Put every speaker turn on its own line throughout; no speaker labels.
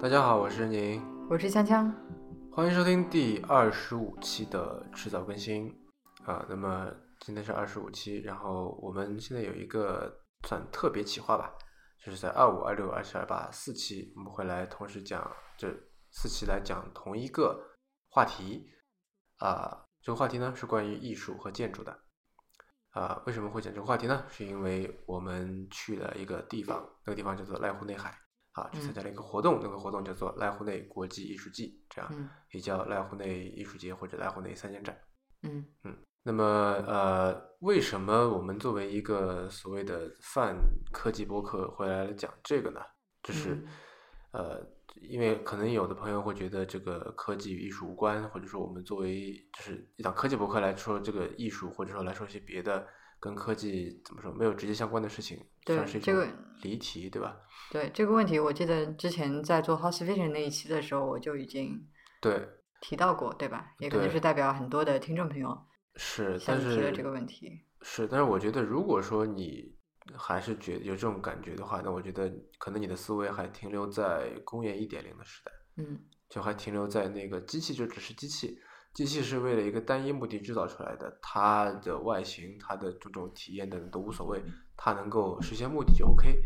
大家好，我是宁，
我是锵锵。
欢迎收听第二十五期的迟早更新啊、那么今天是二十五期，然后我们现在有一个算特别企划吧，就是在二五、二六、二七、二八四期，我们会来同时讲这四期来讲同一个话题啊、这个话题呢是关于艺术和建筑的啊、为什么会讲这个话题呢？是因为我们去了一个地方，那个地方叫做濑户内海啊，去参加了一个活动，那个活动叫做濑户内国际艺术季，这样。
嗯
也叫濑户内艺术节或者濑户内三年展。
嗯
那么，呃，为什么我们作为一个所谓的泛科技博客回来讲这个呢？就是，
嗯
呃，因为可能有的朋友会觉得这个科技与艺术无关，或者说我们作为就是一档科技博客来说这个艺术，或者说来说一些别的跟科技怎么说没有直接相关的事情，
对
算是一
这
种
个
离题，对吧？
对这个问题，我记得之前在做 House Vision 那一期的时候，我就已经
对，
提到过，对吧？也可能
对
是代表很多的听众朋友
是，
向
但
你
是
提了这个问题。
是，但是我觉得，如果说你还是觉有这种感觉的话，那我觉得可能你的思维还停留在工业一点零的时代，
嗯
就还停留在那个机器就只是机器，机器是为了一个单一目的制造出来的，它的外形、它的这种体验等等都无所谓，它能够实现目的就 OK，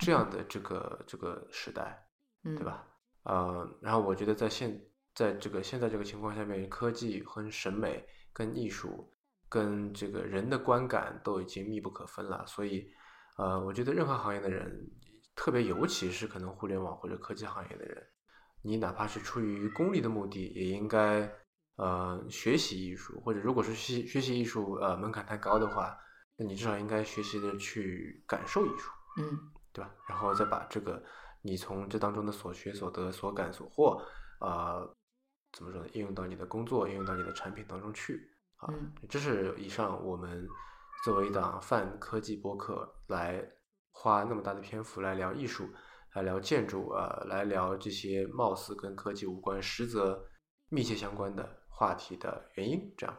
这样的这个这个时代，
嗯，
对？吧？呃，然后我觉得在现在这个现在这个情况下面，科技和审美、跟艺术、跟这个人的观感都已经密不可分了，所以，呃，我觉得任何行业的人，特别尤其是可能互联网或者科技行业的人，你哪怕是出于功利的目的，也应该呃学习艺术，或者如果是学习学习艺术呃门槛太高的话，那你至少应该学习的去感受艺术。
嗯
对吧？然后再把这个你从这当中的所学、所得、所感、所获，呃，怎么说呢？应用到你的工作，应用到你的产品当中去啊。
嗯
这是以上我们作为一档泛科技播客来花那么大的篇幅来聊艺术，来聊建筑，呃，来聊这些貌似跟科技无关，实则密切相关的话题的原因。这样，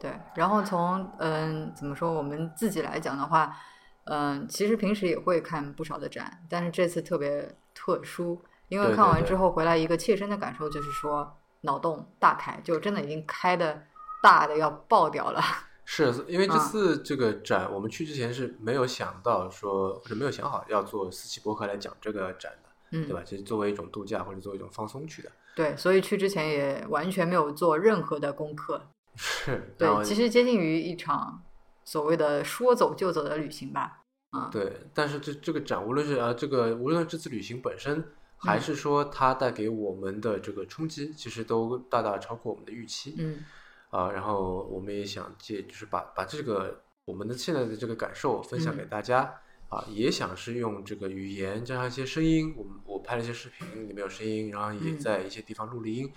对。然后从嗯怎么说，我们自己来讲的话，嗯，其实平时也会看不少的展，但是这次特别特殊，因为
对
看
对
完
对
之后回来一个切身的感受就是说，脑洞大开，就真的已经开的大的要爆掉了。
是因为这
嗯
次这个展，我们去之前是没有想到说，或者没有想好要做四期博客来讲这个展的，
嗯，
对吧？这是作为一种度假或者作为一种放松去的。
对，所以去之前也完全没有做任何的功课。
是，然后
对，其实接近于一场所谓的说走就走的旅行吧。啊，
对，但是这这个展，无论是啊这个，无论这次旅行本身，还
嗯
是说它带给我们的这个冲击，其实都大大超过我们的预期。
嗯
啊，然后我们也想借，就是把把这个我们的现在的这个感受分享给大家、啊，也想是用这个语言加上一些声音，我们我拍了一些视频，里面有声音，然后也
嗯
在一些地方录了音，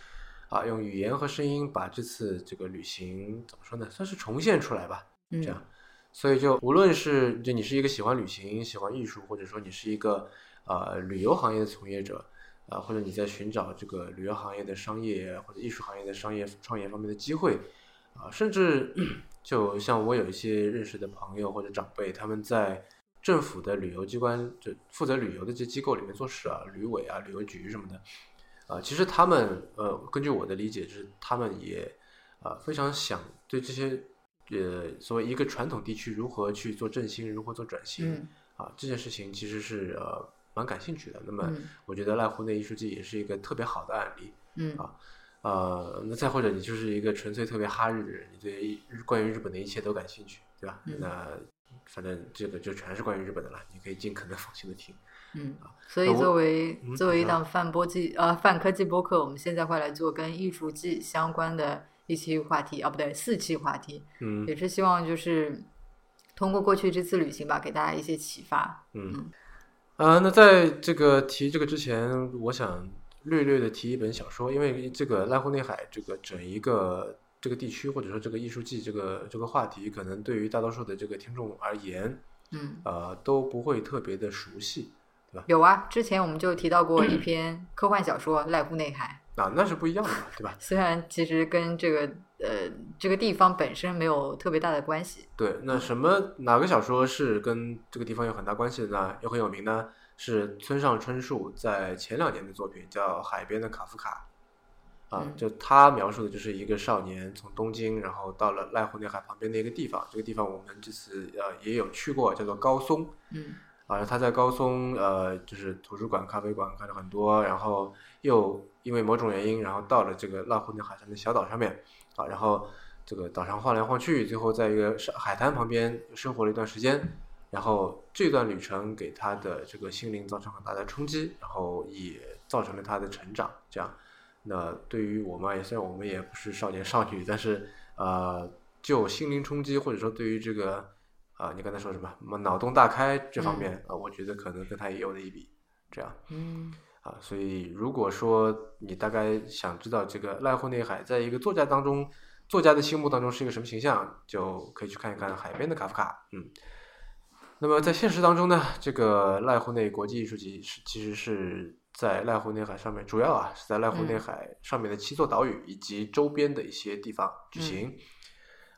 啊，用语言和声音把这次这个旅行怎么说呢，算是重现出来吧，
嗯，
这样所以就无论是就你是一个喜欢旅行、喜欢艺术，或者说你是一个呃旅游行业的从业者，啊，或者你在寻找这个旅游行业的商业或者艺术行业的商业创业方面的机会，啊，甚至 就像我有一些认识的朋友或者长辈，他们在政府的旅游机关就负责旅游的这机构里面做事啊，旅委啊、旅游局什么的，啊，其实他们呃，根据我的理解，就是他们也啊非常想对这些呃所谓一个传统地区如何去做振兴、如何做转型、
嗯
啊这件事情，其实是呃蛮感兴趣的。那么
嗯
我觉得濑户内艺术季也是一个特别好的案例。
嗯
啊呃，那再或者你就是一个纯粹特别哈日的人，你对日关于日本的一切都感兴趣，对吧？
嗯
那反正这个就全是关于日本的了，你可以尽可能放心的听。
嗯。所
那
以
我
作为
嗯
作为一
你说
档泛播记呃泛科技播客，我们现在会来做跟艺术季相关的一期话题啊，不对，四期话题，
嗯
也是希望就是通过过去这次旅行吧，给大家一些启发。
嗯，啊、那在这个提这个之前，我想略略的提一本小说，因为这个濑户内海这个整一个这个地区或者说这个艺术季这个这个话题，可能对于大多数的这个听众而言，
嗯，
呃，都不会特别的熟悉。
有啊，之前我们就提到过一篇科幻小说《濑户内海》。
啊，那是不一样的嘛，对吧？
虽然其实跟这个呃这个地方本身没有特别大的关系。
对，那什么哪个小说是跟这个地方有很大关系的呢？又很有名呢？是村上春树在前两年的作品叫《海边的卡夫卡》啊，
嗯
就他描述的就是一个少年从东京，然后到了濑户内海旁边的一个地方，这个地方我们这次呃也有去过，叫做高松。
嗯
啊，他在高松呃，就是图书馆、咖啡馆看了很多，然后又因为某种原因，然后到了这个濑户内海上的小岛上面啊，然后这个岛上晃来晃去，最后在一个沙海滩旁边生活了一段时间，然后这段旅程给他的这个心灵造成很大的冲击，然后也造成了他的成长。这样，那对于我们而言，虽然我们也不是少年少女，但是呃，就心灵冲击或者说对于这个啊、你刚才说什么什么脑洞大开这方面啊、呃我觉得可能跟他也有了一比。这样
嗯
啊，所以如果说你大概想知道这个濑户内海在一个作家当中，作家的心目当中是一个什么形象，就可以去看一看《海边的卡夫卡》。嗯，那么在现实当中呢，这个濑户内国际艺术节是其实是在濑户内海上面，主要啊是在濑户内
嗯
海上面的七座岛屿以及周边的一些地方举行。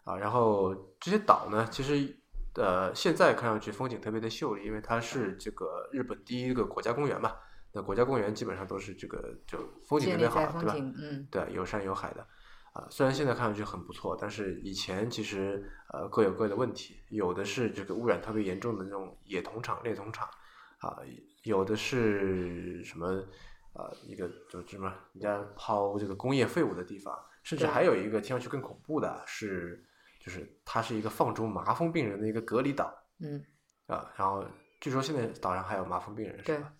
啊，然后这些岛呢，其实呃现在看上去风景特别的秀丽，因为它是这个日本第一个国家公园嘛。那国家公园基本上都是这个就风景特
建立
别好
在
了，
风
对吧？
景，嗯
对，有山有海的，啊、虽然现在看上去很不错，但是以前其实呃各有各的问题，有的是这个污染特别严重的那种野铜场、炼铜厂，啊、有的是什么呃一个就是什么人家抛这个工业废物的地方，甚至
对
还有一个听上去更恐怖的是，就是它是一个放逐麻风病人的一个隔离岛
嗯，
啊、然后据说现在岛上还有麻风病人是
对
吧？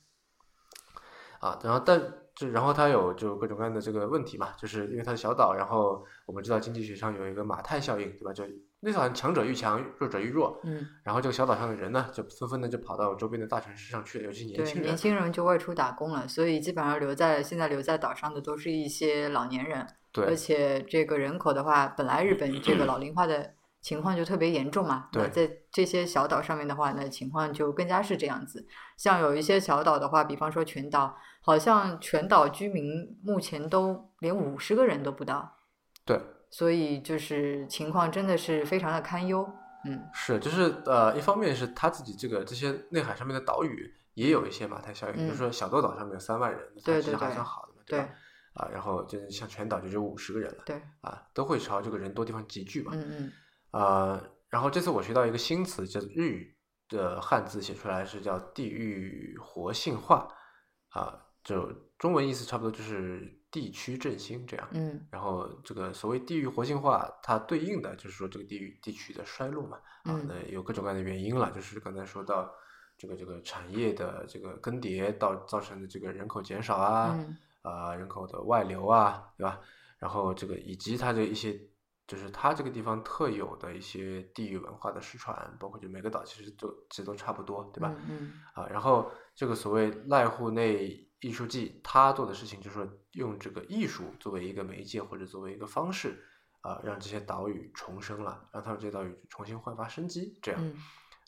啊，然后但这然后它有就各种各样的这个问题嘛，就是因为它是小岛，然后我们知道经济学上有一个马太效应，对吧？就那好像强者愈强，弱者愈弱，
嗯，
然后这个小岛上的人呢，就纷纷的就跑到周边的大城市上去了，尤其年
对，
轻
年
人。
轻人就外出打工了，所以基本上留在现在留在岛上的都是一些老年人，而
对
且这个人口的话，本来日本这个老龄化的情况就特别严重嘛。
对
那在这些小岛上面的话，那情况就更加是这样子。像有一些小岛的话，比方说全岛，好像全岛居民目前都连五十个人都不到，
对，
所以就是情况真的是非常的堪忧。嗯，
是就是呃，一方面是他自己这个这些内海上面的岛屿也有一些马太效应，比如
嗯
说小豆岛上面有三万人，那它
对
其实
对
还
对
算好的嘛，
对
吧？啊，然后就是像全岛就只有五十个人了，
对，
啊，都会朝这个人多地方集聚嘛。
嗯嗯
呃，然后这次我学到一个新词，叫日语的汉字写出来是叫“地域活性化”，啊、就中文意思差不多就是地区振兴这样。
嗯
然后这个所谓地域活性化，它对应的就是说这个地域地区的衰落嘛，啊，
嗯
那有各种各样的原因了，就是刚才说到这个这个产业的这个更迭到造成的这个人口减少啊，
嗯
啊、人口的外流啊，对吧？然后这个以及它的一些，就是它这个地方特有的一些地域文化的失传，包括就每个岛其实都其实都差不多，对吧？
嗯嗯
啊，然后这个所谓濑户内艺术季，他做的事情就是说用这个艺术作为一个媒介或者作为一个方式，啊，让这些岛屿重生了，让他们这些岛屿重新焕发生机，这样、
嗯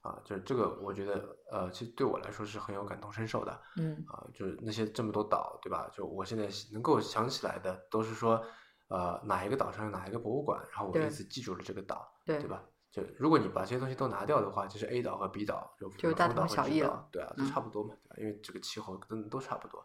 啊，就是这个我觉得呃，其实对我来说是很有感同身受的。
嗯
啊，就是那些这么多岛，对吧？就我现在能够想起来的，都是说，呃，哪一个岛上有哪一个博物馆，然后我
对
一直记住了这个岛，
对
对吧？就如果你把这些东西都拿掉的话，其实 A 岛和 B 岛就
就大
大
同小异了
对啊，都
嗯
差不多嘛，对吧？因为这个气候跟都差不多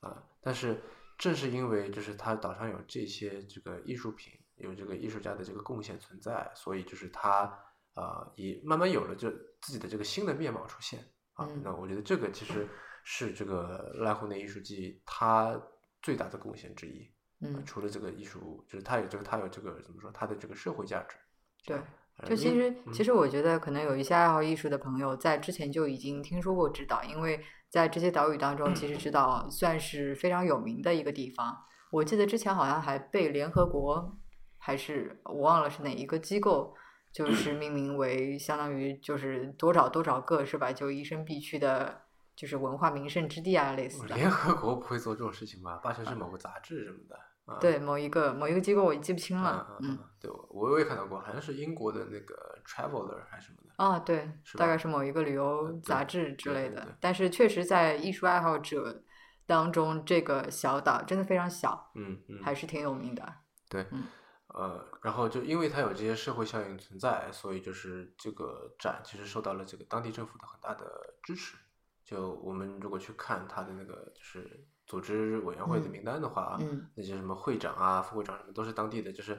啊。但是正是因为就是它岛上有这些这个艺术品，有这个艺术家的这个贡献存在，所以就是它啊也慢慢有了这自己的这个新的面貌出现啊
嗯。
那我觉得这个其实是这个濑户内艺术季它最大的贡献之一。
嗯，
除了这个艺术，就是它有这个，它有这个怎么说，它的这个社会价值。
对。
呃
就其
因
实，其实我觉得可能有一些爱好艺术的朋友，在之前就已经听说过直岛，因为在这些岛屿当中，其实
嗯
直岛算是非常有名的一个地方。我记得之前好像还被联合国还是我忘了是哪一个机构，就是命名为相当于就是多少多少个是吧？就一生必去的，就是文化名胜之地啊，类似的。
哦
嗯
联合国不会做这种事情吧？八成是某个杂志什么的。啊、
对，某一个某一个机构我记不清
嗯，
了
嗯，嗯
嗯，
嗯，对，我我也看到过，好像是英国的那个 Traveler 还是什么的。
啊，对，
是
大
吧
概是某一个旅游
嗯对
杂志之
对
类
对
的
对。
但是确实在艺术爱好者当中，这个小岛真的非常小，
嗯嗯，
还是挺有名的。
对
嗯，
呃，然后就因为它有这些社会效应存在，所以就是这个展其实受到了这个当地政府的很大的支持。就我们如果去看它的那个就是组织委员会的
嗯
名单的话，
嗯
那些什么会长啊、副会长什么都是当地的，就是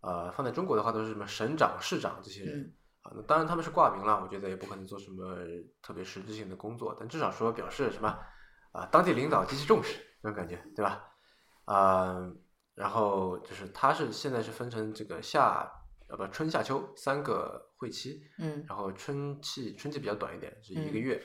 呃，放在中国的话都是什么省长、市长这些人、
嗯
啊。那当然他们是挂名了，我觉得也不可能做什么特别实质性的工作，但至少说表示什么啊，当地领导极其重视这种感觉，对吧？啊、然后就是它是现在是分成这个夏呃不春夏秋三个会期，
嗯
然后春季春季比较短一点，是一个
嗯
月，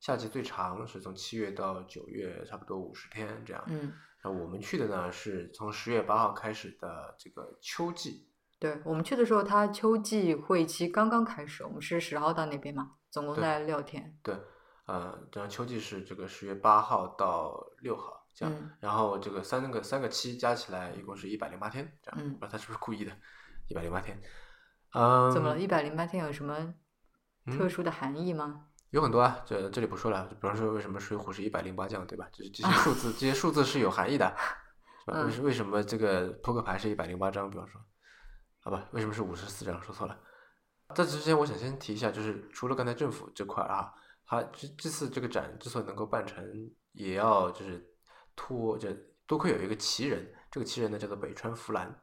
夏季最长是从七月到九月，差不多五十天这样。
嗯，
那我们去的呢是从十月八号开始的这个秋季，
对我们去的时候，它秋季会期刚刚开始，我们是十号到那边嘛，总共
对
在六天。
对，呃，然后秋季是这个十月八号到六号这样，
嗯
然后这个三个三个期加起来一共是一百零八天这样，
嗯
不知道他是不是故意的，一百零八天。嗯，
怎么了？一百零八天有什么
嗯
特殊的含义吗？
有很多啊，这这里不说了。就比方说，为什么水浒是一百零八将，对吧？这这些数字，这些数字是有含义的，是吧？为什、为什么这个扑克牌是一百零八张？比方说，好吧，为什么是五十四张？说错了。在此之前，我想先提一下，就是除了刚才政府这块儿啊，它这这次这个展之所以能够办成，也要就是托这多亏有一个奇人，这个奇人呢叫做北川福兰，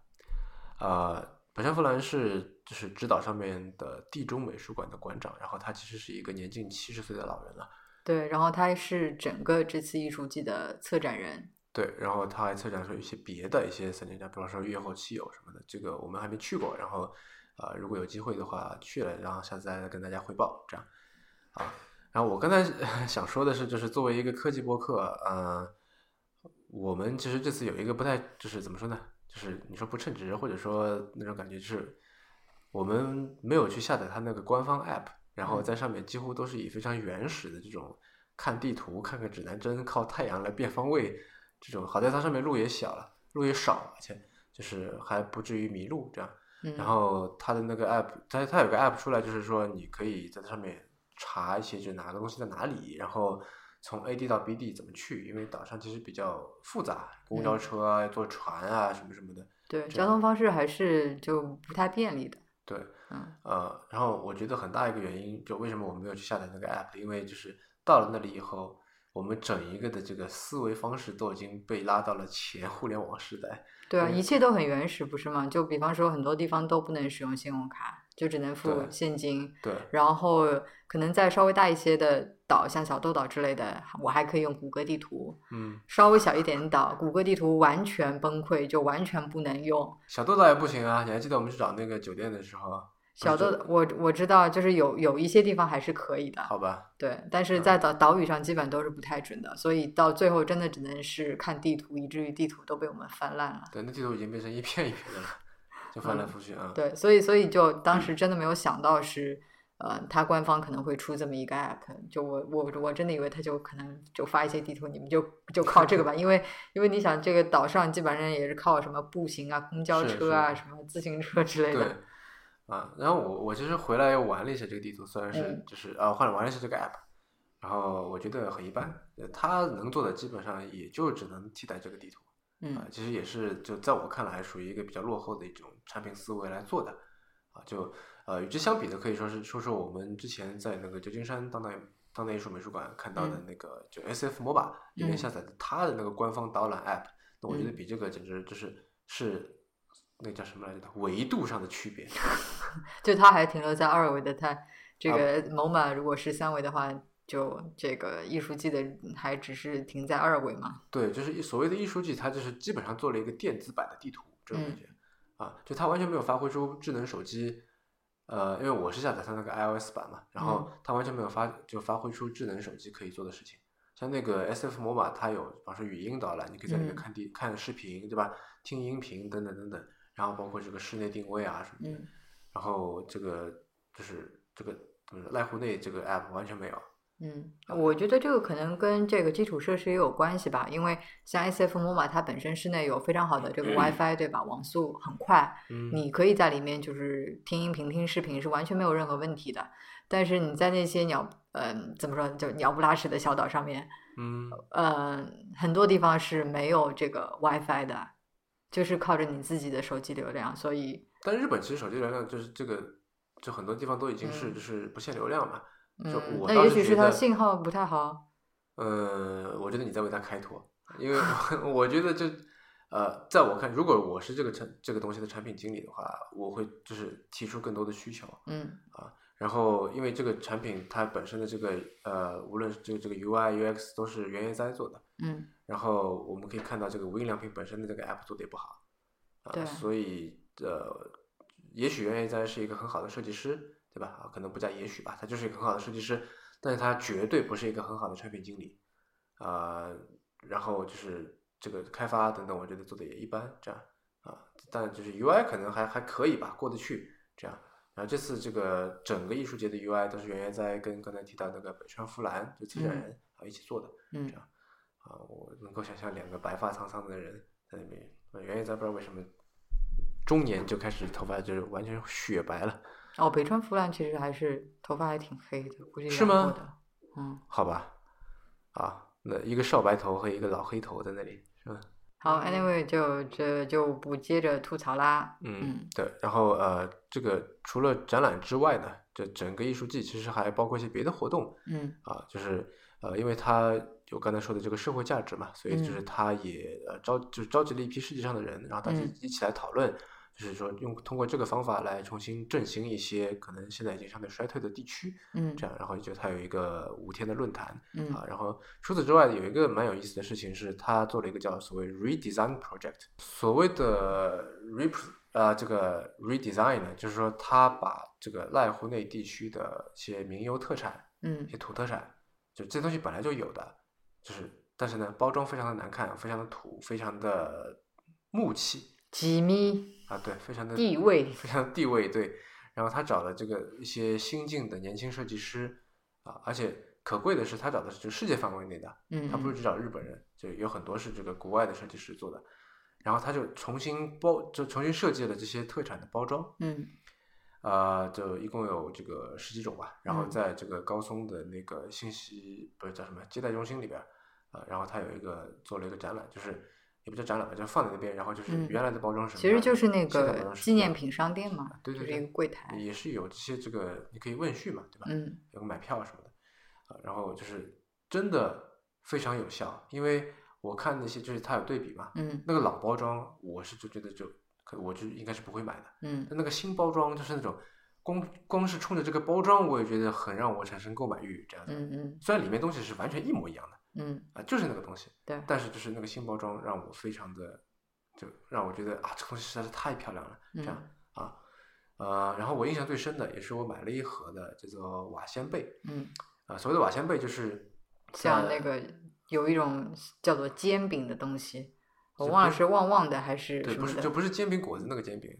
呃，北山弗兰是就是指导上面的地中美术馆的馆长，然后他其实是一个年近七十岁的老人了。
对，然后他是整个这次艺术季的策展人。
对，然后他还策展出一些别的一些森林展，比方说月后期友什么的，这个我们还没去过。然后，呃，如果有机会的话去了，然后下次再跟大家汇报这样。啊，然后我刚才 想说的是，就是作为一个科技播客，呃，我们其实这次有一个不太，就是怎么说呢，就是你说不称职，或者说那种感觉，就是我们没有去下载它那个官方 app，然后
嗯
在上面几乎都是以非常原始的这种看地图、看个指南针、靠太阳来辨方位这种。好在它上面路也小了，路也少，而且就是还不至于迷路这样。
嗯，
然后它的那个 app，它它有个 app 出来，就是说你可以在上面查一些，就是哪个东西在哪里，然后从 A 地到 B 地怎么去，因为岛上其实比较复杂，公交
嗯
车啊、坐船啊什么什么的。
对，
这
交
个
通方式还是就不太便利的。
对，
嗯
呃，然后我觉得很大一个原因，就为什么我没有去下载那个 app，因为就是到了那里以后，我们整一个的这个思维方式都已经被拉到了前互联网时代。，
对啊，
嗯
一切都很原始，不是吗？就比方说，很多地方都不能使用信用卡，就只能付
对
现金。
对，
然后可能在稍微大一些的岛，像小豆岛之类的，我还可以用谷歌地图。
嗯，
稍微小一点的岛，谷歌地图完全崩溃，就完全不能用。
小豆岛也不行啊，你还记得我们去找那个酒店的时候啊？
小豆
这，
我我知道，就是有有一些地方还是可以的，
好嗯吧，
对，但是在岛岛屿上基本都是不太准的，所以到最后真的只能是看地图，以至于地图都被我们翻烂了。
对，那地图已经变成一片一片的了，就翻来
嗯
覆去啊。
对，所以所以就当时真的没有想到是，呃，它官方可能会出这么一个 app，就我我我真的以为它就可能就发一些地图，你们就就靠这个吧，因为因为你想这个岛上基本上也是靠什么步行啊、公交
是
车啊、什么自行车之类
对
的，
啊，然后我我其实回来又玩了一下这个地图，虽然是
嗯
就是啊换了玩了一下这个 app，然后我觉得很一般，呃它能做的基本上也就只能替代这个地图啊
嗯，
其实也是就在我看来属于一个比较落后的一种产品思维来做的啊，就呃与之相比的可以说是说说我们之前在那个旧金山当代当代艺术美术馆看到的
嗯
那个就 SF MOBA 里面
嗯
下载的它的那个官方导览 app。那我觉得
嗯
比这个简直就是是那叫什么来着的维度上的区别。
就它还停留在二维的，它这
啊
个某马如果是三维的话。就这个艺术季的还只是停在二维嘛，
对，就是所谓的艺术季，它就是基本上做了一个电子版的地图这种感
嗯
觉、啊，就它完全没有发挥出智能手机，呃，因为我是下载它那个 iOS 版嘛，然后
嗯
它完全没有发就发挥出智能手机可以做的事情。像那个 SF MOBA，它有，比方说语音导览，你可以在里面
嗯
看地、看视频，对吧？听音频等等等等，然后包括这个室内定位啊什么的。
嗯，
然后这个就是这个嗯濑户内这个 app 完全没有，
嗯，我觉得这个可能跟这个基础设施也有关系吧，因为像 SF MOMA 它本身室内有非常好的这个 WiFi，对吧？网速很快，
嗯
你可以在里面就是听音频、听视频是完全没有呃任何问题的。但是你在那些鸟，嗯、怎么说，就鸟不拉屎的小岛上面，
嗯
呃，很多地方是没有这个 WiFi 的，就是靠着你自己的手机流量，所以
但日本其实手机流量就是这个，就很多地方都已经是
嗯
就是不限流量嘛。就
嗯，
我
那
倒
也
是
许
觉
是它
得
信号不太好，
呃，我觉得你在为他开脱，因为我我觉得就呃，在我看，如果我是这个产这个东西的产品经理的话，我会就是提出更多的需求。
嗯
然后，因为这个产品它本身的这个呃，无论是这个这个 UI、UX 都是原研哉做的，
嗯
然后我们可以看到这个无印良品本身的这个 app 做的也不好，啊、
对
所以呃，也许袁一哉是一个很好的设计师，对吧？啊，可能不叫也许吧，他就是一个很好的设计师，但是他绝对不是一个很好的产品经理，啊、然后就是这个开发等等，我觉得做的也一般，这样啊，但就是 UI 可能还还可以吧，过得去这样。然后这次这个整个艺术节的 UI 都是袁一哉跟刚才提到那个北川芙兰就策展
嗯
人啊、一起做的，
嗯
这样啊，我能够想象两个白发苍苍的人在那边，呃原因咱不知道为什么中年就开始头发就是完全雪白了，
哦，北川弗兰其实还是头发还挺黑的，估计
是
染
吗
过的，嗯，
好吧？啊，那一个少白头和一个老黑头在那里，是吧？
好，anyway 就这就不接着吐槽啦，嗯
对。然后呃，这个除了展览之外呢，这整个艺术季其实还包括一些别的活动
嗯
啊，就是呃，因为它有刚才说的这个社会价值嘛，所以就是
嗯
它也呃召就是召集了一批世界上的人，然后大家
嗯
一起来讨论。就是说用，通过这个方法来重新振兴一些可能现在已经相对衰退的地区，
嗯
这样，然后就它有一个五天的论坛啊
嗯，
然后除此之外有一个蛮有意思的事情是，他做了一个叫所谓 redesign project，所谓的 re 呃这个 redesign 呢，就是说他把这个濑户内地区的一些名优特产、一
嗯
些土特产，就这东西本来就有的，就是但是呢包装非常的难看，非常的土，非常的木气
几米
啊，对，非常的
地位，
非常地位对。然后他找了这个一些新晋的年轻设计师啊，而且可贵的是，他找的是就世界范围内的，
嗯，
他不是
嗯
只找日本人，就有很多是这个国外的设计师做的。然后他就重新包，就重新设计了这些特产的包装，
嗯
呃，就一共有这个十几种吧。然后
嗯
在这个高松的那个信息不是叫什么接待中心里边，啊、然后他有一个做了一个展览，就是也不叫展览吧，就放在那边，然后就是
嗯
原来的包装是什么
其实
样的
就是那
现在包
个
装是什
纪
么
念
样的
品商店嘛，
对
就
对
是一
对
个柜台，
也是有这些这个，你可以问讯嘛，对吧？
嗯
有个买票什么的，啊，然后就是真的非常有效，因为我看那些就是它有对比嘛，
嗯
那个老包装我是就觉得就可我就应该是不会买的，
嗯
但那个新包装就是那种光光是冲着这个包装，我也觉得很让我产生购买欲这样子。
嗯嗯
虽然里面东西是完全一模一样的
嗯，
啊，就是那个东西，
对，
但是就是那个新包装让我非常的就让我觉得啊，这个东西实在是太漂亮了，这样。
嗯
啊，呃，然后我印象最深的也是我买了一盒的叫做瓦仙贝
嗯，
啊，所谓的瓦仙贝就是
像
在
那个有一种叫做煎饼的东西，我
就
忘了
不
是旺旺的还是
对，
什
不
么
是
的，
就不是煎饼果子那个煎饼，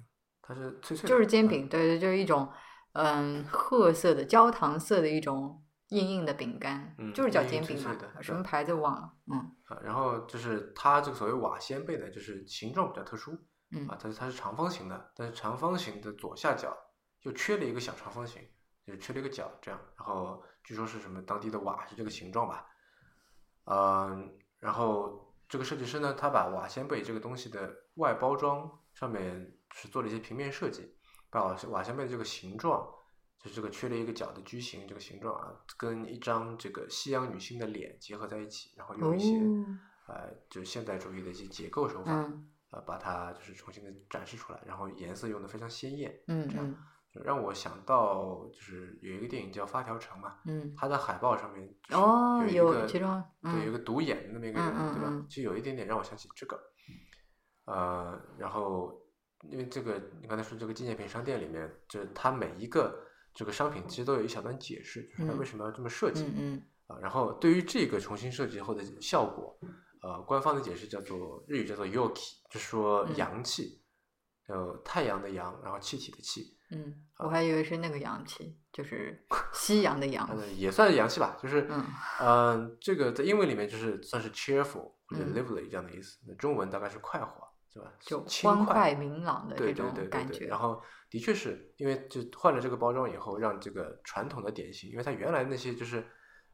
它是脆脆的，
就是煎
嗯。
饼，对对，就是一种嗯褐色的焦糖色的一种硬硬的饼干，
嗯
就是叫
硬硬
煎
脆
饼
脆
嘛
的，
什
对
么牌子忘了，嗯
啊，然后就是它这个所谓瓦仙贝呢，就是形状比较特殊
嗯
啊，但是它是长方形的，但是长方形的左下角又缺了一个小长方形，就是缺了一个角这样。然后据说是什么当地的瓦是这个形状吧，嗯，然后这个设计师呢，他把瓦仙贝这个东西的外包装上面是做了一些平面设计，把瓦瓦仙贝的这个形状。就是这个缺了一个角的矩形，这个形状啊，跟一张这个西洋女性的脸结合在一起，然后用一些、
哦
呃，就是现代主义的一些结构手法，
嗯
呃，把它就是重新的展示出来，然后颜色用的非常鲜艳，
嗯
这
嗯
样就让我想到就是有一个电影叫《发条城》嘛，
嗯，
它的海报上面就是
哦，
有一个
其中
对有一
嗯
个独眼的那么一个人，
嗯嗯
对吧
嗯？
就有一点点让我想起这个，呃，然后因为这个你刚才说这个纪念品商店里面，就是它每一个这个商品其实都有一小段解释，就是它
嗯
为什么要这么设计，
嗯嗯
啊，然后对于这个重新设计后的效果，呃，官方的解释叫做日语叫做 yoki，就说
嗯
阳气，呃，太阳的阳，然后气体的气，
嗯，我还以为是那个洋气， 就是西洋的洋，
呃，也算是阳气吧，就是，
嗯
嗯，这个在英文里面就是算是 cheerful 或者
嗯
lively 这样的意思，那中文大概是快活，是吧？
就
轻
欢
快
快明朗的
对
这
对
种
对对
感
对，
觉，
然后的确是因为就换了这个包装以后，让这个传统的点心，因为它原来那些就是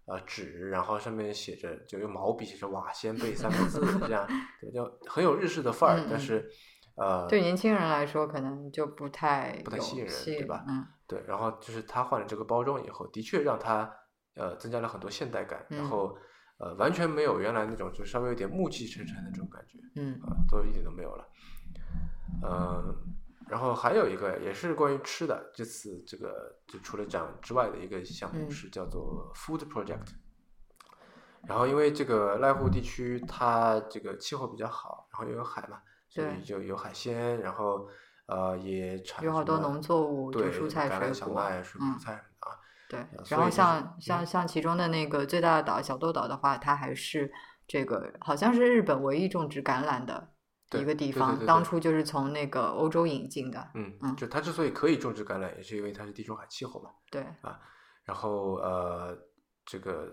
呃纸，然后上面写着就用毛笔写着“瓦仙贝”三个字，这 样对就很有日式的范儿
嗯，
但
嗯
是呃
对年轻人来说可能就不太
不太
有
吸引人
吸
对
引
吧
嗯
对，然后就是他换了这个包装以后，的确让他呃增加了很多现代感，然
嗯
后呃完全没有原来那种就稍微有点暮气沉沉的那种感觉
嗯
啊、都一点都没有了。嗯、然后还有一个也是关于吃的，这次这个就除了展之外的一个项目
嗯
是叫做 Food Project。然后因为这个濑户地区它这个气候比较好，然后又有海嘛，所以
对
就有海鲜，然后呃也产
有好
什
多
么
农作物，就
对，
蔬菜、
橄榄
水
小
果，
麦、水果
嗯
菜什么的啊。
对
呃。所
然后
以就是
像
嗯
像像其中的那个最大的岛小豆岛的话，它还是这个好像是日本唯一种植橄榄的
对
一个地
对对对
方，
对
当初就是从那个欧洲引进的，
嗯，
嗯
就它之所以可以种植橄榄，也是因为它是地中海气候嘛。
对，
啊然后呃，这个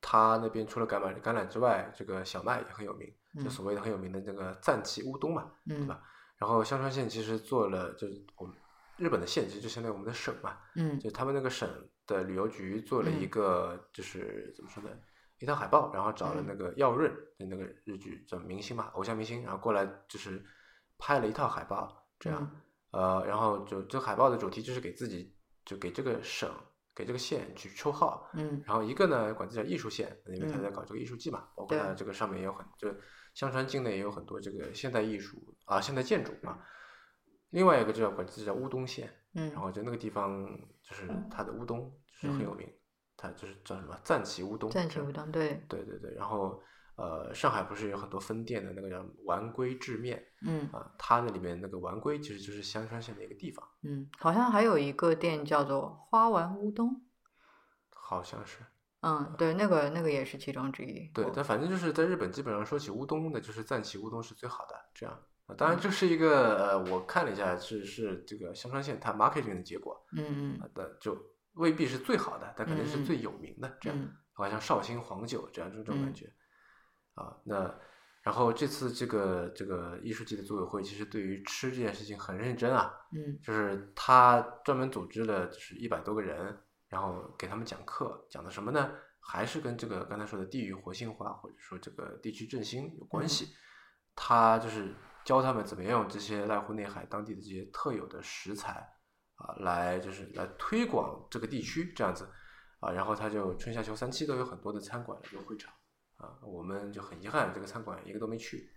它那边除了橄榄橄榄之外，这个小麦也很有名，就
嗯
所谓的很有名的那个赞岐乌冬嘛。
嗯
吧然后香川县其实做了，就是我们日本的县其实就相当于我们的省嘛，
嗯
就他们那个省的旅游局做了一
嗯
个，就是、怎么说呢，一张海报，然后找了
嗯
那个耀润的那个日剧叫明星嘛，偶像明星，然后过来就是拍了一套海报，这样，
嗯
呃，然后就这海报的主题就是给自己，就给这个省，给这个县去抽号。
嗯
然后一个呢，管这叫艺术县，因为他
嗯
在搞这个艺术季嘛，包括他
对
这个上面也有很，就香川境内也有很多这个现代艺术啊、现代建筑嘛。另外一个就叫管这叫乌东县，然
嗯，
后就那个地方就是它的乌冬就是很有名，它就是叫什么赞岐乌冬，
暂且不当对，
对对对，然后呃上海不是有很多分店的那个叫丸龟制面
嗯
啊、它那里面那个丸龟其实就是香川县的一个地方，
嗯，好像还有一个店叫做花丸乌冬。
好像是
嗯，对，那个那个也是其中之一。
呃对
我，
但反正就是在日本基本上说起乌冬的，就是赞岐乌冬是最好的这样。啊当然，这是一个呃，我看了一下，是是这个香川县它 marketing 的结果，
嗯嗯
啊但就未必是最好的，但肯定是
嗯嗯
最有名的这样。
嗯
好像绍兴黄酒这样这种感
嗯
觉、啊。那然后这次这个这个艺术季的组委会其实对于吃这件事情很认真啊，
嗯
就是他专门组织了就是一百多个人，然后给他们讲课，讲的什么呢？还是跟这个刚才说的地域活性化或者说这个地区振兴有关系。他就是教他们怎么样用这些濑户内海当地的这些特有的食材啊，来就是来推广这个地区这样子啊。然后他就春夏秋三期都有很多的餐馆来做会场啊，我们就很遗憾这个餐馆一个都没去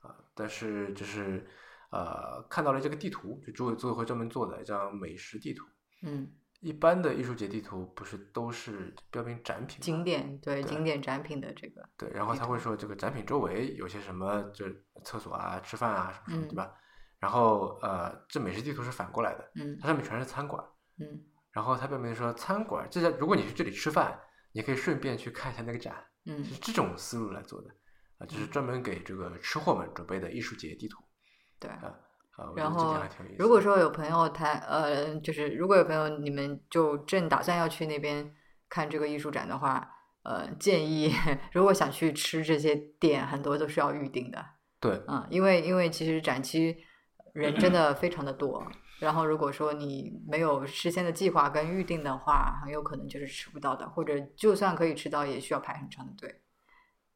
啊，但是就是呃看到了这个地图，就组委组委会专门做的一张美食地图。
嗯，
一般的艺术节地图不是都是标明展品吗
景点
对
对景点展品的这个，
对，然后
地
他会说这个展品周围有些什么，就是厕所啊、吃饭啊什么什么，对
嗯
吧？然后呃，这美食地图是反过来的，
嗯
它上面全是餐馆，
嗯
然后它标明说餐馆，这家如果你去这里吃饭，你可以顺便去看一下那个展，
嗯
是这种思路来做的啊、就是专门给这个吃货们准备的艺术节地图
对。
啊、我觉
然
得这点
后
还挺有意思的。
如果说有朋友他呃，就是如果有朋友你们就正打算要去那边看这个艺术展的话，呃，建议 如果想去吃这些店，很多都是要预定的。
对
嗯，因为因为其实展期人真的非常的多，然后如果说你没有事先的计划跟预定的话，很有可能就是吃不到的，或者就算可以吃到，也需要排很长的队。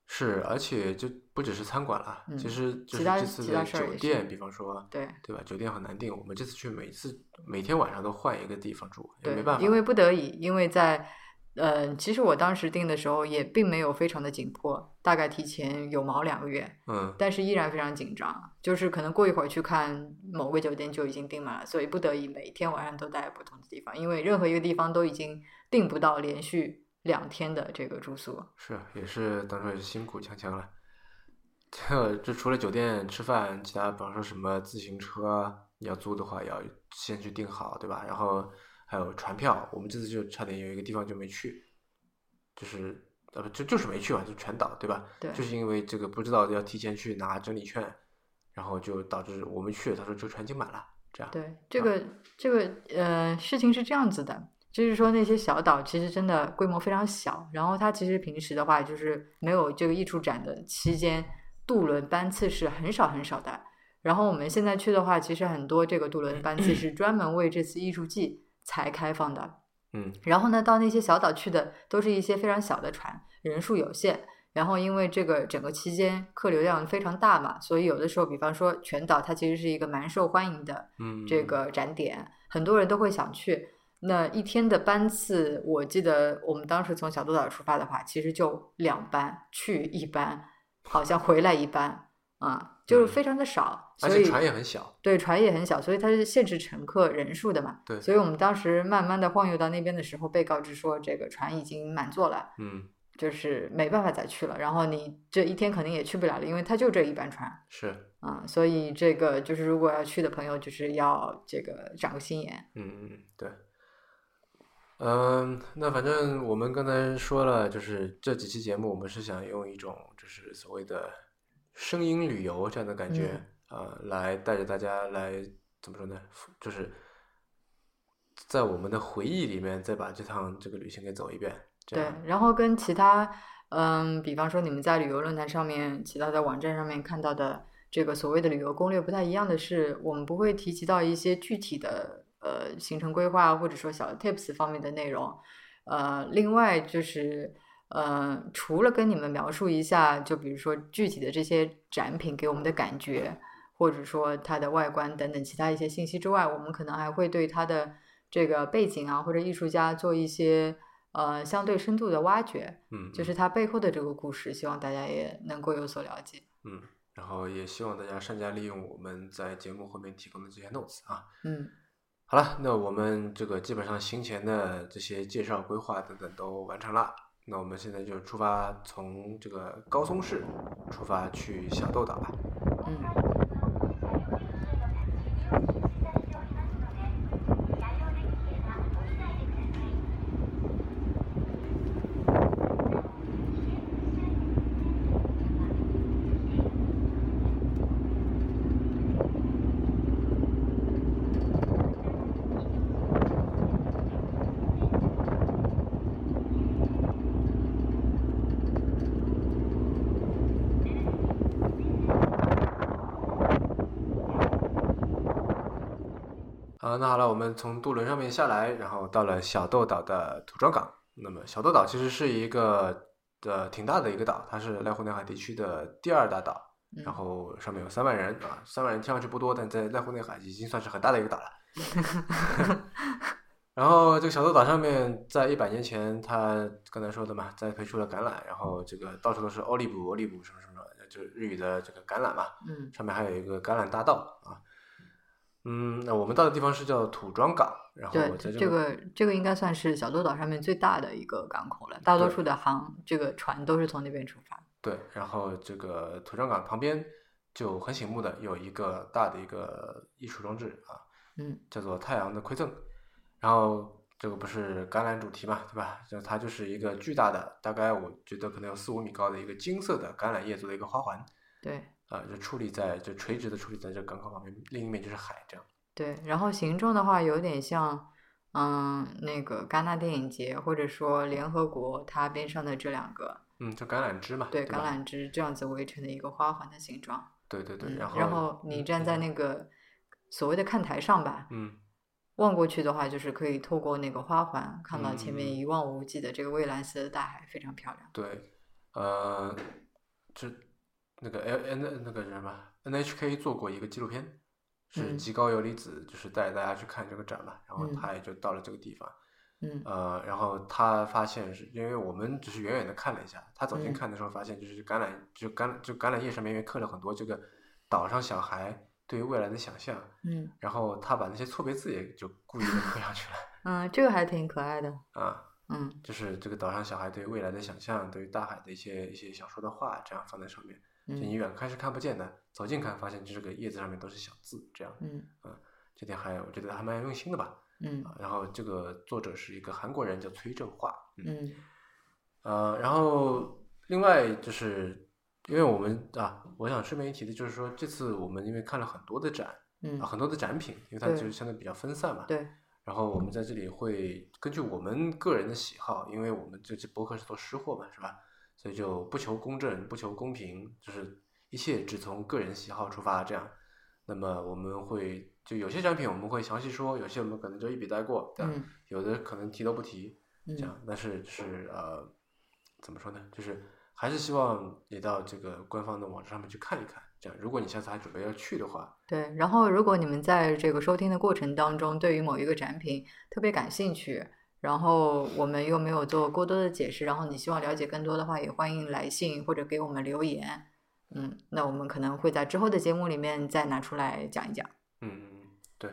是，而且就不只是餐馆了，其
嗯
实
其
就是
他
这次
其他
的
事儿
酒
也是
店，比方说。
对
对吧？酒店很难订，我们这次去每次每天晚上都换一个地方住，也
对
没办，法，
因为不得已，因为在呃，其实我当时订的时候也并没有非常的紧迫，大概提前有毛两个月，
嗯，
但是依然非常紧张，就是可能过一会儿去看某个酒店就已经订满了，所以不得已每天晚上都待在不同的地方，因为任何一个地方都已经订不到连续两天的这个住宿。
是也是当初也是辛苦锵锵了。 这这除了酒店吃饭，其他比方说什么自行车，你要租的话也要先去订好，对吧？然后还有船票，我们这次就差点有一个地方就没去，就是呃不就就是没去嘛，就全岛，对吧？
对，
就是因为这个不知道要提前去拿整理券，然后就导致我们去了，他说这个船已经满了，这样。
对，这
啊
个这个呃事情是这样子的，就是说那些小岛其实真的规模非常小，然后它其实平时的话就是没有这个艺术展的期间，渡轮班次是很少很少的。然后我们现在去的话，其实很多这个渡轮班次是专门为这次艺术季才开放的，
嗯
然后呢，到那些小岛去的都是一些非常小的船，人数有限。然后因为这个整个期间客流量非常大嘛，所以有的时候，比方说全岛它其实是一个蛮受欢迎的
嗯，
这个展点，很多人都会想去。那一天的班次，我记得我们当时从小豆岛出发的话，其实就两班，去一班，好像回来一班，啊，就是
嗯
非常的少。
而
所
且
以
船也很小，
对，船也很小，所以它是限制乘客人数的嘛。
对，
所以我们当时慢慢的晃悠到那边的时候，被告知说这个船已经满座了，
嗯
就是没办法再去了。然后你这一天肯定也去不了了，因为它就这一班船
是，
啊、所以这个就是如果要去的朋友，就是要这个长个心眼。
嗯嗯嗯，对。嗯，那反正我们刚才说了，就是这几期节目，我们是想用一种就是所谓的声音旅游这样的感觉
嗯
啊、呃来带着大家来怎么说呢？就是在我们的回忆里面再把这趟这个旅行给走一遍。这
对
样，
然后跟其他，嗯，比方说你们在旅游论坛上面、其他的网站上面看到的这个所谓的旅游攻略不太一样的是，我们不会提及到一些具体的呃行程规划或者说小 tips 方面的内容。呃，另外就是呃，除了跟你们描述一下，就比如说具体的这些展品给我们的感觉，或者说它的外观等等其他一些信息之外，我们可能还会对它的这个背景啊或者艺术家做一些呃相对深度的挖掘，
嗯，嗯
就是它背后的这个故事，希望大家也能够有所了解。
嗯，然后也希望大家善加利用我们在节目后面提供的这些 notes 啊。
嗯，
好了，那我们这个基本上行前的这些介绍、规划等等都完成了。那我们现在就出发，从这个高松市出发去小豆岛吧。
嗯，
啊，那好了，我们从渡轮上面下来，然后到了小豆岛的土庄港。那么小豆岛其实是一个呃挺大的一个岛，它是濑户内海地区的第二大岛。
嗯
然后上面有三万人啊，三万人听上去不多，但在濑户内海已经算是很大的一个 岛了。然后这个小豆岛上面，在一百年前，他刚才说的嘛，栽培出了橄榄，然后这个到处都是欧利卜、欧利卜什么什么，就是日语的这个橄榄嘛。
嗯
上面还有一个橄榄大道啊。嗯，那我们到的地方是叫土庄港，然后
对，
在
这
这个
个这个应该算是小豆岛上面最大的一个港口了，大多
对
数的航这个船都是从那边出发。
对，然后这个土庄港旁边就很醒目的有一个大的一个艺术装置啊，
嗯
叫做太阳的馈赠。然后这个不是橄榄主题嘛，对吧？就它就是一个巨大的，大概我觉得可能有四五米高的一个金色的橄榄叶做的一个花环
对
啊、就矗立在就垂直的矗立在这个港口旁边，另一面就是海这样。
对，然后形状的话有点像，嗯，那个戛纳电影节或者说联合国它边上的这两个
嗯，就橄榄枝嘛，
对
对
橄
吧
榄枝这样子围成的一个花环的形状。
对对对，
嗯
然后
然后你站在那个所谓的看台上吧，
嗯
望过去的话就是可以透过那个花环看到前
嗯
面一望无际的这个蔚蓝色的大海，非常漂亮。
对，呃，这那个 L N 那个叫什么 N H K 做过一个纪录片，是
嗯
极高游离子，就是带大家去看这个展嘛，然后
嗯
他也就到了这个地方，
嗯
呃，然后他发现是因为我们只是远远的看了一下，他走近
嗯
看的时候发现就是橄榄，就橄就橄榄叶上面因为刻了很多这个岛上小孩对于未来的想象，
嗯
然后他把那些错别字也就故意的刻上去了
嗯，这个还挺可爱的。
啊。
嗯
就是这个岛上小孩对未来的想象，对于大海的一些一些小说的话，这样放在上面。就你
嗯
远看是看不见的，走近看发现这个叶子上面都是小字，这样
嗯
这点还我觉得还蛮用心的吧。
嗯
啊然后这个作者是一个韩国人，叫崔正化。嗯，
嗯
呃，然后另外就是因为我们啊，我想顺便一提的就是说，这次我们因为看了很多的展
嗯
啊，，很多的展品，因为它
对
就是相对比较分散嘛。
对，
然后我们在这里会根据我们个人的喜好，因为我们这期博客是做吃货嘛，是吧？所以就不求公正，不求公平，就是一切只从个人喜好出发，这样那么我们会就有些产品我们会详细说，有些我们可能就一笔带过，对吧
嗯
有的可能提都不提，这
嗯
样。但是是呃，怎么说呢？就是还是希望你到这个官方的网站上面去看一看。这样，如果你下次还准备要去的话，
对。然后，如果你们在这个收听的过程当中，对于某一个展品特别感兴趣，然后我们又没有做过多的解释，然后你希望了解更多的话，也欢迎来信或者给我们留言。嗯，那我们可能会在之后的节目里面再拿出来讲一讲。
嗯，嗯对，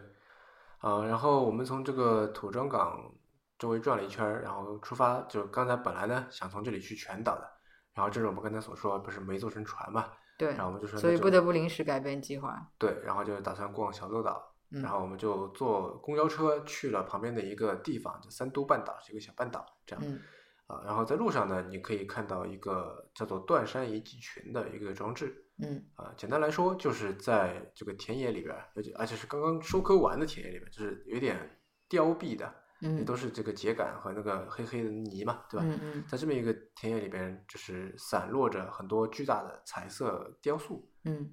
啊、然后我们从这个土庄港周围转了一圈儿，然后出发，就刚才本来呢想从这里去全岛的，然后这是我们刚才所说，不是没坐成船嘛，
对，
然后我们就说，
所以不得不临时改变计划。
对，然后就打算逛小豆岛，
嗯，
然后我们就坐公交车去了旁边的一个地方，叫三都半岛，是一个小半岛，这样。
嗯
啊，然后在路上呢，你可以看到一个叫做断山遗迹群的一个装置
嗯
啊。简单来说，就是在这个田野里边儿，而且而且是刚刚收割完的田野里边，就是有点凋敝的，也
嗯，
都是这个秸秆和那个黑黑的泥嘛，对吧？
嗯嗯
在这么一个田野里边，就是散落着很多巨大的彩色雕塑，
嗯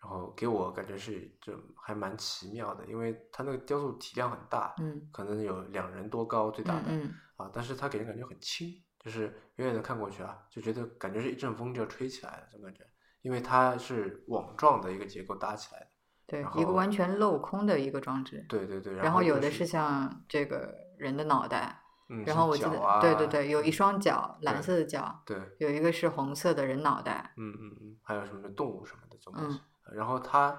然后给我感觉是就还蛮奇妙的，因为它那个雕塑体量很大，
嗯
可能有两人多高最大啊
嗯
的，
嗯，
啊，但是它给人感觉很轻，就是远远的看过去啊，就觉得感觉是一阵风就要吹起来了，这种感觉，因为它是网状的一个结构搭起来的。
对，
然
一个
后
完全镂空的一个装置。
对对对，
然后有
就
的
是
是，像这个人的脑袋，
嗯，
然
是
后我记
脚
得，
啊、
对对对，有一
嗯，
双脚，蓝
对
色的脚，
对，
有一个是红色的人脑袋，
嗯嗯嗯，还有什么动物什么的这种东
嗯
西。呃然后它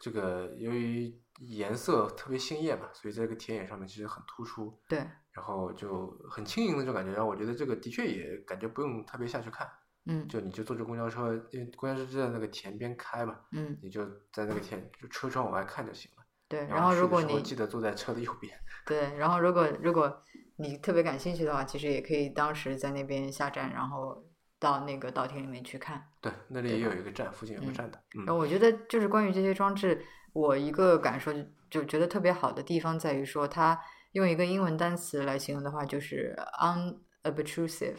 这个由于颜色特别鲜艳嘛，所以在这个田野上面其实很突出，
对，
然后就很轻盈的这种感觉，让我觉得这个的确也感觉不用特别下去看，
嗯
就你就坐着公交车，因为公交车就在那个田边开嘛，
嗯
你就在那个天就车窗往外看就行了。
对，
然
然后
去
如
的
果
时候
你
记得坐在车的右边，
对，然后如果如果你特别感兴趣的话，其实也可以当时在那边下站，然后到那个稻田里面去看。
对，那里
对
也有
吧
一个站，附近有个
嗯
站的。嗯
然后我觉得就是关于这些装置，我一个感受就就觉得特别好的地方在于说，它用一个英文单词来形容的话，就是 unobtrusive。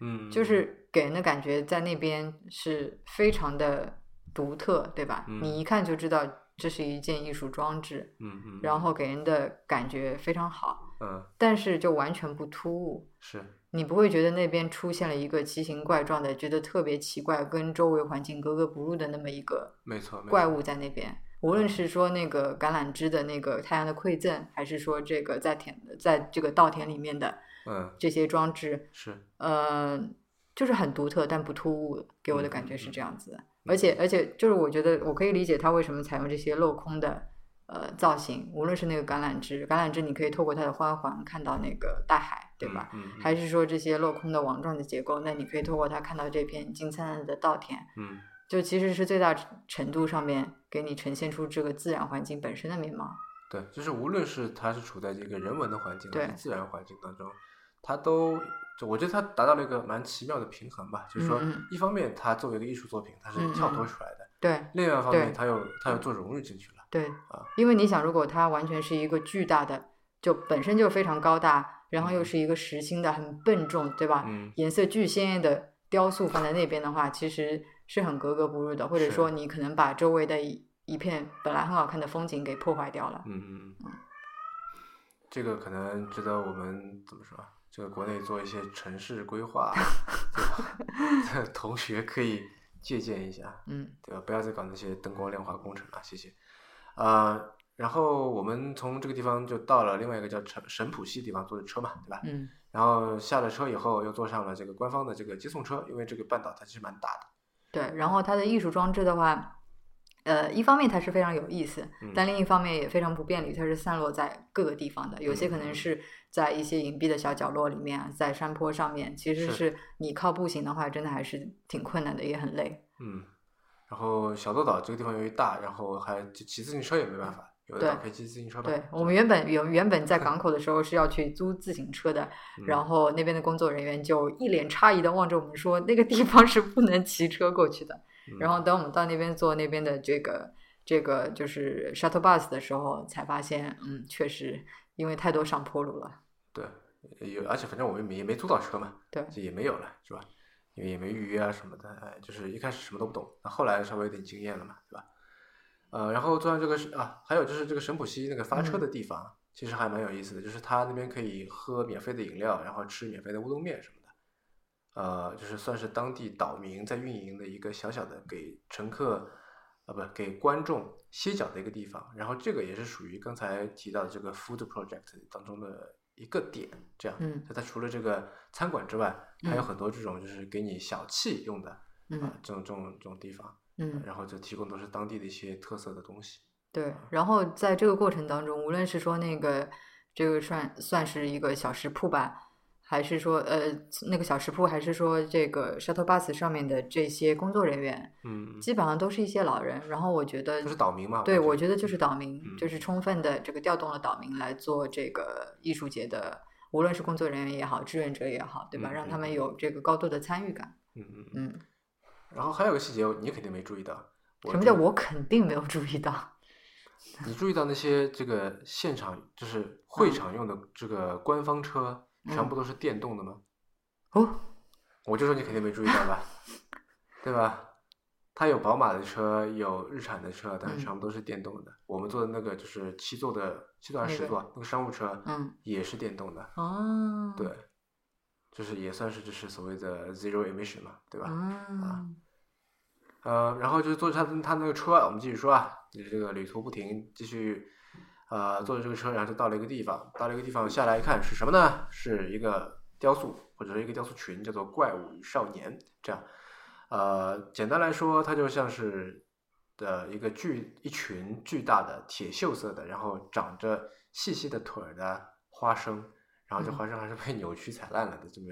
嗯，
就
嗯
是给人的感觉在那边是非常的独特，对吧？
嗯
你一看就知道这是一件艺术装置，
嗯嗯，
然后给人的感觉非常好，
嗯
但是就完全不突兀。
是
你不会觉得那边出现了一个奇形怪状的、觉得特别奇怪、跟周围环境格格不入的那么一个
没错，没
怪
错
物在那边。无论
嗯
是说那个橄榄枝的那个太阳的馈赠，还是说这个在田在这个稻田里面的
嗯
这些装置，
是
呃，就是很独特但不突兀，给我的感觉
嗯
是
嗯
这样子的。而且而且就是我觉得我可以理解它为什么采用这些镂空的呃造型，无论是那个橄榄枝，橄榄枝你可以透过它的花环看到那个大海，对吧？？
嗯嗯
还是说这些镂空的网状的结构，那你可以透过它看到这片金灿烂的稻田，
嗯
就其实是最大程度上面给你呈现出这个自然环境本身的面貌。
对，就是无论是它是处在这个人文的环境还
对
是自然环境当中，它都就我觉得它达到了一个蛮奇妙的平衡吧。就是说
嗯嗯，
一方面它作为一个艺术作品，它是
嗯
跳
嗯
脱
嗯
出来的；
对
另外一方面，
对
它又它又做融入进去了。
对，
啊
因为你想，如果它完全是一个巨大的，就本身就非常高大，然后又
嗯
是一个实心的、很笨重，对吧？
嗯
颜色巨鲜艳的雕塑放在那边的话，其实是很格格不入的，或者
是
说你可能把周围的一一片本来很好看的风景给破坏掉了。
嗯嗯嗯，这个可能值得我们怎么说啊？这个国内做一些城市规划，对吧？ 同学可以借鉴一下，
嗯
对吧？不要再搞那些灯光亮化工程了，谢谢。啊，然后我们从这个地方就到了另外一个叫城神浦西地方坐的车嘛，对吧？
嗯
然后下了车以后又坐上了这个官方的这个接送车，因为这个半岛它其实蛮大的，
对，然后它的艺术装置的话，呃，一方面它是非常有意思，
嗯
但另一方面也非常不便利，它是散落在各个地方的，有些可
嗯
能
嗯
是在一些隐蔽的小角落里面啊，在山坡上面，其实
是
是你靠步行的话，真的还是挺困难的，也很累。
嗯。然后小豆岛这个地方由于大，然后还就骑自行车也没办法，有的岛
对
可以骑自行车吧。
对我们原本原 原本在港口的时候是要去租自行车的，
嗯
然后那边的工作人员就一脸诧异的望着我们说，那个地方是不能骑车过去的。
嗯
然后等我们到那边坐那边的这个这个就是 shuttle bus 的时候，才发现，嗯，确实因为太多上坡路了。
对，有，而且反正我们也没也没租到车嘛，
对
这也没有了，是吧？因为也没预约啊什么的，哎，就是一开始什么都不懂，那后来稍微有点经验了嘛，对吧？呃，然后坐上这个是啊，还有就是这个神浦西那个发车的地方，其实还蛮有意思的，就是它那边可以喝免费的饮料，然后吃免费的乌冬面什么的。呃，就是算是当地岛民在运营的一个小小的给乘客啊，不给观众歇脚的一个地方。然后这个也是属于刚才提到的这个 food project 当中的一个点。这样，
嗯
就它除了这个餐馆之外，还有
嗯
很多这种就是给你小憩用的啊、
嗯
这种这种这种地方。
嗯，
然后就提供都是当地的一些特色的东西。
对。然后在这个过程当中，无论是说那个这个算算是一个小食铺吧，还是说呃那个小食铺，还是说这个 shuttle bus 上面的这些工作人员，
嗯，
基本上都是一些老人。然后我觉得
都是岛民嘛？
对，我觉得就是岛民，
嗯
就是充分的这个调动了岛民来做这个艺术节的，无论是工作人员也好，志愿者也好，对吧？
嗯嗯
让他们
嗯
有这个高度的参与感。
嗯嗯嗯。
嗯，
然后还有个细节，你肯定没注意到。
什么叫
注意
我肯定没有注意到？
你注意到那些这个现场就是
嗯
会场用的这个官方车，全部都是电动的吗？
哦，
我就说你肯定没注意到吧，对吧？它有宝马的车，有日产的车，但
嗯
是全部都是电动的。我们坐的那个就是七座的七座还
那
是
个
十座啊，那个商务车
嗯，
也是电动的，
哦，
对，就是也算是就是所谓的 zero emission 嘛，对吧？
啊，
呃，然后就是坐着他他那个车啊，我们继续说啊，就是这个旅途不停，继续呃坐着这个车，然后就到了一个地方，到了一个地方下来一看是什么呢？是一个雕塑或者是一个雕塑群，叫做《怪物与少年》这样。呃，简单来说，它就像是的一个巨一群巨大的铁锈色的，然后长着细细的腿儿的花生，然后这
嗯
花生还是被 扭曲踩烂了的这么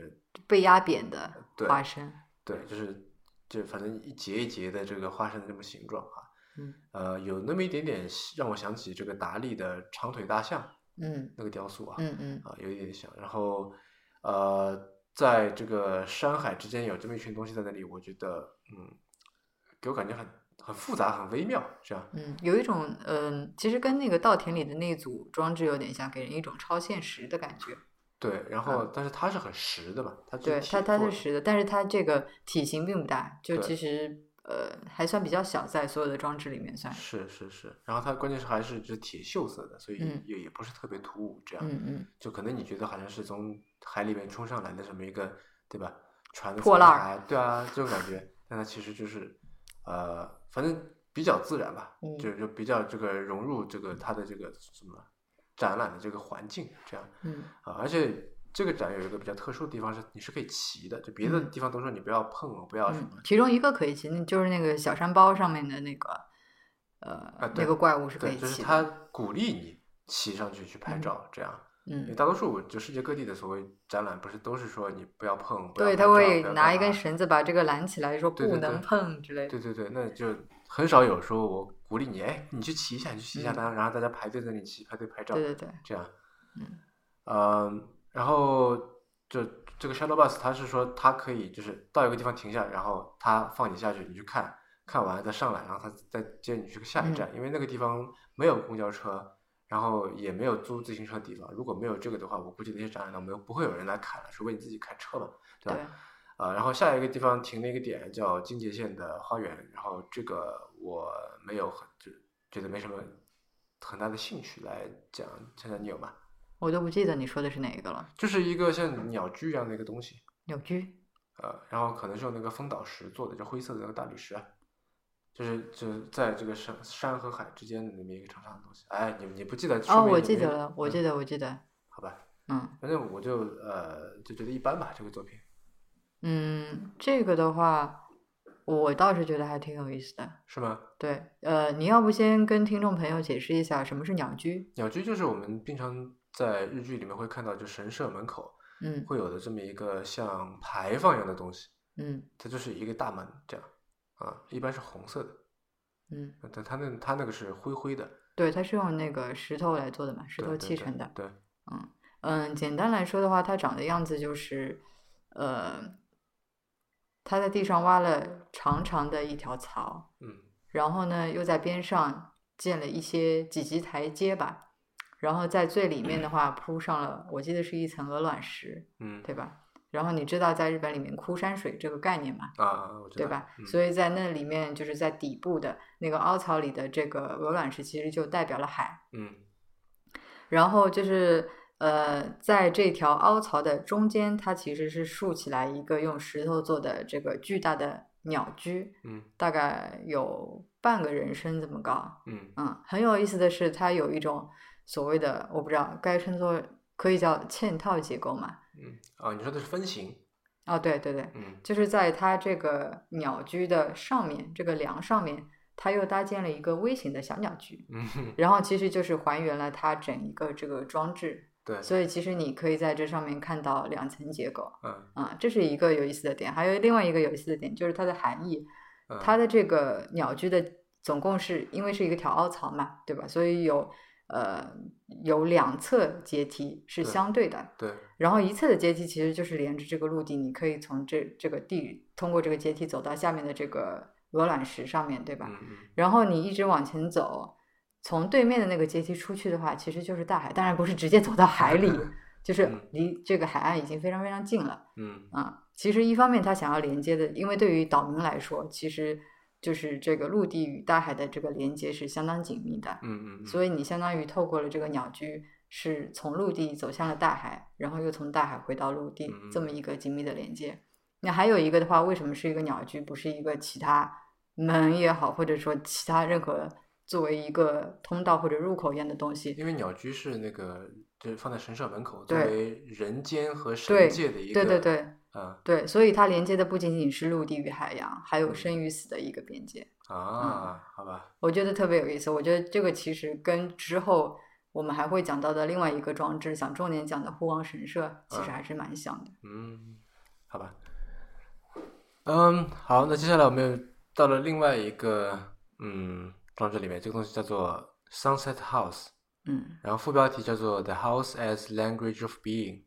被压扁的
对
花生，
对，就是就反正一节一节的这个花生的这么形状啊，
嗯
呃，有那么一点点让我想起这个达利的长腿大象
嗯
那个雕塑啊，
嗯嗯
啊，有一点点像。然后呃，在这个山海之间有这么一群东西在那里，我觉得嗯，给我感觉很很复杂，很微妙，这样。
嗯，有一种嗯、其实跟那个稻田里的那组装置有点像，给人一种超现实的感觉。
对，然后但是它是很实的嘛，它就是
嗯对，它
铁
它
做
是
的
实的，但是它这个体型并不大，就
对
其实呃还算比较小，在所有的装置里面算是。
是是是，然后它关键是还是就是铁锈色的，所以
嗯
也也不是特别突兀，这样。
嗯嗯，
就可能你觉得好像是从海里面冲上来的这么一个，对吧？船的
破
残
烂儿
骸，对啊，这种感觉。但它其实就是，呃，反正比较自然吧，
嗯
就就比较这个融入这个它的这个什么展览的这个环境这样
嗯
啊。而且这个展有一个比较特殊的地方是，你是可以骑的，就别的
嗯
地方都说你不要碰哦，不要什么
嗯，，其中一个可以骑，那就是那个小山包上面的那个呃、
啊对
那个怪物是可
对，
以
就是
骑
它
的。
鼓励你骑上去去拍
嗯
照这样。因为
嗯，
大多数就世界各地的所谓展览，不是都是说你不要碰，不要拍
对，他
照
会
不要
拿一
干
根
嘛
绳子把这个拦起来，说
对
不
对对
能碰之类的。
对对对，那就很少有说我鼓励你，哎，你去骑一下，你去骑一下，
嗯
然后然后大家排队在那里骑，排队拍照，
对对对，
这样。
嗯
嗯，然后就这个 shuttle bus，它是说它可以就是到一个地方停下，然后它放你下去，你去看看完再上来，然后它再接你去个下一
嗯
站，因为那个地方没有公交车。然后也没有租自行车的地方，如果没有这个的话，我估计那些展览都没有不会有人来砍了，除非你自己开车嘛。对
对
吧，呃，然后下一个地方停了一个点叫金节县的花园，然后这个我没有很就觉得没什么很大的兴趣来讲，现在你有吗？
我都不记得你说的是哪一个了。
就是一个像鸟居一样的一个东西，
扭矩，
呃，然后可能是用那个风岛石做的，就灰色的那个大理石啊，就是就是在这个山山和海之间的那么一个长长的东西。哎，你你不记得？
哦，
说明
我
你
记
没
得了，我
嗯
记得，我记得，
好吧，
嗯。
反正我就呃就觉得一般吧，这个作品。
嗯，这个的话，我倒是觉得还挺有意思的。
是吗？
对，呃，你要不先跟听众朋友解释一下什么是鸟居？
鸟居就是我们经常在日剧里面会看到，就神社门口，
嗯
会有的这么一个像牌坊一样的东西，
嗯
它就是一个大门这样啊，一般是红色的，呃
嗯，
但它那它那个是灰灰的，
对，它是用那个石头来做的嘛，石
对
头
对
砌
对
成的。
对，
嗯，简单来说的话，它长的样子就是，呃，它在地上挖了长长的一条槽，
嗯
然后呢，又在边上建了一些几级台阶吧，然后在最里面的话铺上了，我记得是一层鹅卵石，
嗯
对吧？然后你知道在日本里面枯山水这个概念吗？
啊，我知道
对吧？
嗯、
所以在那里面，就是在底部的那个凹槽里的这个鹅卵石，其实就代表了海。
嗯
然后就是呃，在这条凹槽的中间，它其实是竖起来一个用石头做的这个巨大的鸟居，
嗯
大概有半个人身这么高。
嗯
嗯，很有意思的是，它有一种所谓的我不知道该称作可以叫嵌套结构嘛？
嗯，啊，你说的是分形，
哦，对对对，
嗯
就是在它这个鸟居的上面，这个梁上面，它又搭建了一个微型的小鸟居，
嗯 哼，
然后其实就是还原了它整一个这个装置，
对，
所以其实你可以在这上面看到两层结构，
嗯
啊、这是一个有意思的点。还有另外一个有意思的点就是它的含义，
嗯，
它的这个鸟居的总共是因为是一个条凹槽嘛，对吧？所以有呃有两侧阶梯是
对
相对的，
对，
然后一侧的阶梯其实就是连着这个陆地，你可以从这这个地通过这个阶梯走到下面的这个鹅卵石上面对吧？
嗯嗯
然后你一直往前走，从对面的那个阶梯出去的话，其实就是大海，当然不是直接走到海里，就是
嗯
离这个海岸已经非常非常近了
嗯
啊。其实一方面它想要连接的，因为对于岛民来说，其实就是这个陆地与大海的这个连接是相当紧密的，
嗯嗯，
所
以
以你相当于透过了这个鸟居，是从陆地走向了大海，然后又从大海回到陆地，这
嗯
么一个紧密的连接。那还有一个的话，为什么是一个鸟居，不是一个其他门也好，或者说其他任何作为一个通道或者入口一样的东西？
因为鸟居是那个就是放在神社门口，作
对
为人间和
对
神界的一个，
对对，对
啊
对，所以它连接的不仅仅是陆地与海洋，还
嗯
有生与死的一个边界。嗯
啊，好吧，
我觉得特别有意思。我觉得这个其实跟之后我们还会讲到的另外一个装置，想重点讲的护王神社，其实
嗯
还是蛮像的。
嗯，好吧，嗯，好，那接下来我们又到了另外一个嗯装置里面，这个东西叫做 Sunset House。
嗯
然后副标题叫做《The House as Language of Being》，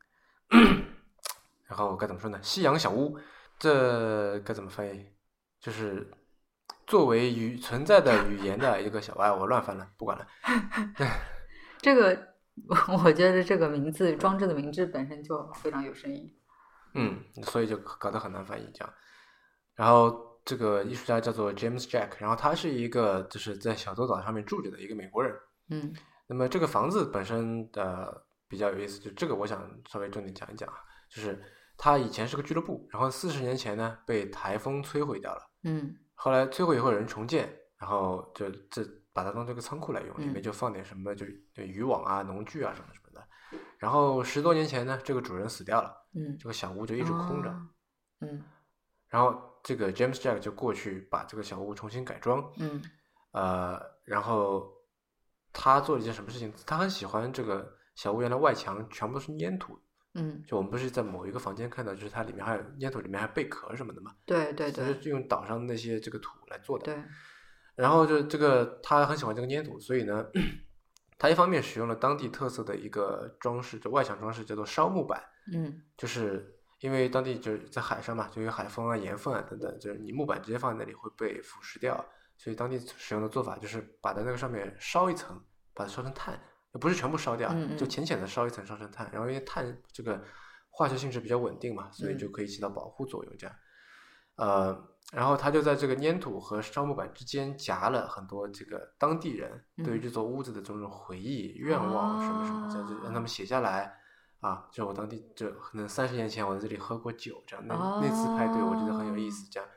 然后该怎么说呢？夕阳小屋，这该怎么翻译？就是作为语存在的语言的一个小，哎，我乱翻了，不管了。，
这个我觉得这个名字装置的名字本身就非常有深意。
嗯，所以就搞得很难翻译这样。然后这个艺术家叫做 James Jack，然后他是一个就是在小洲岛上面住着的一个美国人。
嗯
那么这个房子本身呃比较有意思，就这个我想稍微重点讲一讲啊，就是它以前是个俱乐部，然后四十年前呢被台风摧毁掉了，
嗯
后来摧毁以后有人重建，然后就这把它当做个仓库来用，里面
嗯
就放点什么就就渔网啊、农具啊什么什么的。然后十多年前呢，这个主人死掉了，
嗯，
这个小屋就一直空着，
哦。嗯
然后这个 James Jack 就过去把这个小屋重新改装，
嗯
呃，然后他做了一件什么事情？他很喜欢这个小屋原来外墙全部都是粘土，
嗯，
就我们不是在某一个房间看到，就是它里面还有粘土，里面还有贝壳什么的嘛，
对对
就
对
是用岛上那些这个土来做的。
对，
然后就这个他很喜欢这个粘土，所以呢， 他一方面使用了当地特色的一个装饰，就外墙装饰叫做烧木板，
嗯
就是因为当地就是在海上嘛，就有海风啊、盐分啊等等，就是你木板直接放在那里会被腐蚀掉，所以当地使用的做法就是把它那个上面烧一层，把它烧成炭，不是全部烧掉，
嗯嗯
就浅浅的烧一层烧成炭，然后因为碳这个化学性质比较稳定嘛，所
嗯
以就可以起到保护作用这样。呃，然后他就在这个粘土和烧木板之间夹了很多这个当地人对于
嗯
这座屋子的种种回忆、愿望什么什么，这样就让他
哦
们写下来。啊，就我当地就可能三十年前我在这里喝过酒，这样那、那次派对我觉得很有意
哦
思，这样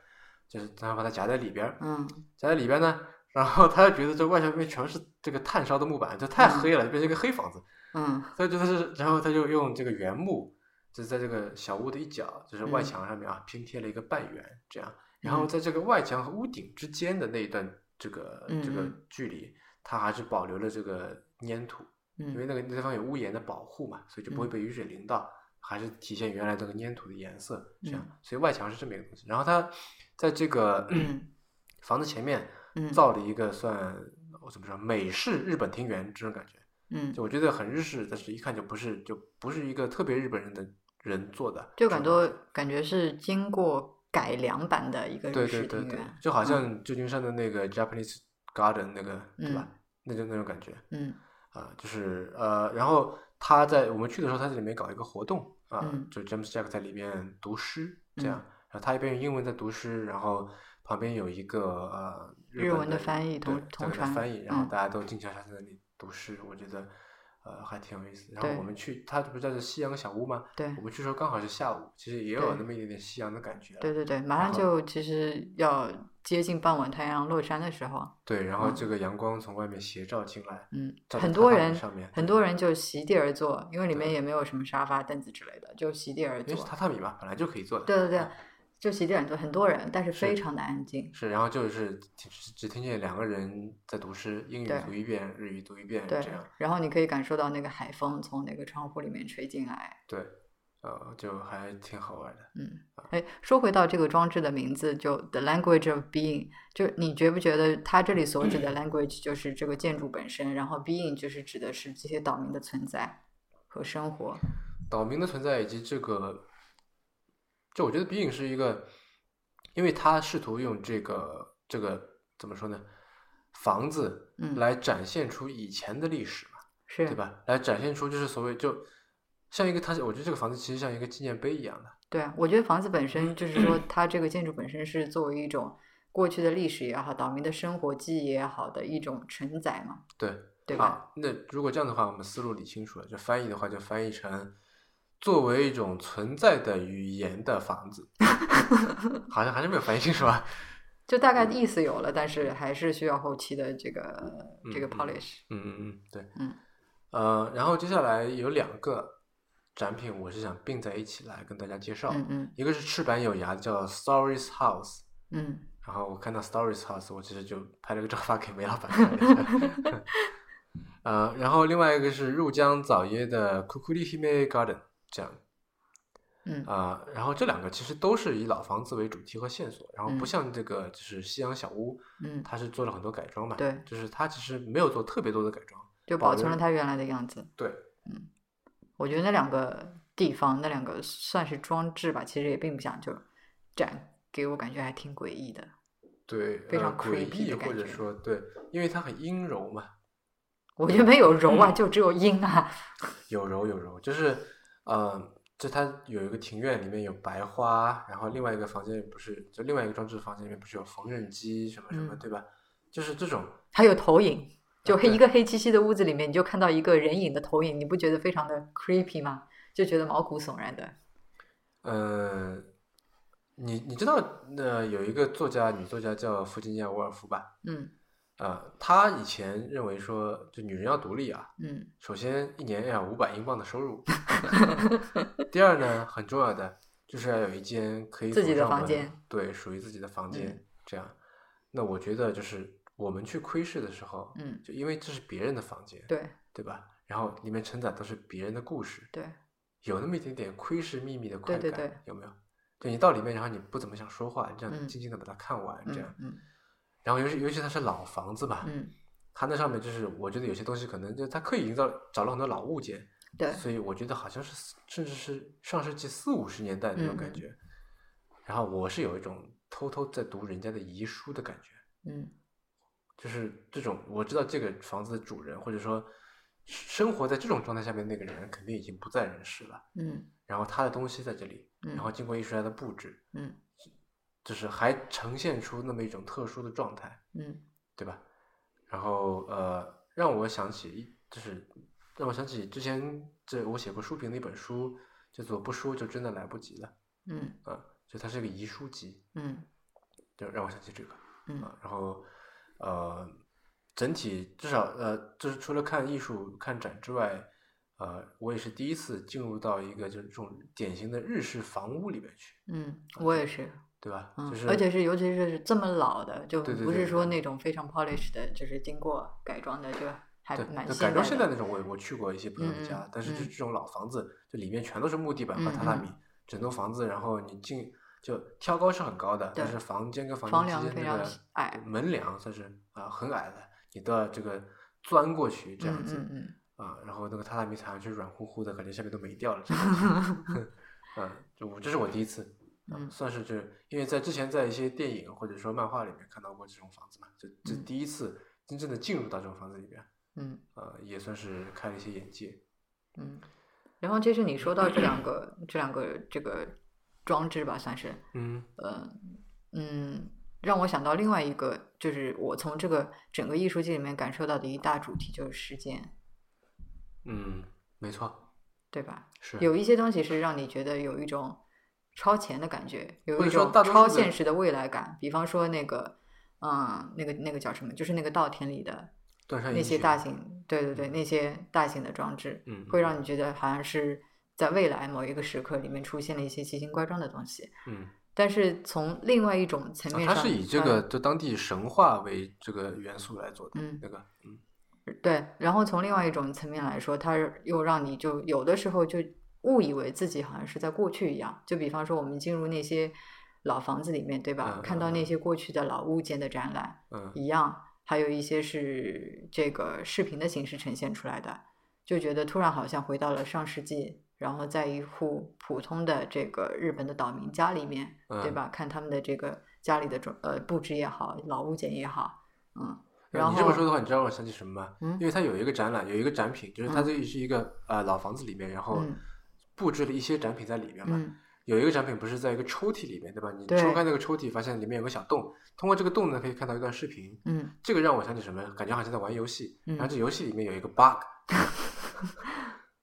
就是他把它夹在里边，儿，
嗯
夹在里边呢，然后他就觉得这外墙面全是这个炭烧的木板，就太黑了，就变成一个黑房子，
嗯
他就觉得是，然后他就用这个原木，就是在这个小屋的一角，就是外墙上面啊拼贴了一个半圆，这样，然后
嗯
在这个外墙和屋顶之间的那一段这个这个
嗯嗯
距离，它还是保留了这个粘土，因为
嗯
那个那地方有屋檐的保护嘛，所以就不会被雨水淋到，还是体现原来这个粘土的颜色。这样
嗯，
所以外墙是这么一个东西。然后它在这个
嗯
房子前面
嗯，
造了一个算我怎么说美式日本庭园这种感觉，
嗯
就我觉得很日式，但是一看就不是就不是一个特别日本人的人做的这
就
种感
感
觉，
觉感觉是经过改良版的一个
对
日
对
式
对
庭
对
园，，嗯
就好像旧金山的那个 Japanese Garden 那个对吧？那就那种感觉。
嗯
啊，就是呃，然后他在我们去的时候，他在里面搞一个活动，啊、
嗯
就 James Jack 在里边读诗，这样，然后他一边用英文在读诗，然后旁边有一个呃
日
本
文的翻译同
对
同
在那
传
翻译，然后
嗯
大家都静悄悄在那里读诗，我觉得呃还挺有意思。然后
对
我们去，它不是叫做夕阳小屋吗？
对
我们去的时候刚好是下午，其实也有
对
那么一点点夕阳的感觉了。
对对对，马
然
上就其实要接近傍晚太阳落山的时候，
对，然后
嗯
这个阳光从外面斜照进来，
嗯，
照在
很
榻
多
榻米
人
上面
很多人就席地而坐，因为里面
对
也没有什么沙发、凳子之类的，就席地而
因为
坐
是。榻榻米嘛，本来就可以坐的。
对对对
嗯，
就席地而坐，很多人，但是非
是
常的安静。
是，然后就是只只只听见两个人在读诗，英语
对
读一遍，日语读一遍，
对
这样，
然后你可以感受到那个海风从那个窗户里面吹进来。
对，呃，就还挺好玩的。
嗯，哎，说回到这个装置的名字，就 The Language of Being，就你觉不觉得它这里所指 的 language 就是这个建筑本身，然后 being 就是指的是这些岛民的存在和生活。
岛民的存在以及这个，就我觉得 Being 是一个，因为他试图用这个这个怎么说呢，房子
嗯
来展现出以前的历史嘛，
是，
对吧？来展现出就是所谓就像一个它，我觉得这个房子其实像一个纪念碑一样的，
对啊，我觉得房子本
嗯
身就是说，它这个建筑本身是作为一种过去的历史也好，岛民的生活记忆也好的一种承载嘛，
对，
对吧？
好，那如果这样的话，我们思路理清楚了，就翻译的话就翻译成作为一种存在的语言的房 子，好像还是没有翻译清楚啊。
就大
嗯
概意思有了，但是还是需要后期的这个这个
嗯嗯
polish。
嗯嗯嗯，对，
嗯，
呃，然后接下来有两个展品，我是想并在一起来跟大家介绍，
嗯嗯
一个是翅膀有牙的叫 Stories House。
嗯，
然后我看到 Stories House，我其实就拍了个照发给梅老板 看。 呃，然后另外一个是入江早耶的 Kukuri Hime Garden，这样。
嗯
啊、然后这两个其实都是以老房子为主题和线索，然后不
嗯
像这个就是夕阳小屋，
嗯，
它是做了很多改装嘛，
对
就是它其实没有做特别多的改装，
就
保
保存
留
了它原来的样子。
对，
我觉得那两个地方，那两个算是装置吧，其实也并不想就展，给我感觉还挺诡异的。
对，
非常
呃、诡
creepy
异
的
或
感
者
觉
说对，因为它很阴柔嘛，
我觉得没有
嗯
柔啊，就只有阴啊。
有柔有柔，就是呃，就它有一个庭院，里面有白花，然后另外一个房间里不是，就另外一个装置房间里面不是有缝纫机什么什么，
嗯
对吧？就是这种，
还有投影，就
啊
黑
对
一个黑漆漆的屋子里面，你就看到一个人影的投影，你不觉得非常的 creepy 吗？就觉得毛骨悚然的。
嗯、你你知道，呃，有一个作家，女作家叫弗吉尼亚·沃尔夫吧？
嗯
呃，她以前认为说，就女人要独立啊，
嗯
首先一年要五百英镑的收 入，第二呢，很重要的就是要有一间可以
自己的
走上
房
门
间，
对，属于自己的房间。
嗯
这样，那我觉得就是我们去窥视的时候，
嗯，
就因为这是别人的房间，
对
对吧？然后里面承载都是别人的故事，
对
有那么一点点窥视秘密的快
对
感，
对对
有没有？就你到里面，然后你不怎么想说话，你这样
嗯
静静的把它看完，
嗯
这样。
嗯
然后尤其尤其它是老房子嘛，
嗯
它那上面就是我觉得有些东西可能就它刻意营造找了很多老物件，
对
所以我觉得好像是甚至是上世纪四五十年代那种感
嗯
觉。然后我是有一种偷偷在读人家的遗书的感觉，
嗯
就是这种我知道这个房子的主人或者说生活在这种状态下面那个人肯定已经不在人世了，
嗯
然后他的东西在这里，
嗯，
然后经过艺术家的布置，
嗯
就是还呈现出那么一种特殊的状态。
嗯
对吧？然后呃，让我想起一，就是让我想起之前这我写过书评的一本书，叫做《不说就真的来不及了》
嗯
啊、就它是个遗书集，
嗯
就让我想起这个
嗯
啊、然后呃，整体至少呃，就是除了看艺术、看展之外，呃，我也是第一次进入到一个就是这种典型的日式房屋里面去，
嗯，我也是，
对吧？
嗯
就是，
而且是尤其是这么老的，就
对对
不
对嗯
是说那种非常 polish 的，就是经过改装的，就还
对，
蛮
就
现
改装现
代
在
的。
那种我也我去过一些朋友的
嗯
家，但是就
嗯
这种老房子，就里面全都是木地板和
嗯
榻榻
嗯
米，整栋房子，然后你进就挑高是很高的，但
对
是房间跟
房
房间
梁
之
非
间
常
那
矮
个门梁算是啊、很矮的，你都要这个钻过去这样
嗯
子
嗯嗯，
啊、然后那个榻榻米踩上去软乎乎的，感觉下面都没掉 了这样子。嗯，就我这是我第一次。啊
嗯
算是这，因为在之前在一些电影或者说漫画里面看到过这种房子嘛，就这
嗯
第一次真正的进入到这种房子里面，
嗯
呃，也算是开了一些眼界。
嗯，然后这是你说到这两个这两个这个装置吧，算是，
嗯
呃，嗯，让我想到另外一个，就是我从这个整个艺术季里面感受到的一大主题就是时间，
嗯，没错，
对吧？
是
有一些东西是让你觉得有一种超前的感觉，有
或
一
者说
种
大多数
超
的
现实的未来感。比方说那个，嗯，那个那个叫什么？就是那个稻田里的
断山
那
一
些大型，对对对，那些大型的装置，
嗯
会让你觉得好像是在未来某一个时刻里面出现了一些奇形怪状的东西。
嗯，
但是从另外一种层面
啊它是
上，
以这
嗯
个就当地神话为这个元素来做的
嗯
那个，嗯
对，然后从另外一种层面来说，它又让你就有的时候就误以为自己好像是在过去一样。就比方说，我们进入那些老房子里面，对吧？
嗯
看到
嗯
那
嗯
些过去的老物件的展览
嗯
一样，还有一些是这个视频的形式呈现出来的，就觉得突然好像回到了上世纪，然后在一户普通的这个日本的岛民家里面，对
嗯
吧？看他们的这个家里的装呃布置也好，老物件也好，嗯，
呃
然
你这么
后
说的话，你知道让我想起什么吗？
嗯
因为它有一个展览，有一个展品，就是它
嗯
这是一个呃老房子里面，然后
嗯
布置了一些展品在里面嘛。
嗯
有一个展品不是在一个抽屉里面，对吧？你
对
抽开那个抽屉，发现里面有个小洞，通过这个洞呢，可以看到一段视频。
嗯。
这个让我想起什么？感觉好像在玩游戏，
嗯
然后这游戏里面有一个 bug，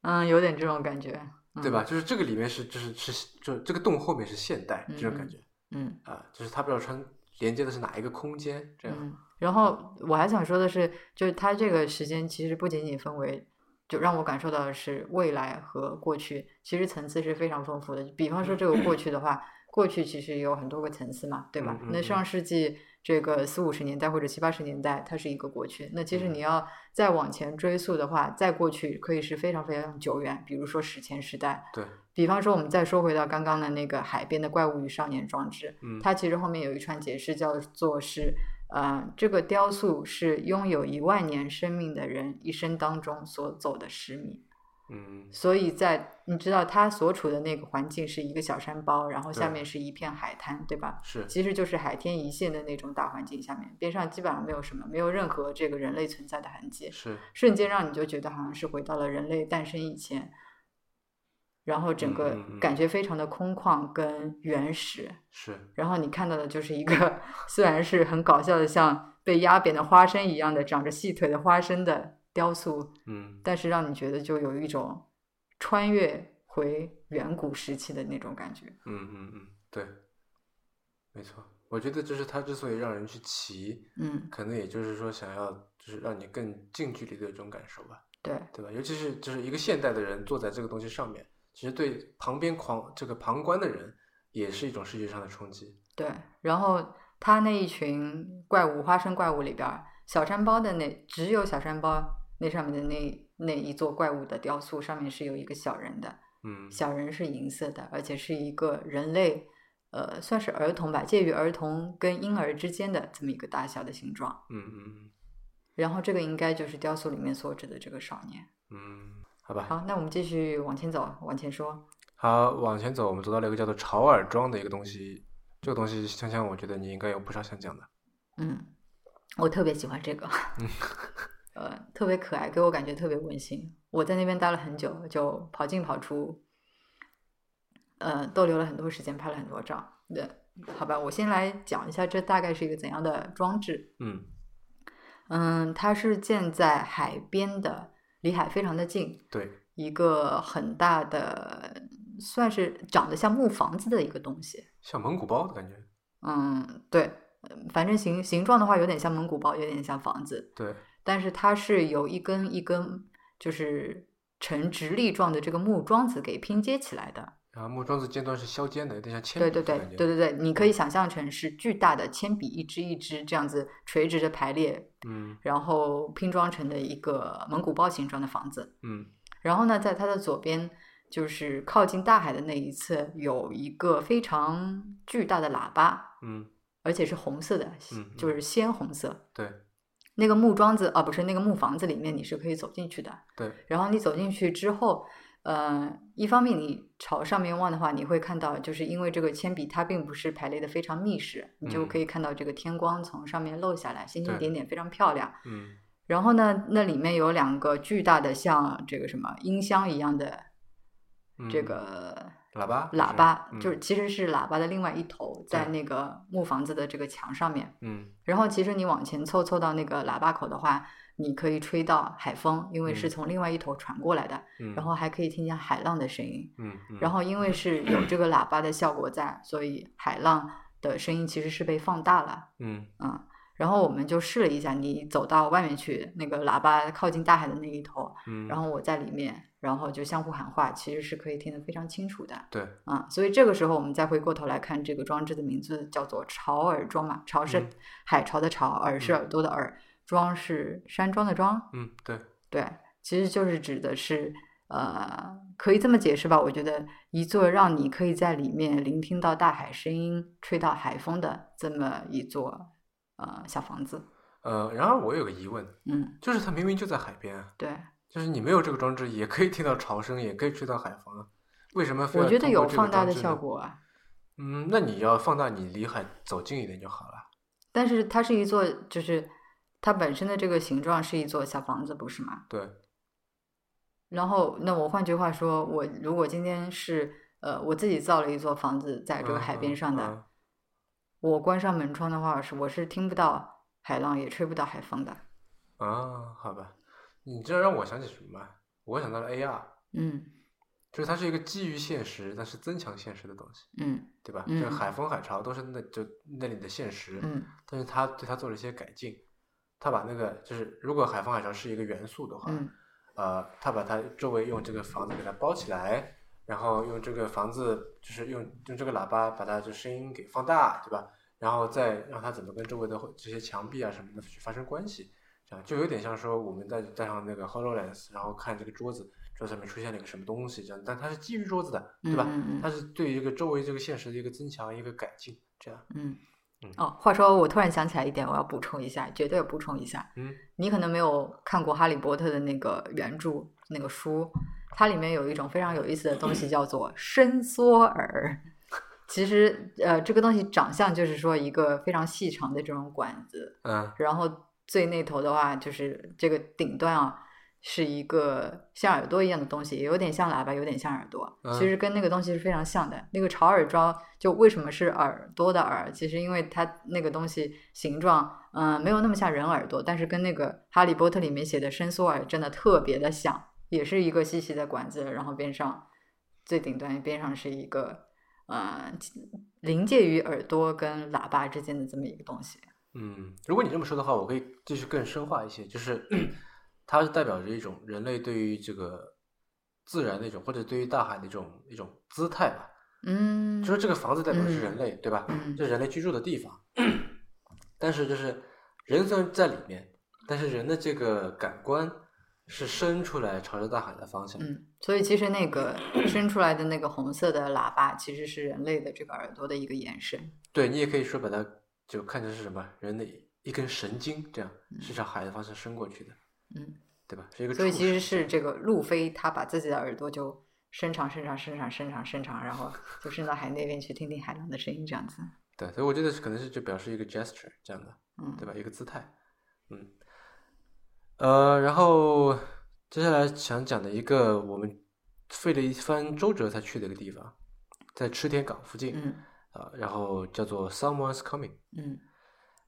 嗯，有点这种感觉，嗯、
对吧？？就是这个里面是就是是就这个洞后面是现代
嗯
这种感觉
嗯
啊，就是他不知道穿连接的是哪一个空间，这样。
嗯。然后我还想说的是，就是它这个时间其实不仅仅分为，就让我感受到的是未来和过去，其实层次是非常丰富的。比方说这个过去的话，过去其实有很多个层次嘛，对吧？
嗯嗯
那
嗯
上世纪这个四五十年代或者七八十年代，它是一个过去。那
嗯
其实你要再往前追溯的话，再过去可以是非常非常久远，比如说史前时代，
对，
比方说，我们再说回到刚刚的那个海边的怪物与少年装置，
嗯，
它其实后面有一串解释，叫做是，呃，这个雕塑是拥有一万年生命的人一生当中所走的十米。
嗯
所以在你知道它所处的那个环境是一个小山包，然后下
对
面是一片海滩，对吧？
是，
其实就是海天一线的那种大环境下面，边上基本上没有什么，没有任何这个人类存在的痕迹。
是，
瞬间让你就觉得好像是回到了人类诞生以前，然后整个
嗯嗯嗯
感觉非常的空旷跟原始。
是，
然后你看到的就是一
嗯
个 虽然是很搞笑的，像被压扁的花生一样的长着细腿的花生的雕塑，
嗯，
但是让你觉得就有一种穿越回远古时期的那种感觉。
嗯嗯嗯，对，没错。我觉得就是它之所以让人去骑，
嗯，
可能也就是说想要就是让你更近距离的一种感受吧，
对，
对吧？尤其是就是一个现代的人坐在这个东西上面，其实对旁边狂这个旁观的人也是一种视觉上的冲击。
对，然后他那一群怪物，花生怪物里边儿，小山包的那只有小山包那上面的那那一座怪物的雕塑上面是有一个小人的，
嗯，
小人是银色的，而且是一个人类，呃，算是儿童吧，介于儿童跟婴儿之间的这么一个大小的形状。
嗯嗯
然后这个应该就是雕塑里面所指的这个少年。
嗯，好吧。
好，那我们继续往前走，往前说。
好，往前走，我们走到了一个叫做潮耳庄的一个东西。这个东西，香香，我觉得你应该有不少想讲的。
嗯，我特别喜欢这个， 呃，特别可爱，给我感觉特别温馨。我在那边待了很久，就跑进跑出，呃，逗留了很多时间，拍了很多照。对，好吧，我先来讲一下这大概是一个怎样的装置。
嗯，
嗯，它是建在海边的，离海非常的近，
对，
一个很大的，算是长得像木房子的一个东西。
像蒙古包的感觉。
嗯，对，嗯反正形形状的话，有点像蒙古包，有点像房子，
对，
但是它是由一根一根就是呈直立状的这个木桩子给拼接起来的。
然后木桩子尖端是削尖的，有点像铅
对
笔
对
的
对
感觉。嗯
对对对，你可以想象成是巨大的铅笔一支一支这样子垂直的排列，
嗯
然后拼装成的一个蒙古包形状的房子。
嗯
然后呢，在它的左边，就是靠近大海的那一侧，有一个非常巨大的喇叭，
嗯，
而且是红色的
嗯，嗯
就是鲜红色。
对
那个木桩子啊，不是那个木房子里面，你是可以走进去的。
对，
然后你走进去之后，呃，一方面你朝上面望的话，你会看到，就是因为这个铅笔它并不是排列的非常密实，你就
嗯
可以看到这个天光从上面漏下来，星星
对
点点，非常漂亮。
嗯
然后呢，那里面有两个巨大的像这个什么音箱一样的这个
嗯喇叭，嗯
喇叭，就是
是
其实是喇叭的另外一头，在那个木房子的这个墙上面。
嗯
然后其实你往前凑凑到那个喇叭口的话，你可以吹到海风，因为是
嗯
从另外一头传过来的，
嗯，
然后还可以听见海浪的声音。
嗯，嗯
然后因为是有这个喇叭的效果在，所以海浪的声音其实是被放大了，
嗯
嗯。然后我们就试了一下，你走到外面去，那个喇叭靠近大海的那一头，
嗯，
然后我在里面，然后就相互喊话，其实是可以听得非常清楚的。
对，
啊、所以这个时候我们再回过头来看这个装置的名字叫做潮耳庄嘛，潮是
嗯
海潮的潮，耳
嗯
是耳朵的耳，庄是山庄的庄，
嗯对，
对，其实就是指的是呃，可以这么解释吧？我觉得一座让你可以在里面聆听到大海声音、吹到海风的这么一座呃小房子，
呃，然而我有个疑问，
嗯，
就是它明明就在海边啊，
对，
就是你没有这个装置也可以听到潮声，也可以吹到海风啊，为什么非
我
要
觉得
通
有
过这个
放大
装
的
置
效
呢？
果啊。
嗯，那你要放大，你离海走近一点就好了。
但是它是一座，就是它本身的这个形状是一座小房子，不是吗？
对，
然后，那我换句话说，我如果今天是呃我自己造了一座房子在这个
嗯
海边上的，
嗯
我关上门窗的话，是我是听不到海浪，也吹不到海风的。
嗯啊，好吧，你这让我想起什么啊？我想到了 AR，
嗯
就是它是一个基于现实，但是增强现实的东西，
嗯
对吧？
嗯
就是海风、海潮都是那就那里的现实，
嗯
但是它对它做了一些改进，它把那个就是如果海风、海潮是一个元素的话，
嗯
呃，他把它周围用这个房子给它包起来，然后用这个房子就是用用这个喇叭把它这声音给放大，对吧？然后再让它怎么跟周围的这些墙壁啊什么的去发生关系，这样就有点像说我们在戴上那个 Hololens，然后看这个桌子，桌子上面出现了一个什么东西，这样，但它是基于桌子的，对吧？
嗯嗯
它是对于这个周围这个现实的一个增强、一个改进，这样，
嗯
嗯
嗯。哦，话说我突然想起来一点，我要补充一下，绝对要补充一下。
嗯
你可能没有看过《哈利波特》的那个原著那个书，它里面有一种非常有意思的东西，叫做伸缩耳。其实，呃，这个东西长相就是说一个非常细长的这种管子，
嗯
然后最那头的话就是这个顶端啊，是一个像耳朵一样的东西，也有点像喇叭，有点像耳朵，
嗯
其实跟那个东西是非常像的。那个潮耳装就为什么是耳朵的耳？其实因为它那个东西形状，嗯、没有那么像人耳朵，但是跟那个《哈利波特》里面写的伸缩耳真的特别的像，也是一个细细的管子，然后边上最顶端边上是一个。呃，临界于耳朵跟喇叭之间的这么一个东西，
嗯，如果你这么说的话，我可以继续更深化一些，就是 它是代表着一种人类对于这个自然的一种，或者对于大海的一种一种姿态吧。
嗯，
就是这个房子代表的是人
嗯
类，对吧？
嗯
这是人类居住的地方。 但是就是人虽然在里面，但是人的这个感官是伸出来朝着大海的方向。
嗯，所以其实那个
嗯
伸出来的那个红色的喇叭，其实是人类的这个耳朵的一个延伸。
对你也可以说把它就看成是什么人的一根神经，这样是朝海的方向伸过去的，
嗯，
对吧？是一个触
所
手。
以其实是这个路飞他把自己的耳朵就伸长、伸长、伸长、伸长、伸长，然后就伸到海那边去听听海浪的声音，这样子。
对，所以我觉得是可能是就表示一个 gesture 这样的。
嗯，
对吧？一个姿态，嗯，呃，然后接下来想讲的一个我们费了一番周折才去的一个地方，在池田港附近啊、
嗯
然后叫做 Someone's Coming，
嗯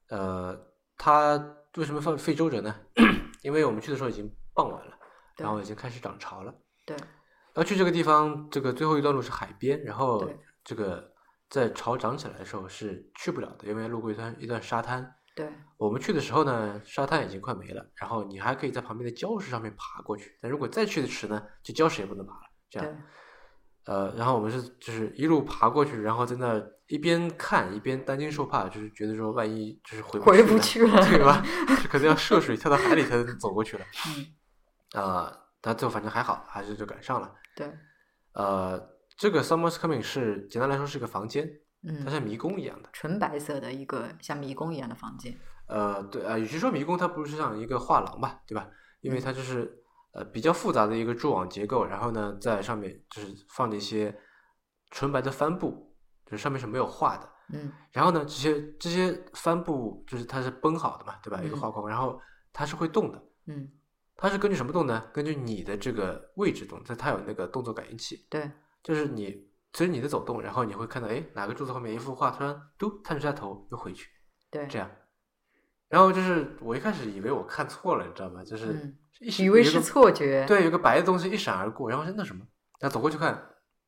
呃，它为什么费费周折呢？ 因为我们去的时候已经傍晚了，
对
然后已经开始涨潮了。
对，
要去这个地方，这个最后一段路是海边，然后
对
这个在潮涨起来的时候是去不了的，因为路过一段一段沙滩。
对，
我们去的时候呢，沙滩已经快没了，然后你还可以在旁边的礁石上面爬过去。但如果再去的迟呢，就礁石也不能爬了。这
对
样，，呃，然后我们是就是一路爬过去，然后在那一边看一边担惊受怕，就是觉得说万一就是回
回
不
不
去
去了
了，。对吧？是可能要涉水跳到海里才能走过去了。
嗯，
啊、但最后反正还好，还是就赶上了。
对，
呃，这个 Summer's Coming 是简单来说是个房间，它
嗯，
像迷宫一样的。
纯白色的一个像迷宫一样的房间。
呃，对啊，呃与其说迷宫，它不是像一个画廊吧，对吧？因为
嗯
它就是呃比较复杂的一个蛛网结构，然后呢，在上面就是放着一些纯白的帆布，就是上面是没有画的。
嗯
然后呢，这些这些帆布就是它是绷好的嘛，对吧？一个
嗯
画框，然后它是会动的，
嗯
它是根据什么动呢？根据你的这个位置动，它它有那个动作感应器，
对，
就是你随着你的走动，然后你会看到，哎，哪个柱子后面一幅画突然嘟探出下头又回去，
对，
这样。然后就是我一开始以为我看错了，你知道吗？就是
嗯
一时
以为
有一
是
个
错觉，
对，有个白的东西一闪而过，然后是那什么，然后走过去看，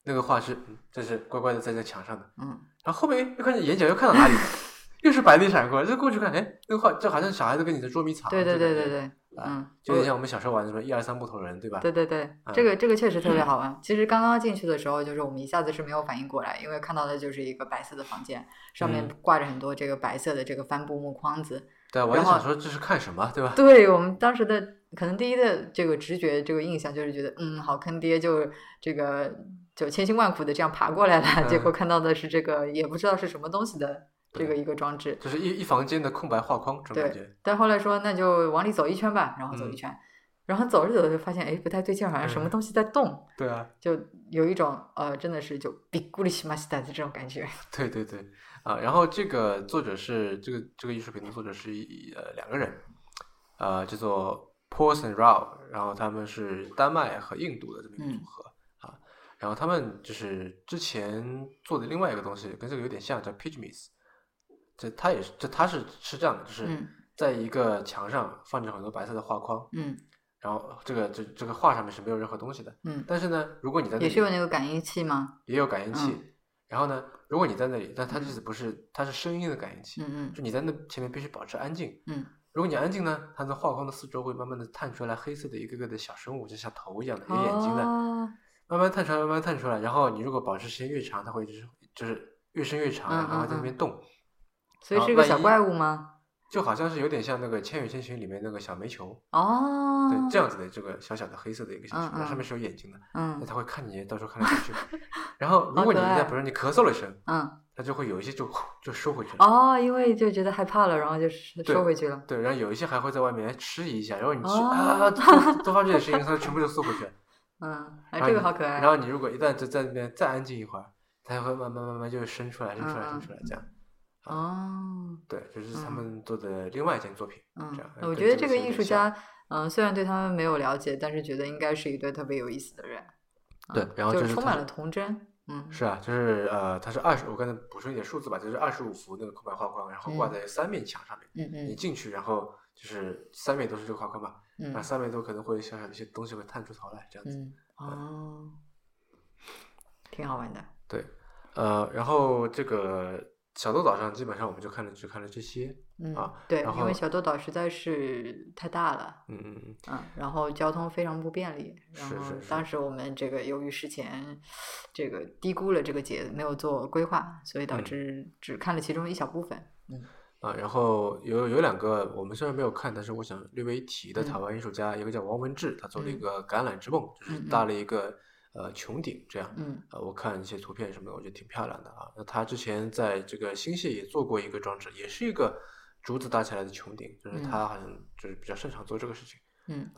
那个画是，嗯这是乖乖的在那墙上的，
嗯，
然后后面又看见眼角又看到哪里了， 又是白的一闪过，就过去看，哎，那个画就好像小孩子跟你在捉迷藏，啊
对对对对
对，
对，嗯，
呃就有
我
点像我们小时候玩的什么一二三木头人，对吧？
对对对，这
嗯
个这个确实特别好 玩。其实刚刚进去的时候，就是我们一下子是没有反应过来，因为看到的就是一个白色的房间，上面
嗯
挂着很多这个白色的这个帆布木框子。
对，啊我就
然后
想说这是看什么，对吧？
对我们当时的可能第一的这个直觉、这个印象就是觉得，嗯，好坑爹，就这个就千辛万苦的这样爬过来
嗯
了，结果看到的是这个也不知道是什么东西的这个一个装置。
就是一一房间的空白画框，这种感觉。
但后来说那就往里走一圈吧，然后走一圈，然后走着走着就发现，哎，不太对劲，好像什么
嗯
东西在动。
对啊，
就有一种呃，真的是就比古里西马西达的这种感觉。
对对对，啊、然后这个作者是这个这个艺术品的作者是一呃两个人，呃，叫做 p o u s and Rao，然后他们是丹麦和印度的这么一个组
嗯
合、啊，然后他们就是之前做的另外一个东西跟这个有点像，叫 Pygmies，这他也是这他是是这样的，就是
嗯
在一个墙上放着很多白色的画框，
嗯
然后这个这这个画上面是没有任何东西的，
嗯，
但是呢，如果你在那
也
里
是有那个感应器吗？
也有感应器。
嗯
然后呢，如果你在那里，但它
嗯
这次不是，它是声音的感应器，
嗯
就你在那前面必须保持安静。
嗯
如果你安静呢，它的画框的四周会慢慢的探出来黑色的一个个的小生物，就像头一样的，
嗯，
有眼睛的，
哦
慢慢探出来，慢慢探出来。然后你如果保持时间越长，它会就是就是越伸越长，
嗯
然后
嗯
在那边动，
所以
啊
是一个
万
小
一
怪物吗？
就好像是有点像那个《千与千寻》里面那个小煤球，
哦，
对，这样子的这个小小的黑色的一个小
嗯
球，然后上
嗯
面是有眼睛的，那
嗯
它会看你，到时候看来看 去。然后如果你
可爱
在比如说你咳嗽了一声，
嗯，
它就会有一些就就收回去了。
哦，因为就觉得害怕了，然后就是
对
收回去了。
对，然后有一些还会在外面迟疑一下，然后你去、啊，
哦
多 多发这点声音，它全部就缩回去了。
嗯， 哎，
然后
这个
你
好可爱
然。后你如果一旦就在那边再安静一会儿，它会慢慢慢慢就伸出来，伸出来，
嗯
伸
嗯
出来，这样。
哦，
对，就是他
嗯
们做的另外一件作品。
嗯
这样，
我
跟
觉得
这
这
个是
个
有
艺
点
术
像
家，嗯，虽然对他们没有了解，但是觉得应该是一对特别有意思的人。嗯
对然后
就
就是
充
他
满了童真。嗯，
是啊，就是呃，它是二十，我刚才补充一点数字吧，就是二十五幅那个空白画框，然后挂
嗯
在三面墙上面。
嗯
你
嗯
进去，然后就是三面都是这个画框嘛，
嗯
那三面都可能会小小的一些东西会探出头来，这样子。
嗯，哦，挺好玩的。
对，呃，然后这个小豆岛上基本上我们就看了只看了这些，
嗯，
啊
对，
然
因
后
为小豆岛实在是太大了，
嗯嗯嗯，
嗯，然后交通非常不便利，然
是
后
是是
当时我们这个由于事前这个低估了这个节，没有做规划，所以导
嗯
致只看了其中一小部分。嗯
啊，然后有有两个我们虽然没有看，但是我想略微一提的台
嗯
湾艺术家，一个叫王文志，他做了一
嗯
个橄榄之梦，就是
嗯嗯
搭了一个呃穹顶这样。
嗯
呃，我看一些图片什么的，我觉得挺漂亮的啊。那他之前在这个星系也做过一个装置，也是一个竹子搭起来的穹顶，就是
嗯
他好像就是比较擅长做这个事情。
嗯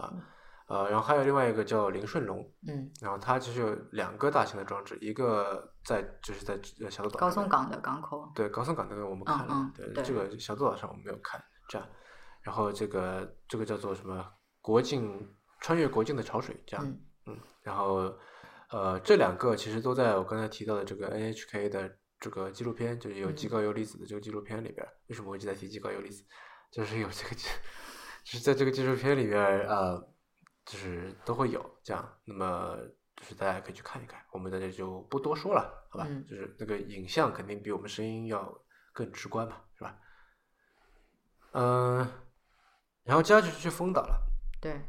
呃，然后还有另外一个叫林顺龙，
嗯，
然后它其实有两个大型的装置，一个在就是在呃小豆岛
高
上
松
面，
港的港口，
对高松港那个我们
嗯
看了，
嗯
对
对
这个小豆岛上我们没有看，这样，然后这个这个叫做什么国境穿越国境的潮水这样，
嗯
嗯然后呃这两个其实都在我刚才提到的这个 NHK 的这个纪录片，就是有
嗯
极高游离子的这个纪录片里边儿，为什么我一直在提极高游离子？就是有这个纪，就是在这个纪录片里边儿，呃，就是都会有这样。那么就是大家可以去看一看，我们在这就不多说了，好吧？
嗯
就是那个影像肯定比我们声音要更直观嘛，是吧？嗯、然后接下去就去丰岛了，
对，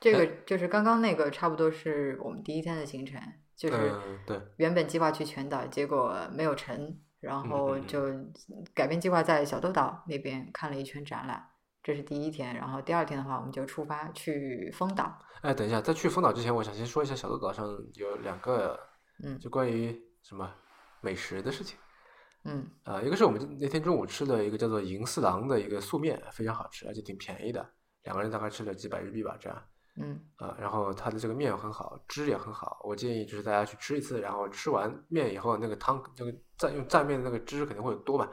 这
哎
个就是刚刚那个差不多是我们第一天的行程，就
嗯、
是
对，
原本计划去全岛，结果没有成，然后
嗯嗯嗯
就改变计划在小豆岛那边看了一圈展览，这是第一天。然后第二天的话，我们就出发去丰岛。
哎，等一下，在去丰岛之前，我想先说一下小豆岛上有两个，
嗯
就关于什么美食的事情。
嗯
呃，一个是我们那天中午吃的一个叫做银四郎的一个素面，非常好吃，而且挺便宜的，两个人大概吃了几百日币吧，这样。
嗯
啊、然后它的这个面很好，汁也很好，我建议就是大家去吃一次，然后吃完面以后，那个汤那个蘸用蘸面的那个汁肯定会有多嘛，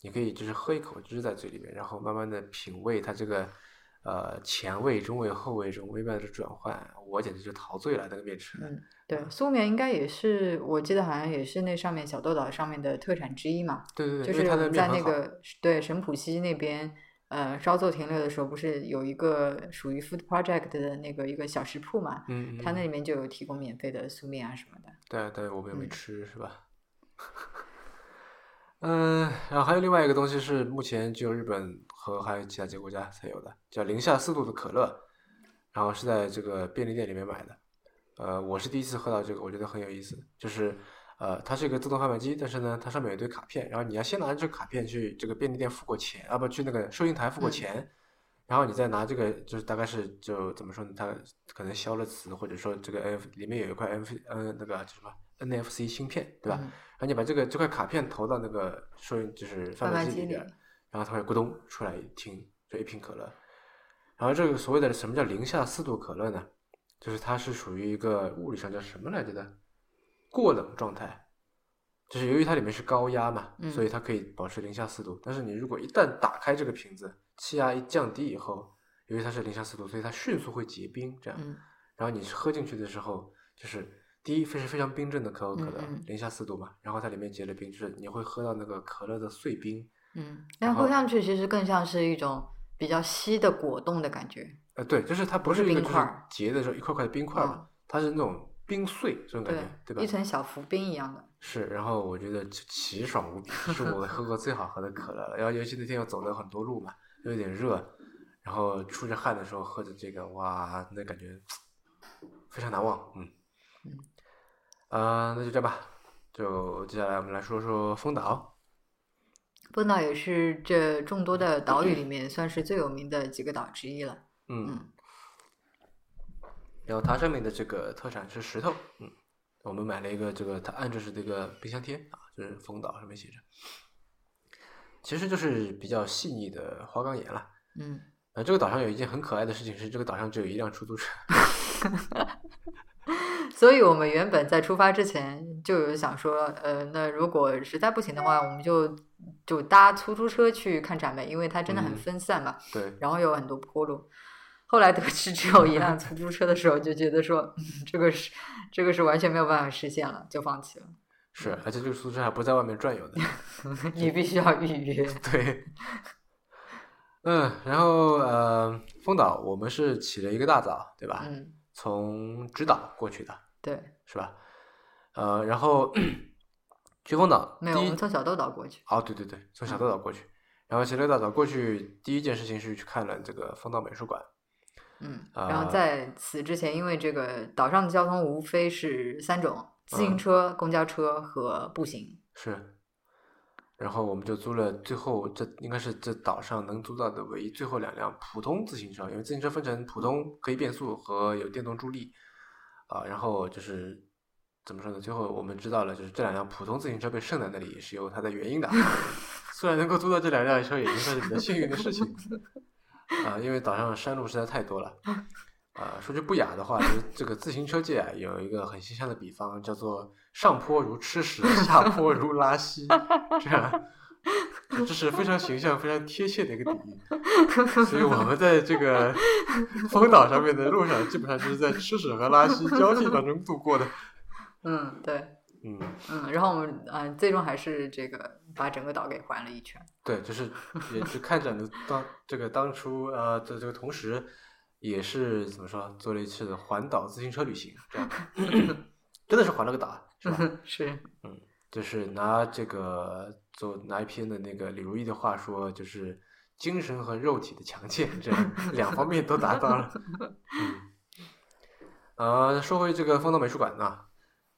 你可以就是喝一口汁在嘴里面，然后慢慢的品味它这个呃前卫、中卫、后卫这种微妙的转换，我简直就陶醉了那个面试。
嗯对，苏棉应该也是，我记得好像也是那上面小豆岛上面的特产之一嘛，
对对对，
就
因为
是
它
我
的
们
面
在
很
那
好。
个对神浦西那边，呃，稍作停留的时候，不是有一个属于 Food Project 的那个一个小食铺嘛，
嗯，嗯
它那
嗯
里面就有提供免费的苏面啊什么的。
对对，我们也没
嗯
吃，是吧？ 嗯，然后还有另外一个东西是目前只有日本和还有其他几个国家才有的，叫零下四度的可乐，然后是在这个便利店里面买的。呃，我是第一次喝到这个，我觉得很有意思。就是呃，它是一个自动贩卖机，但是呢，它上面有一堆卡片，然后你要先拿这个卡片去这个便利店付过钱，啊不，去那个收银台付过
嗯
钱，然后你再拿这个，就是大概是就怎么说呢？它可能消了磁，或者说这个 F 里面有一块 F 嗯那个叫什么 NFC 芯片，对吧？
嗯
然后你把这个这块卡片投到那个收银就是贩
贩
卖
卖
机
机
里边
里，
然后它会咕咚出来一听，就一瓶可乐。然后这个所谓的什么叫零下四度可乐呢？就是它是属于一个物理上叫什么来着的过冷状态，就是由于它里面是高压嘛，
嗯
所以它可以保持零下四度。但是你如果一旦打开这个瓶子，气压一降低以后，由于它是零下四度，所以它迅速会结冰，这样。
嗯
然后你喝进去的时候，就是第一，非是非常冰镇的可口可乐
嗯，嗯
零下四度嘛，然后它里面结了冰，就是你会喝到那个可乐的碎冰。
嗯，
然
但
后
喝上去其实更像是一种比较稀的果冻的感觉。
呃，对，就是它不
不
是
是
一个
冰
就是
块儿
结的时候一块块的冰块嘛，
嗯
它是那种冰碎这种感觉，对吧
一？层小浮冰一样的。
是，然后我觉得奇奇爽无比，是我喝过最好喝的可乐了。然后尤其那天又走了很多路嘛，又有点热，然后出着汗的时候喝着这个，哇，那感觉非常难忘。嗯，
嗯，
啊，那就这样吧。就接下来我们来说说丰岛。
波岛也是这众多的岛屿里面算是最有名的几个岛之一了。
嗯，
嗯，
然后它上面的这个特产是石头。嗯，我们买了一个这个，它按着是这个冰箱贴啊，就是丰岛上面写着，其实就是比较细腻的花岗岩了。
嗯，
呃，这个岛上有一件很可爱的事情是，这个岛上只有一辆出租车。
所以我们原本在出发之前就有想说，呃，那如果实在不行的话，我们就就搭出租车去看展美，因为它真的很
嗯
分散嘛，
对，
然后有很多坡路。后来得知只 有一辆出租车的时候，就觉得说，嗯这个是这个是完全没有办法实现了，就放弃了。
是，而且这个出租车还不在外面转悠的。
你必须要预约。
对，嗯，然后呃，丰岛我们是起了一个大早，对吧？
嗯，
从直岛过去的
对，
是吧？呃，然后 去丰岛
没有，嗯
第
我
一
们从小豆岛过去。
哦，对对对，从小豆岛过去，然后起了个大早过去，第一件事情是去看了这个丰岛美术馆。
嗯，
啊
然后在此之前，因为这个岛上的交通无非是三种：自
嗯
行车、公交车和 步行。
是，然后我们就租了最后这应该是这岛上能租到的唯一最后两辆普通自行车，因为自行车分成普通可以变速和有电动助力，啊、然后就是怎么说呢？最后我们知道了，就是这两辆普通自行车被剩在那里也是有它的原因的。 虽然能够租到这两辆车，也已经算是比较幸运的事情 啊、因为岛上山路实在太多了。啊、说句不雅的话，就是 这个自行车界啊，有一个很形象的比方，叫做“上坡如吃屎，下坡如拉稀”， 这样，这是非常形象、非常贴切的一个比喻。所以我们在这个风岛上面的路上，基本上就是在吃屎和拉稀交替当中度过的。
嗯，对，
嗯，
嗯，然后我们嗯、呃最终还是这个把整个岛给环了一圈。
对，就是也是看展的当这个当初呃的这个同时，也是怎么说，做了一次环岛自行车旅行，这样 真的是环了个岛啊， 是吧？
是，
就是拿这个做拿一篇的那个李如意的话说，就是精神和肉体的强健，这 两方面都达到了。嗯，呃，说回这个丰岛美术馆呢，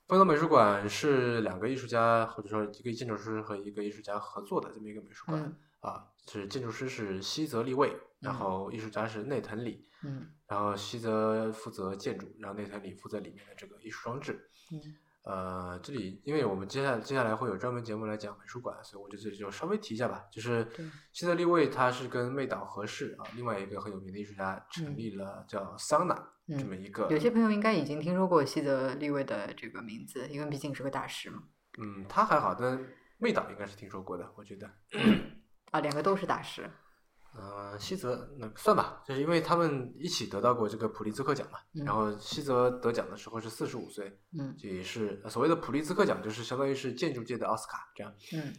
丰岛美术馆是两个艺术家或者说一个建筑师和一个艺术家合作的这么一个美术馆、
嗯
啊，是建筑师是西泽立卫，然
嗯
后艺术家是内藤里，
嗯
然后西泽负责建筑，然后内藤里负责里面的这个艺术装置。
嗯
呃，这里因为我们接下接下来会有专门节目来讲美术馆，所以我就这里就稍微提一下吧。就是
对
西泽立卫，他是跟妹岛和世啊，另外一个很有名的艺术家成
嗯
立了叫桑拿、这么
嗯，
一个，
有些朋友应该已经听说过西泽立卫的这个名字，因为毕竟是个大师嘛。
嗯，他还好，但妹岛应该是听说过的，我觉得。
啊，两个都是大师。
呃，西泽那算吧，就是因为他们一起得到过这个普利兹克奖嘛。
嗯
然后西泽得奖的时候是四十五岁，
嗯
这也是呃所谓的普利兹克奖，就是相当于是建筑界的奥斯卡这样。
嗯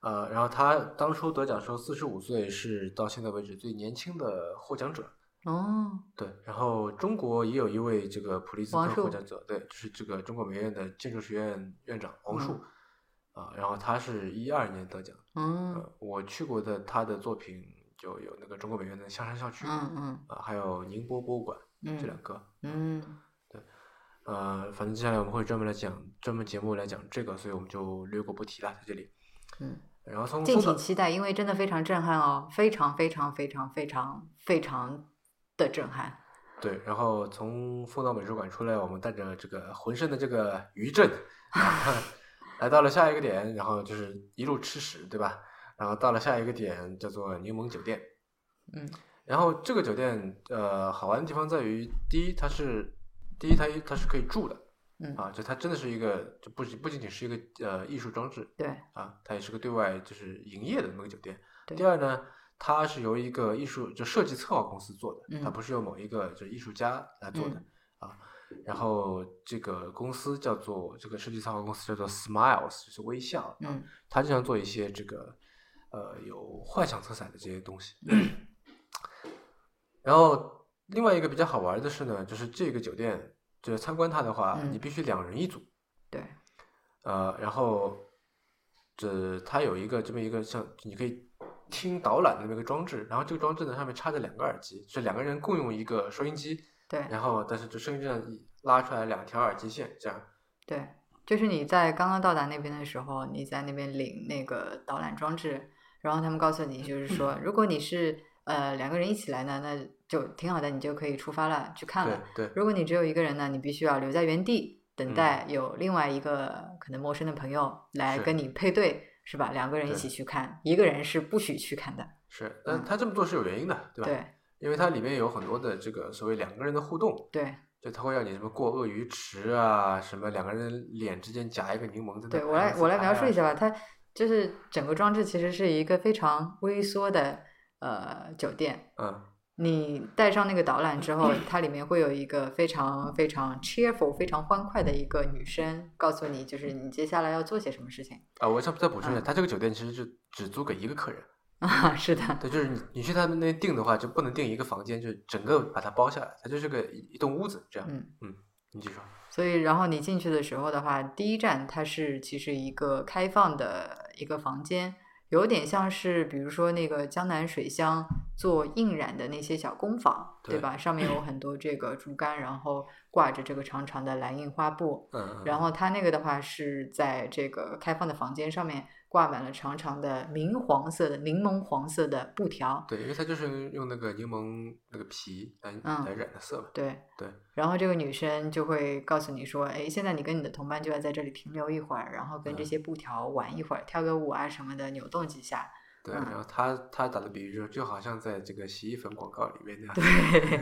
呃，然后他当初得奖的时候四十五岁，是到现在为止最年轻的获奖者。
哦，
对，然后中国也有一位这个普利兹
王
克获
树
奖者，对，就是这个中国美院的建筑学院院长王树
嗯
啊、然后他是一二年得奖，
嗯
呃，我去过的他的作品就有那个中国美院的香山校区，
嗯嗯
呃，还有宁波博物馆这两
嗯
个，
嗯，
呃，反正接下来我们会专门来讲专门节目来讲这个，所以我们就略过不提了，在这里。
嗯，
然后从
敬
松
请
岛
期待，因为真的非常震撼哦，非常非常非常非常非常的震撼。
对，然后从凤岛美术馆出来，我们带着这个浑身的这个余 震，来到了下一个点，然后就是一路吃屎，对吧？然后到了下一个点叫做柠檬酒店，
嗯
然后这个酒店呃好玩的地方在于，第一它是第一它它是可以住的
嗯，
啊，就它真的是一个就不不仅仅是一个呃艺术装置，
对，
啊，它也是个对外就是营业的那么个酒店。
对
第二呢，它是由一个艺术就设计策划公司做的，它
嗯
不是由某一个就是艺术家来做的、啊。然后这个公司叫做这个设计策划公司叫做 Smiles，就是微笑。，啊
嗯
它经常做一些这个呃有幻想色彩的这些东西。
嗯
然后另外一个比较好玩的是呢，就是这个酒店，就是参观它的话，
嗯
你必须两人一组。
对，
呃，然后这它有一个这么一个像你可以听导览的那么一个装置，然后这个装置呢上面插着两个耳机，是两个人共用一个收音机，
对
然后但是这收音机上一拉出来两条耳机线，这样
对，就是你在刚刚到达那边的时候，你在那边领那个导览装置，然后他们告诉你，就是 说，如果你是呃两个人一起来呢，那就挺好的，你就可以出发了，去看
对
了。
对
如果你只有一个人呢，你必须要留在原地等
嗯
待有另外一个可能陌生的朋友来
是
跟你配对，是吧？两个人一
对
起去看，一个人是不许去看的。
是，但
嗯
它这么做是有原因的，对吧？
对
因为它里面有很多的这个所谓两个人的互动，
对
就它会让你什么过鳄鱼池啊，什么两个人脸之间夹一个柠檬在那
对，我
盘
来
子
我来
拍
描述
啊
一下吧，它就是整个装置其实是一个非常微缩的呃酒店。
嗯
你带上那个导览之后，它里面会有一个非常非常 cheerful、非常欢快的一个女生，告诉你就是你接下来要做些什么事情
啊，我想再补充一下，
嗯
它这个酒店其实就只租给一个客人。
啊。是的，
对，就是你你去他们那订的话，就不能订一个房间，就整个把它包下来，它就是个一一栋屋子这样。
嗯，
你继续说。
所以然后你进去的时候的话，第一站它是其实一个开放的一个房间，有点像是比如说那个江南水乡做印染的那些小工坊，对
对
吧？上面有很多这个竹竿，然后挂着这个长长的蓝印花布，
嗯，嗯
然后它那个的话是在这个开放的房间上面挂满了长长的明黄色的柠檬黄色的布条，
对，因为它就是用那个柠檬那个皮来、
嗯
来染的色嘛。
对
对。
然后这个女生就会告诉你说，哎，现在你跟你的同伴就要在这里停留一会儿，然后跟这
嗯
些布条玩一会儿，跳个舞啊什么的，扭动 几下。
对，
嗯
然后他他打的比喻就是，就好像在这个洗衣粉广告里面那样。
对，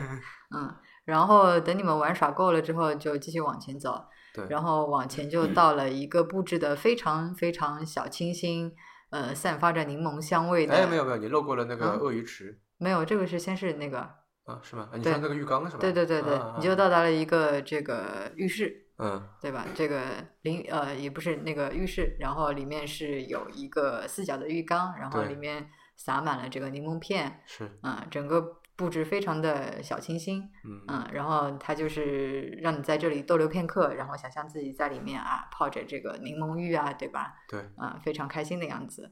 嗯，然后等你们玩耍够了之后，就继续往前走。
对，嗯
然后往前就到了一个布置的非常非常小清新，呃，散发着柠檬香味的。
哎，没有没有，你漏过了那个
嗯
鳄鱼池、
没有，这个是先是那个
啊，是吗？啊你
对
说那个浴缸是吧？
对对对对，
啊
你就到达了一个这个浴室，
嗯
对吧？这个淋呃也不是那个浴室，然后里面是有一个四角的浴缸，然后
对
里面撒满了这个柠檬片，
是
嗯，整个布置非常的小清新，
嗯
嗯，然后它就是让你在这里逗留片刻，然后想象自己在里面啊泡着这个柠檬浴啊，对吧？
对
啊、非常开心的样子。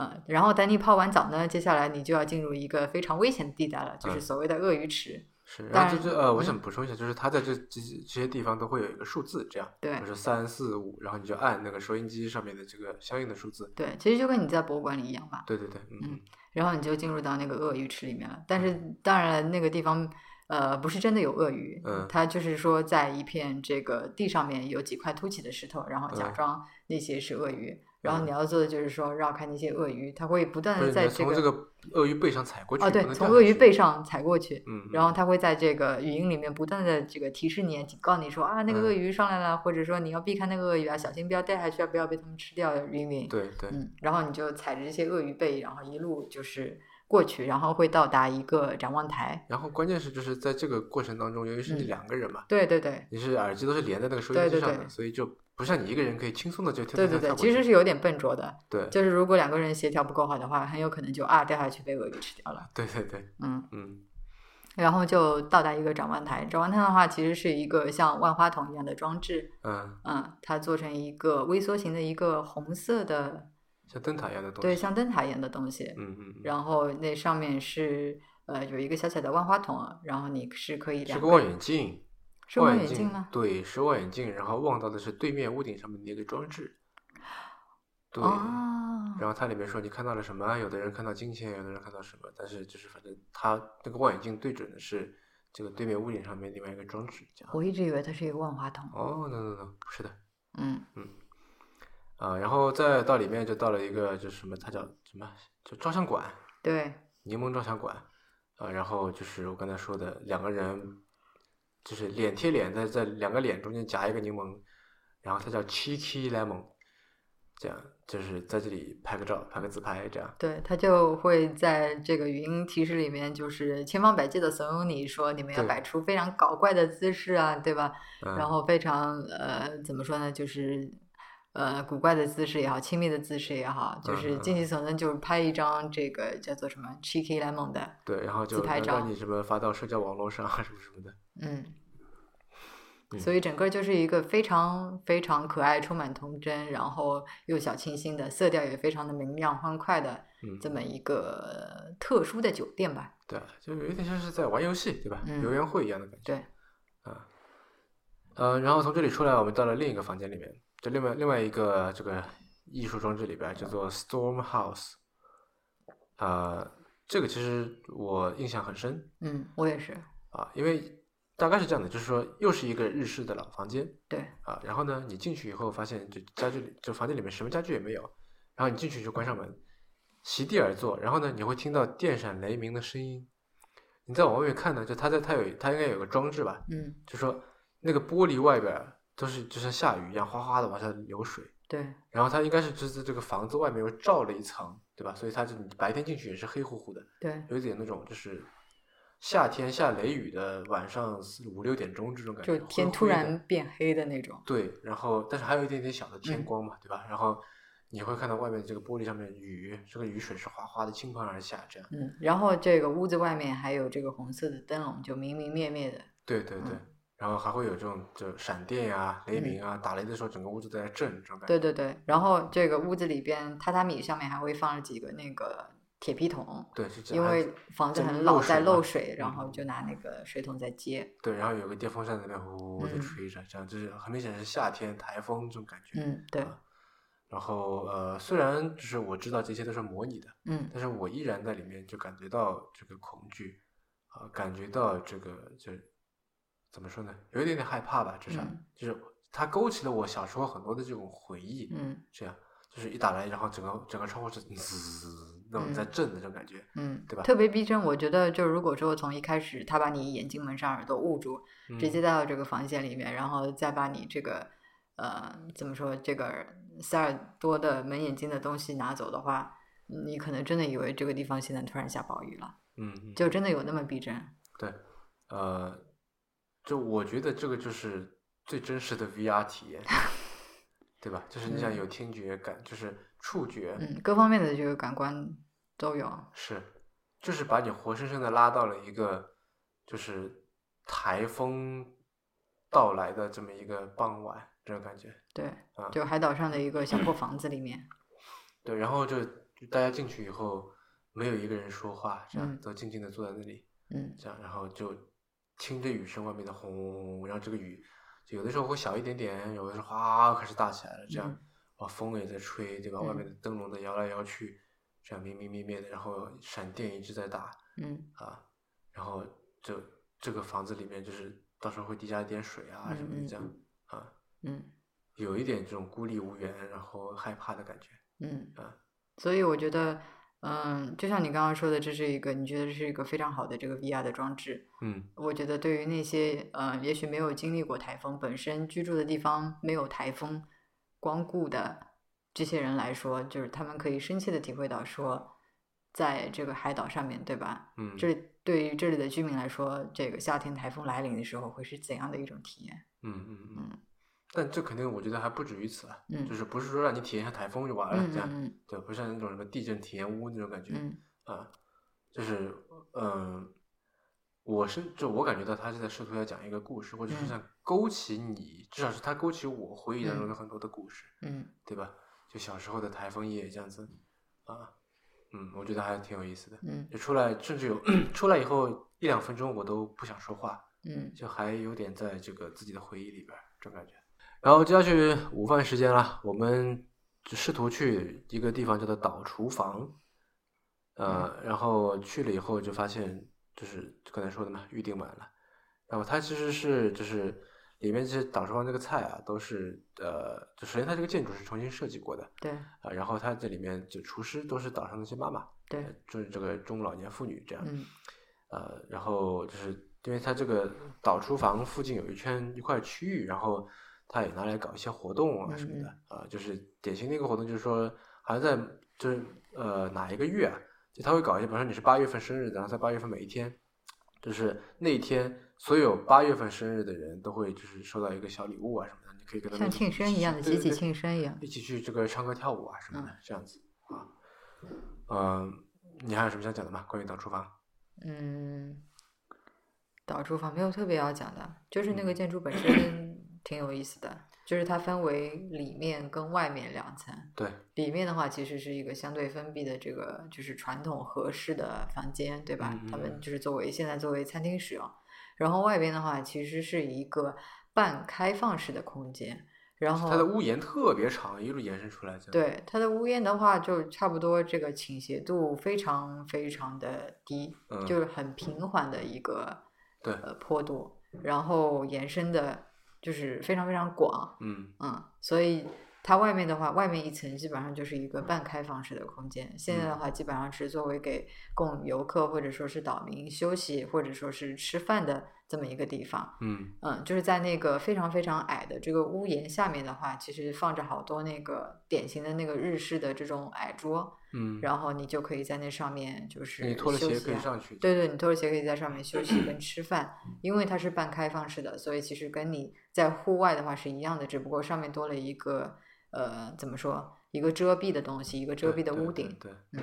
嗯，然后等你泡完澡呢，接下来你就要进入一个非常危险的地带了，就是
嗯
所谓的鳄鱼池。
是。
当
然后
然
就是呃，我
嗯
想补充一下，就是它在这这这些地方都会有一个数字，这样，
对
比如说三四五，然后你就按那个收音机上面的这个相应的数字。
对，其实就跟你在博物馆里一样嘛，
对对对，
嗯
嗯
然后你就进入到那个鳄鱼池里面了。但是当然了，那个地方呃不是真的有鳄鱼，
嗯
它就是说在一片这个地上面有几块凸起的石头，然后假
嗯
装那些是鳄鱼。然后你要做的就是说绕开那些鳄鱼，它会不断
不是
的
你
在
要从这个鳄鱼背上踩过去，
哦
不
对，
能
从
掉
鳄
下
鱼
去
背，上踩过去，
嗯，嗯
然后它会在这个语音里面不断的这个提示你、警告你说啊那个
嗯
鳄鱼上来了，或者说你要避开那个鳄鱼啊，小心不要掉下去啊，不要被它们吃掉，云云。
对对，
嗯，然后你就踩着这些鳄鱼背，然后一路就是过去，然后会到达一个展望台。
然后关键是就是在这个过程当中，由于是你
嗯
两个人嘛，
对对对，
你是耳机都是连在那个收
对
音
对
机上的，
对
所以就不像你一个人可以轻松的就跳
对
跳
对
跳
对，
跳过
其
去
实是有点笨拙的，
对
就是如果两个人协调不够好的话，很有可能就啊掉下去被鳄鱼吃掉了。
对对对，
嗯，
嗯
然后就到达一个展望台。展望台的话，其实是一个像万花筒一样的装置，
嗯，
嗯，它做成一个微缩型的一个红色的，
像灯塔一样的东西，
对，像灯塔一样的东西。
嗯嗯嗯，
然后那上面是呃有一个小小的万花筒，然后你是可以
是
两
个
个
望远镜，
是望
望
远
镜
镜吗？
对，是望远镜，然后望到的是对面屋顶上面的一个装置，对。
哦，
然后它里面说你看到了什么，有的人看到金钱，有的人看到什么，但是就是反正它那个望远镜对准的是这个对面屋顶上面另外一个装置，这样。
我一直以为它是一个万花筒。
哦，no no no，不是的，
嗯，
啊，然后再到里面就到了一个就是什么，它叫什么，就照相馆，
对，
柠檬照相馆，啊，然后就是我刚才说的两个人，就是脸贴脸，在在两个脸中间夹一个柠檬，然后它叫 cheeky lemon，这样就是在这里拍个照，拍个自拍这样。
对，他就会在这个语音提示里面，就是千方百计的怂恿你说，你们要
对
摆出非常搞怪的姿势啊，对吧？
嗯、
然后非常呃，怎么说呢，就是呃，古怪的姿势也好，亲密的姿势也好，就
嗯
是
嗯
尽其所能，就是拍一张这个叫做什么 cheeky lemon 的，
对，然后
自
就
拍
让
照
让你什么发到社交网络上啊什么什么的。
嗯。
嗯
所以整个就是一个非常非常可爱、充满童真，然后又小清新的，色调也非常的明亮欢快的
嗯，
这么一个特殊的酒店吧。
对，就有一点像是在玩游戏，对吧？
嗯
游园会一样的感觉。
对，
啊，呃，然后从这里出来，我们到了另一个房间里面，就另外另外一个这个艺术装置里边，叫做 Storm House。啊、这个其实我印象很深
嗯，我也是。
啊，因为大概是这样的，就是说又是一个日式的老房间
对，
啊，然后呢，你进去以后发现这家具里这房间里面什么家具也没有，然后你进去就关上门，席地而坐，然后呢，你会听到电闪雷鸣的声音。你再往外面看呢，就它在它有它应该有个装置吧，
嗯，
就说那个玻璃外边儿都是就像下雨一样哗哗的往下流水，
对，
然后它应该是就是这个房子外面又罩了一层，对吧？所以它就你白天进去也是黑乎乎的，
对，
有点那种就是夏天下雷雨的晚上四五六点钟这种感觉，
就
灰
天
灰
突
的
然变黑的那种。
对，然后但是还有一点点小的天
嗯
光嘛，对吧？然后你会看到外面这个玻璃上面雨，这个雨水是哗哗的倾盆而下，这样，
嗯，然后这个屋子外面还有这个红色的灯笼，就明明灭灭的。
对对对。
嗯
然后还会有这种就闪电呀、雷
嗯
鸣啊，打雷的时候整个屋子都在震，这种感觉。
对对对，然后这个屋子里边榻榻米上面还会放着几个那个铁皮桶，
对，是这
因
样
为房子
这
很
漏
老，
水
在
嘛
漏水，然
嗯
后就拿那个水桶在接。
对，然后有个电风扇在那边呼呼的
嗯
吹着，这样就是很明显是夏天台风这种感觉。
嗯，对，
然后呃，虽然就是我知道这些都是模拟的，
嗯
但是我依然在里面就感觉到这个恐惧，啊、感觉到这个就怎么说呢，有一点点害怕吧，至少、
嗯
就是它勾起了我小时候很多的这种回忆。
嗯
这样就是一打雷，然后整个整个窗户是滋那种在
嗯
震的这种感觉。
嗯，
对吧
特别逼真，我觉得就如果说从一开始他把你眼睛蒙上耳朵捂住，直
嗯
接带到这个房间里面，然后再把你这个呃怎么说这个塞尔多的门眼睛的东西拿走的话，你可能真的以为这个地方现在突然下暴雨了，
嗯，嗯
就真的有那么逼真。
对，呃，就我觉得这个就是最真实的 VR 体 验，对吧？就是你想
嗯
有听觉感，就是触觉，
嗯，各方面的这个感官都有。
是，就是把你活生生的拉到了一个就是台风到来的这么一个傍晚，这种感觉。
对
啊，
就海岛上的一个小破房子里面，
对，然后就就大家进去以后，没有一个人说话，这样
嗯
都静静的坐在那里。
嗯
这样，然后就听着雨声外面的轰轰轰，然后这个雨就有的时候会小一点点，有的时候哗开始大起来了，这样
嗯，
哇、风也在吹，对吧？外面的灯笼在摇来摇去，这样明明灭灭的，然后闪电一直在打
嗯
啊，然后就这个房子里面就是到时候会滴下一点水啊什么
嗯
的，
嗯
这样啊，
嗯
有一点这种孤立无援，然后害怕的感觉。
嗯
啊，
所以我觉得，嗯，就像你刚刚说的，这是一个你觉得是一个非常好的这个 VR 的装置，
嗯
我觉得对于那些呃，也许没有经历过台风，本身居住的地方没有台风光顾的这些人来说，就是他们可以深切的体会到说，在这个海岛上面，对吧？
嗯，
这里对于这里的居民来说，这个夏天台风来临的时候会是怎样的一种体验？
嗯嗯嗯
嗯。
但这肯定，我觉得还不止于此啊，
嗯，
就是不是说让你体验一下台风就完了，
嗯
这样
嗯
对，不像那种什么地震体验屋那种感觉，
嗯
啊，就是嗯，我是就我感觉到他是在试图要讲一个故事，或者是
嗯
想勾起你，至少是他勾起我回忆当中的很多的故事，
嗯
对吧？就小时候的台风夜这样子，啊，嗯，我觉得还挺有意思的。
嗯
就出来，甚至有 出来以后一两分钟我都不想说话，
嗯
就还有点在这个自己的回忆里边儿这种感觉。然后接下去午饭时间了，我们就试图去一个地方叫做岛厨房，呃，然后去了以后就发现就是刚才说的嘛，预定满了。然后它其实是就是里面这些岛厨房这个菜啊，都是呃，就首先它这个建筑是重新设计过的
对
啊、然后它这里面就厨师都是岛上的一些妈妈，
对
呃，就是这个中老年妇女这样。
嗯
呃，然后就是因为它这个岛厨房附近有一圈一块区域，然后它也拿来搞一些活动啊什么的
嗯
啊、就是典型的一个活动就是说，好像在就是呃哪一个月啊，就他会搞一些，比方说你是八月份生日的，然后在八月份每一天，就是那一天所有八月份生日的人都会就是收到一个小礼物啊什么的，你可以跟他们
像
一起
庆生一样的
对
集
对
体
对
庆生一样
一起去这个唱歌跳舞啊什么的、这样子啊，嗯、你还有什么想讲的吗？关于岛厨房？
嗯，岛厨房没有特别要讲的，就是那个
嗯
建筑本身挺有意思的，就是它分为里面跟外面两层。
对，
里面的话其实是一个相对封闭的这个就是传统合适的房间，对吧？
嗯嗯
他
嗯
们就是作为现在作为餐厅使用，然后外边的话其实是一个半开放式的空间，然后
它的屋檐特别长，一路延伸出来。这样，
嗯对它的屋檐的话就差不多这个倾斜度非常非常的低，
嗯，
就是很平缓的一个
对
呃坡度，然后延伸的就是非常非常广，
嗯
嗯，所以它外面的话，外面一层基本上就是一个半开放式的空间。现在的
嗯
话，基本上是作为给供游客或者说是岛民休息或者说是吃饭的这么一个地方。
嗯
嗯，就是在那个非常非常矮的这个屋檐下面的话，其实放着好多那个典型的那个日式的这种矮桌，
嗯，
然后你就可以在那上面就是
你脱了
休
鞋
息
可以
啊
上去。
对对，你拖着鞋可以在上面休息
嗯
跟吃饭，因为它是半开放式的，所以其实跟你在户外的话是一样的，只不过上面多了一个呃，怎么说，一个遮蔽的东西，一个遮
对，
蔽的
对
屋
对
顶。
对，
嗯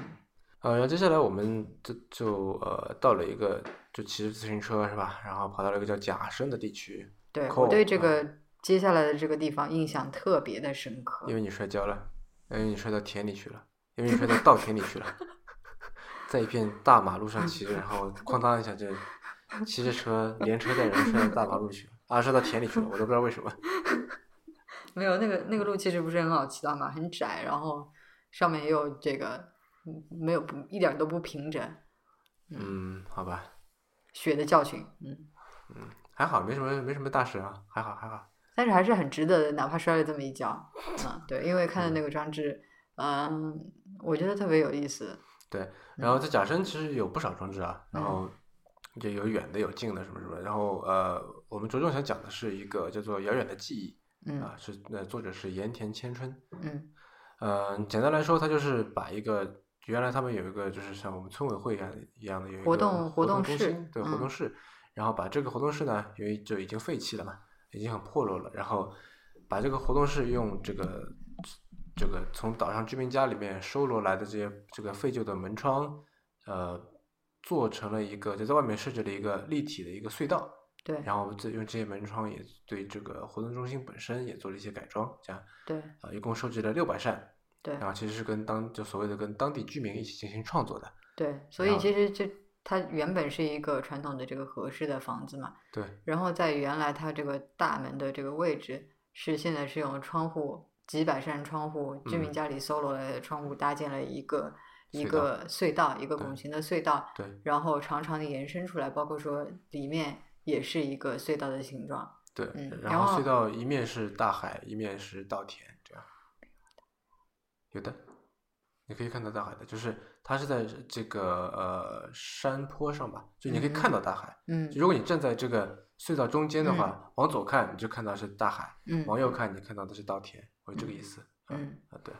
呃，然后接下来我们就就呃到了一个就骑着自行车是吧，然后跑到了一个叫假山的地区，
对
扣
我对这
啊
个接下来的这个地方印象特别的深刻
因。为你摔跤了，因为你摔到田里去了，因为你摔到稻田里去了， 在一片大马路上骑着，然后哐当一下就骑着车连车带人摔到大马路去了，啊，摔到田里去了，我都不知道为什么。
没有那个那个路其实不是很好骑到嘛，很窄，然后上面也有这个嗯没有不一点都不平整，
嗯，好吧，
血的教训。嗯，
还好，没什么没什么大事啊，还好还好。
但是还是很值得的，哪怕摔了这么一跤，啊，对，因为看到那个装置，嗯，我觉得特别有意思，
然后在假山其实有不少装置啊，然后就有远的有近的什么什么。然后呃，我们着重想讲的是一个叫做《遥远的记忆》
嗯
啊，是呃作者是盐田千春。
嗯
嗯、简单来说，它就是把一个原来他们有一个就是像我们村委会一样的一样的有一个
活动
活
活
动
动
中
室
心，对活动
嗯
室，然后把这个活动室呢，因为就已经废弃了嘛，已经很破落了，然后把这个活动室用这个这个从岛上居民家里面收罗来的这些这个废旧的门窗，呃，做成了一个就在外面设置了一个立体的一个隧道，
对
然后这用这些门窗也对这个活动中心本身也做了一些改装，这样
对
啊、一共收集了六百扇，
对
然后其实是跟当就所谓的跟当地居民一起进行创作的，
对，所
然
以
后
其实这它原本是一个传统的这个合适的房子嘛，
对，
然后在原来它这个大门的这个位置是现在是用窗户几百扇窗户，居民
嗯
家里搜罗来的窗户搭建了一个一
隧道
个隧道，一个
对
拱形的隧道，
对，
然后长长的延伸出来，包括说里面也是一个隧道的形状。
对，
嗯
然
然
后
后
隧道一面是大海，一面是稻田，这样。有的，你可以看到大海的，就是它是在这个呃山坡上吧，就你可以看到大海。
嗯
就如果你站在这个隧道中间的话，往左看你就看到是大海，
嗯
往右看你看到的是稻田，我这个意思。
嗯
啊，对，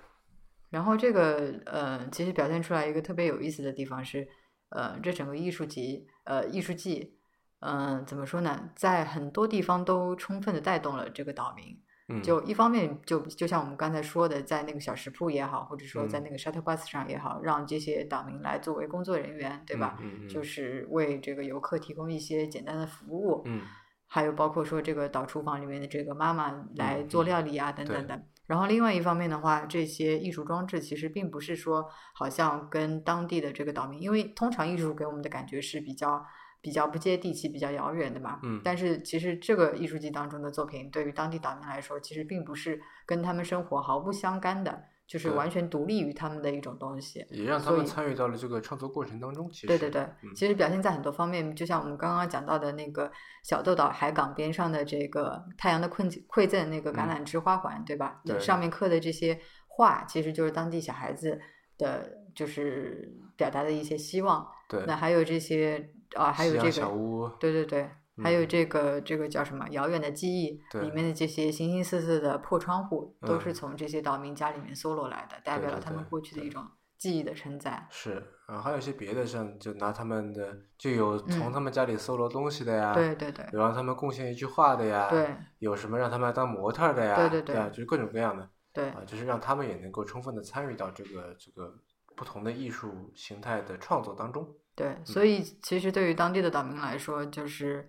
然后这个呃，其实表现出来一个特别有意思的地方是，呃，这整个艺术集呃艺术季，嗯、怎么说呢，在很多地方都充分的带动了这个岛民。
嗯，
就一方面就就像我们刚才说的，在那个小食铺也好，或者说在
嗯
那个 shuttle bus 上也好，让这些岛民来作为工作人员，对吧？
嗯？嗯嗯，
就是为这个游客提供一些简单的服务。
嗯
还有包括说这个导厨房里面的这个妈妈来做
嗯
料理啊，等
对
等等。然后另外一方面的话，这些艺术装置其实并不是说好像跟当地的这个岛民，因为通常艺术给我们的感觉是比较比较不接地气、比较遥远的嘛。
嗯
但是其实这个艺术季当中的作品，对于当地岛民来说，其实并不是跟他们生活毫不相干的，就是
对
完全独立于他们的一种东西。
也让他
所
们
以
参与到了这个创作过程当中。其实，
对对对，
嗯
其实表现在很多方面，就像我们刚刚讲到的那个小豆岛海港边上的这个太阳的馈赠馈赠那个橄榄枝花环，对吧？
嗯对
上面刻的这些画，其实就是当地小孩子的，就是表达的一些希望。
对，
那还有这些啊，还有
夕阳
这
小
个，
屋，
对对对，还有
嗯
这个这个叫什么《遥远的记忆》
对
里面的这些形形色色的破窗户，都
嗯
是从这些岛民家里面搜罗来的，代
对
表
对
了他们
对
过去
对
的
啊
一种记忆的承载。
是，然后还有一些别的，像就拿他们的，就有从
嗯
他们家里搜罗东西的呀，
对对对
有让他们贡献一句话的呀，
对
有什么让他们来当模特儿的呀，
对对对
啊，就是各种各样的
对
啊，就是让他们也能够充分的参与到这个这个不同的艺术形态的创作当中。
对，所
嗯
以其实对于当地的岛民来说，就是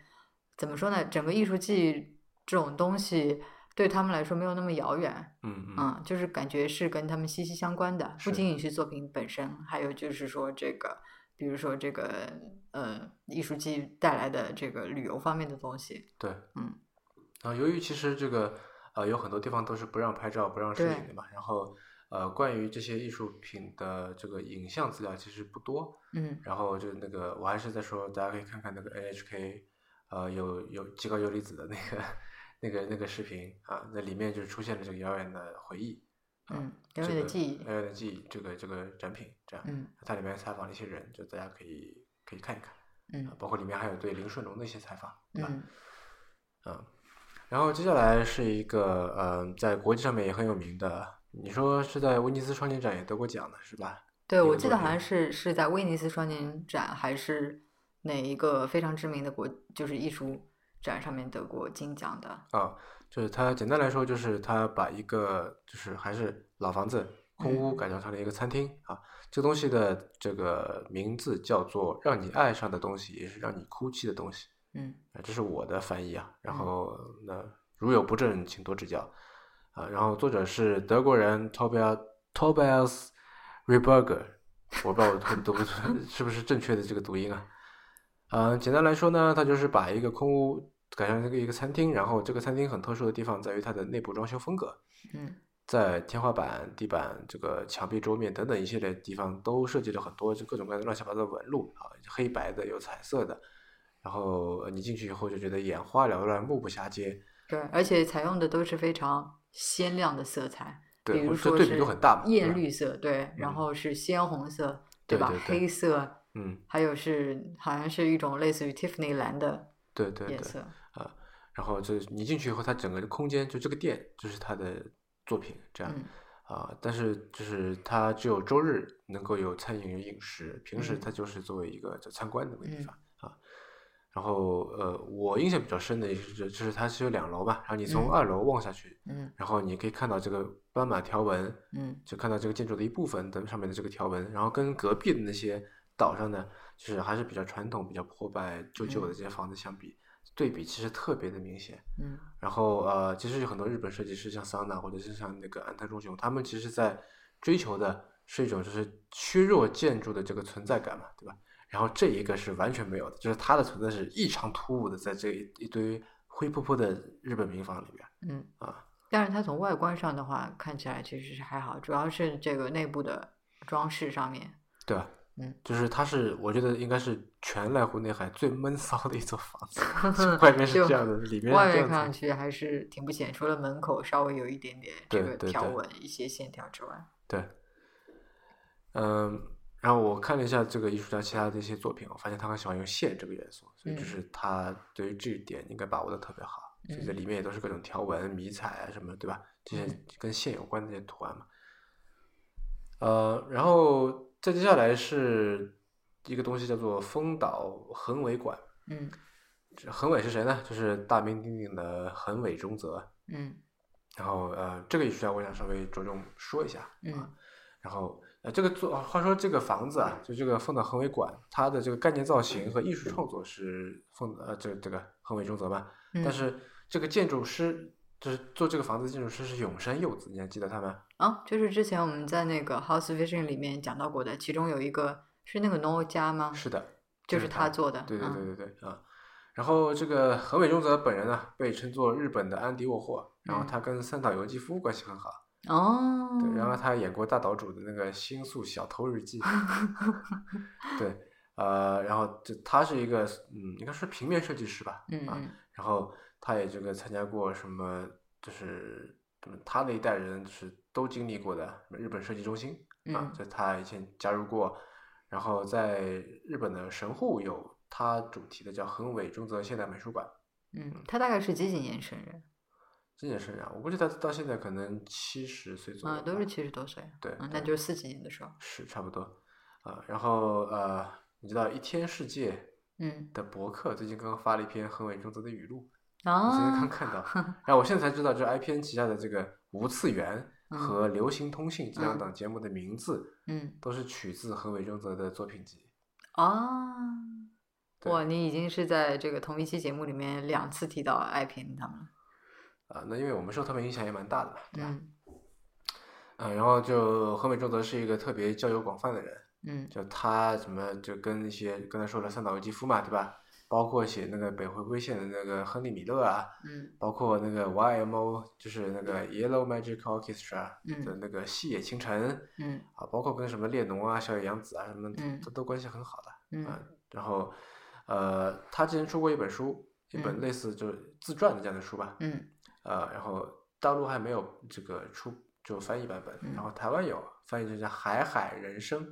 怎么说呢？整个艺术季这种东西对他们来说没有那么遥远，
嗯嗯，
嗯，就是感觉是跟他们息息相关的，不
是
仅仅是作品本身，还有就是说这个，比如说这个呃艺术季带来的这个旅游方面的东西，
对，
嗯。
然后由于其实这个呃有很多地方都是不让拍照、不让摄影
对
的嘛，然后呃关于这些艺术品的这个影像资料其实不多，
嗯
然后就那个，我还是在说，大家可以看看那个 NHK，呃，有有极高游离子的那个那个那个视频啊，那里面就出现了这个遥远的回忆，啊
嗯，遥远的记忆
这，个、遥远的记忆这个这个展品，这样，
嗯
它里面采访了一些人，就大家可以可以看一看，啊
嗯
包括里面还有对林顺龙的一些采访，啊对吧？
嗯
然后接下来是一个呃，在国际上面也很有名的，你说是在威尼斯双年展也得过奖的是吧？
对，
一
我
个
记
作
得好像
品
是是在威尼斯双年展还是哪一个非常知名的国，就是艺术展上面得过金奖的。
啊，就是它简单来说，就是它把一个就是还是老房子空屋
嗯
改造成了一个餐厅啊。这个东西的这个名字叫做“让你爱上的东西，也是让你哭泣的东西
嗯”
啊，这是我的翻译啊。然
嗯
后那如有不正，请多指教啊。然后作者是德国人 Tobias Tobias Reberger，我不知道我读 不读是不是正确的这个读音啊。嗯，简单来说呢，它就是把一个空屋改成一个一个餐厅，然后这个餐厅很特殊的地方在于它的内部装修风格，
嗯
在天花板、地板、这个墙壁、桌面等等一系列地方都设计了很多就各种各样的乱七八糟的纹路啊，黑白的，有彩色的，然后呃你进去以后就觉得眼花缭乱、目不暇接，
对，而且采用的都是非常鲜亮的色彩，
对，
比如
或者这
说
对比
是
度很大嘛，对
艳
吧，
绿色，对，然
嗯
后是鲜红色，
对
吧
对？对
黑色，
嗯，
还有是好像是一种类似于 Tiffany 蓝的
对对对
颜，色。
啊，然后就是你进去以后，它整个空间就这个店就是它的作品这样。
嗯
啊，但是就是它只有周日能够有餐饮有饮食，平时
嗯
它就是作为一个就参观的地
嗯
方、啊。然后呃，我印象比较深的就是就是它是有两楼嘛，然后你从
嗯
二楼望下去，
嗯
然后你可以看到这个斑马条纹，
嗯
就看到这个建筑的一部分的上面的这个条纹，然后跟隔壁的那些岛上呢，就是还是比较传统、比较破败、旧旧的
嗯
这些房子相比，对比其实特别的明显。
嗯
然后呃，其实有很多日本设计师，像桑娜或者是像那个安藤忠雄，他们其实在追求的是一种就是削弱建筑的这个存在感嘛，对吧？然后这一个是完全没有的，就是它的存在是异常突兀的，在这一一堆灰扑扑的日本民房里边
嗯，
啊，
但是它从外观上的话，看起来其实是还好，主要是这个内部的装饰上面。
对吧？
嗯，
就是它是我觉得应该是全濑户内海最闷骚的一座房子， 就外面是
就
这样的，里面
外
是这
面
样
看
子
上
的。
去还是挺不显，除了门口稍微有一点点这
对
个
对
条
对
纹、一些线条之外，
对，嗯，然后我看了一下这个艺术家其他的一些作品，我发现他很喜欢用线这个元素，所以就
嗯
是他对于这一点应该把握的特别好。所以这
嗯
里面也都是各种条纹、迷彩啊什么，对吧？这些
嗯
跟线有关的这些图案嘛。呃，然后再接下来是一个东西叫做丰岛横尾馆。
嗯
这横尾是谁呢？就是大名鼎鼎的横尾中泽。
嗯
然后呃，这个艺术家我想稍微着重说一下。啊
嗯
然后呃，这个做啊话说这个房子啊，就这个凤岛横尾馆，它的这个概念造型和艺术创作是凤呃这这个横尾中泽嘛，
嗯，
但是这个建筑师就是做这个房子的建筑师是永山柚子，你还记得他吗？
啊，就是之前我们在那个 House Vision 里面讲到过的，其中有一个是那个 No 家吗？
是的，就
就
是是
他
他
做的。
对对
嗯
对对对啊。然后这个横尾中泽本人呢、啊被称作日本的安迪沃霍，然后
嗯
他跟三岛由纪夫关系很好，
哦，
对，然后他演过大岛主的那个《星宿小偷日 记》，对，呃，然后这他是一个嗯，应该是平面设计师吧，
嗯
啊，
嗯
然后他也这个参加过什么，就是就是他那一代人是都经历过的什么日本设计中心啊
嗯，
就他以前加入过，然后在日本的神户有他主题的叫横尾中泽现代美术馆，
嗯，他大概是几几年生人？
这件事啊，我估计他到现在可能七十岁左右
啊，
吧，
都是七十多岁。
对
嗯，
对
那就是四几年的时候。
是差不多，啊、然后呃，你知道一天世界
嗯
的博客最近刚刚发了一篇横尾中泽的语录，我今天刚
啊，
看到， 然后我现在才知道，这 IPN 旗下的这个无次元
嗯
和流行通信这两
嗯
档节目的名字
嗯
都是取自横尾中泽的作品集。
啊，
对
哇，你已经是在这个同一期节目里面两次提到 i p n 他们了。
啊、那因为我们受他们影响也蛮大的嘛，对吧？
嗯
嗯、然后就横尾中泽是一个特别交友广泛的人，
嗯
就他什么就跟一些刚才说了三岛由纪夫嘛，对吧？包括写那个北回归线的那个亨利米勒啊，
嗯
包括那个 YMO，就是那个 Yellow Magic Orchestra 的
嗯
那个细野晴臣
嗯
啊，包括跟什么列侬啊、小野洋子啊什么的，
嗯
都都关系很好的。啊
嗯
然后，呃，他之前出过一本书，一本
嗯
类似就是自传的这样的书吧，
嗯
呃，然后大陆还没有这个出就翻译版本，然后台湾有翻译成叫《海海人生》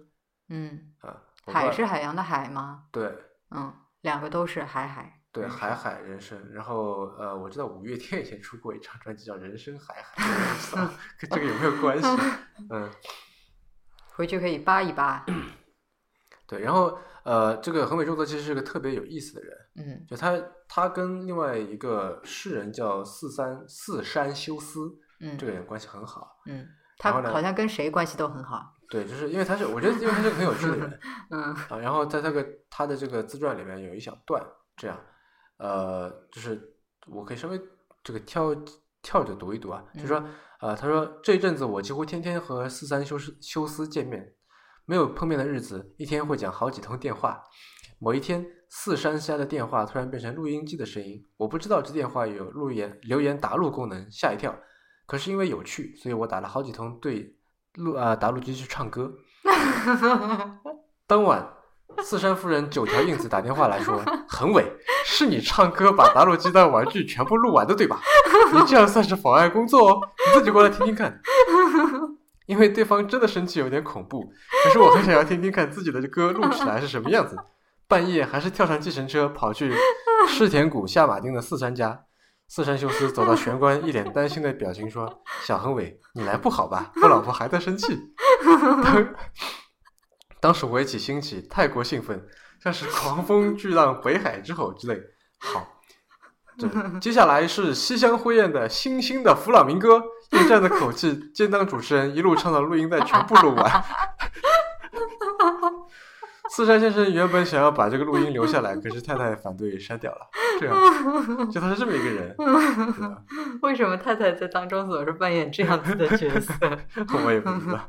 嗯，
啊，我不知
海
道
是海洋的海吗？
对
嗯，两个都是海海。
对，
嗯
海海人生。然后呃，我知道五月天以前出过一张专辑叫《人生海海》，我不知道跟这个有没有关系？嗯，
回去可以扒一 扒。
对。然后呃，这个横尾中则其实是个特别有意思的人，
嗯
就他他跟另外一个诗人叫四三四山修斯
嗯，
这个人关系很好。
嗯，他
然后呢
好像跟谁关系都很好。
对，就是因为他是，我觉得因为他是个很有趣的人
嗯
啊。然后在这个他的这个自传里面有一小段这样，呃，就是我可以稍微这个跳跳着读一读啊，就说呃，他说这一阵子我几乎天天和四三修斯修斯见面，没有碰面的日子，一天会讲好几通电话。某一天，四山下的电话突然变成录音机的声音，我不知道这电话有录言留言答录功能，吓一跳。可是因为有趣，所以我打了好几通对录啊、答录机去唱歌。当晚，四山夫人九条硬子打电话来说：“恒伟，是你唱歌把打录机当玩具全部录完的，对吧？你这样算是妨碍工作哦，你自己过来听听看。”因为对方真的生气有点恐怖，可是我很想要听听看自己的歌录起来是什么样子。半夜还是跳上计程车跑去世田谷下马町的四山家。四山修斯走到玄关，一脸担心的表情说：“小恒伟，你来不好吧？我老婆还在生气。 当”当时我也起兴起，太过兴奋，像是狂风巨浪、北海之吼之类。好，这接下来是西乡辉彦的《星星的弗朗明哥》，应战的口气担当主持人，一路唱到录音带全部录完。 四山先生原本想要把这个录音留下来，可是太太反对，删掉了。这样，就他是这么一个人，对
嗯
吧？
为什么太太在当中总是扮演这样子的角 色？
我也不知 道。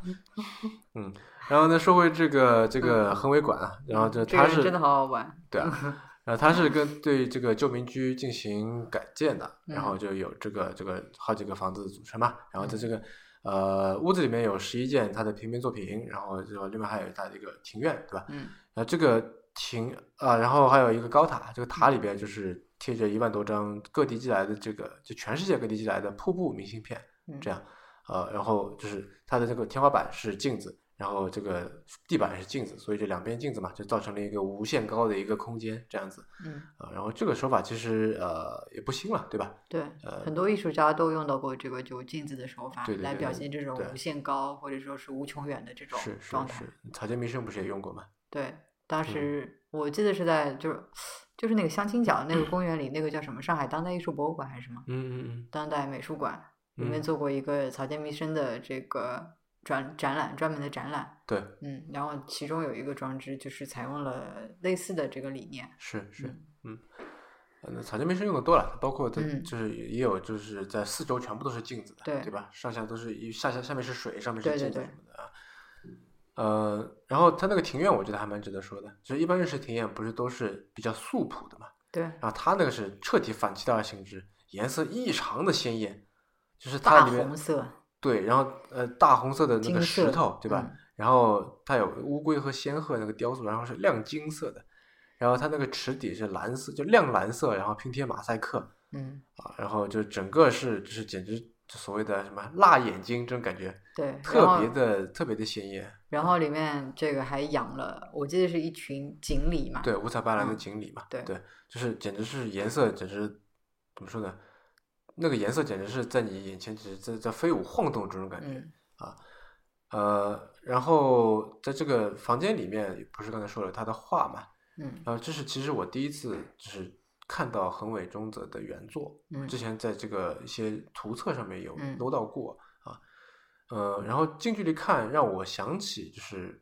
嗯，然后呢，说回这个这个横尾馆啊，然后就
嗯这个
他
人
是
真的嗯好好玩。
对啊，然后他是跟对这个旧民居进行改建的，
嗯
然后就有这个这个好几个房子组成嘛，然
嗯
后在这个呃屋子里面有十一件他的平面作品，然后就另外还有他的一个庭院，对吧？
嗯
然后这个庭啊、然后还有一个高塔，这个塔里边就是贴着一万多张各地寄来的这个就全世界各地寄来的瀑布明信片，
嗯，
这样，呃，然后就是它的这个天花板是镜子，然后这个地板是镜子，所以这两边镜子嘛，就造成了一个无限高的一个空间这样子
嗯，
啊、然后这个手法其实呃也不新了，对吧？
对，
呃
很多艺术家都用到过这个就镜子的手法
对对
来
对
表
对
现这种
对
无限高或者说是无穷远的这种
是是
状态。
是，嗯草间弥生不是也用过吗？
对，当时我记得是在就是就是那个相亲角那个公园里那个叫什么上海当代艺术博物馆还是什么
嗯嗯嗯，
当代美术馆里面
嗯
做过一个草间弥生的这个展展览，专门的展览。
对，
嗯，然后其中有一个装置就是采用了类似的这个理念。
是是。
嗯
呃那草间弥生用的多了，包括它
嗯
就是也也有就是在四周全部都是镜子的，
对
吧？上下都是一下下下面是水，上面是
对对
镜子
对
什么的啊。呃，然后它那个庭院，我觉得还蛮值得说的。就是一般日式庭院不是都是比较素朴的嘛，
对，
然后它那个是彻底反其道而行之，颜色异常的鲜艳，就是它
大
里面
红色，
对，然后呃大红色的那
金
个
色
石头，对吧？
嗯
然后它有乌龟和仙鹤那个雕塑，然后是亮金色的，然后它那个池底是蓝色，就亮蓝色，然后拼贴马赛克
嗯，
啊，然后就整个是就是简直就所谓的什么辣眼睛这种感觉，
对，然
特
后
别的特别的鲜艳，
然后里面这个还养了，我记得是一群锦鲤嘛。
对，五彩斑斓的
嗯
锦鲤嘛，
对
就是简直是颜色，简直怎么说呢？那个颜色简直是在你眼前，只是在在飞舞晃动这种感觉。
嗯，
呃，然后在这个房间里面，不是刚才说了他的画嘛？
嗯
呃然后这是其实我第一次就是看到横尾中则的原作，
嗯
之前在这个一些图册上面有
嗯
搂到过、啊。呃，然后近距离看让我想起就是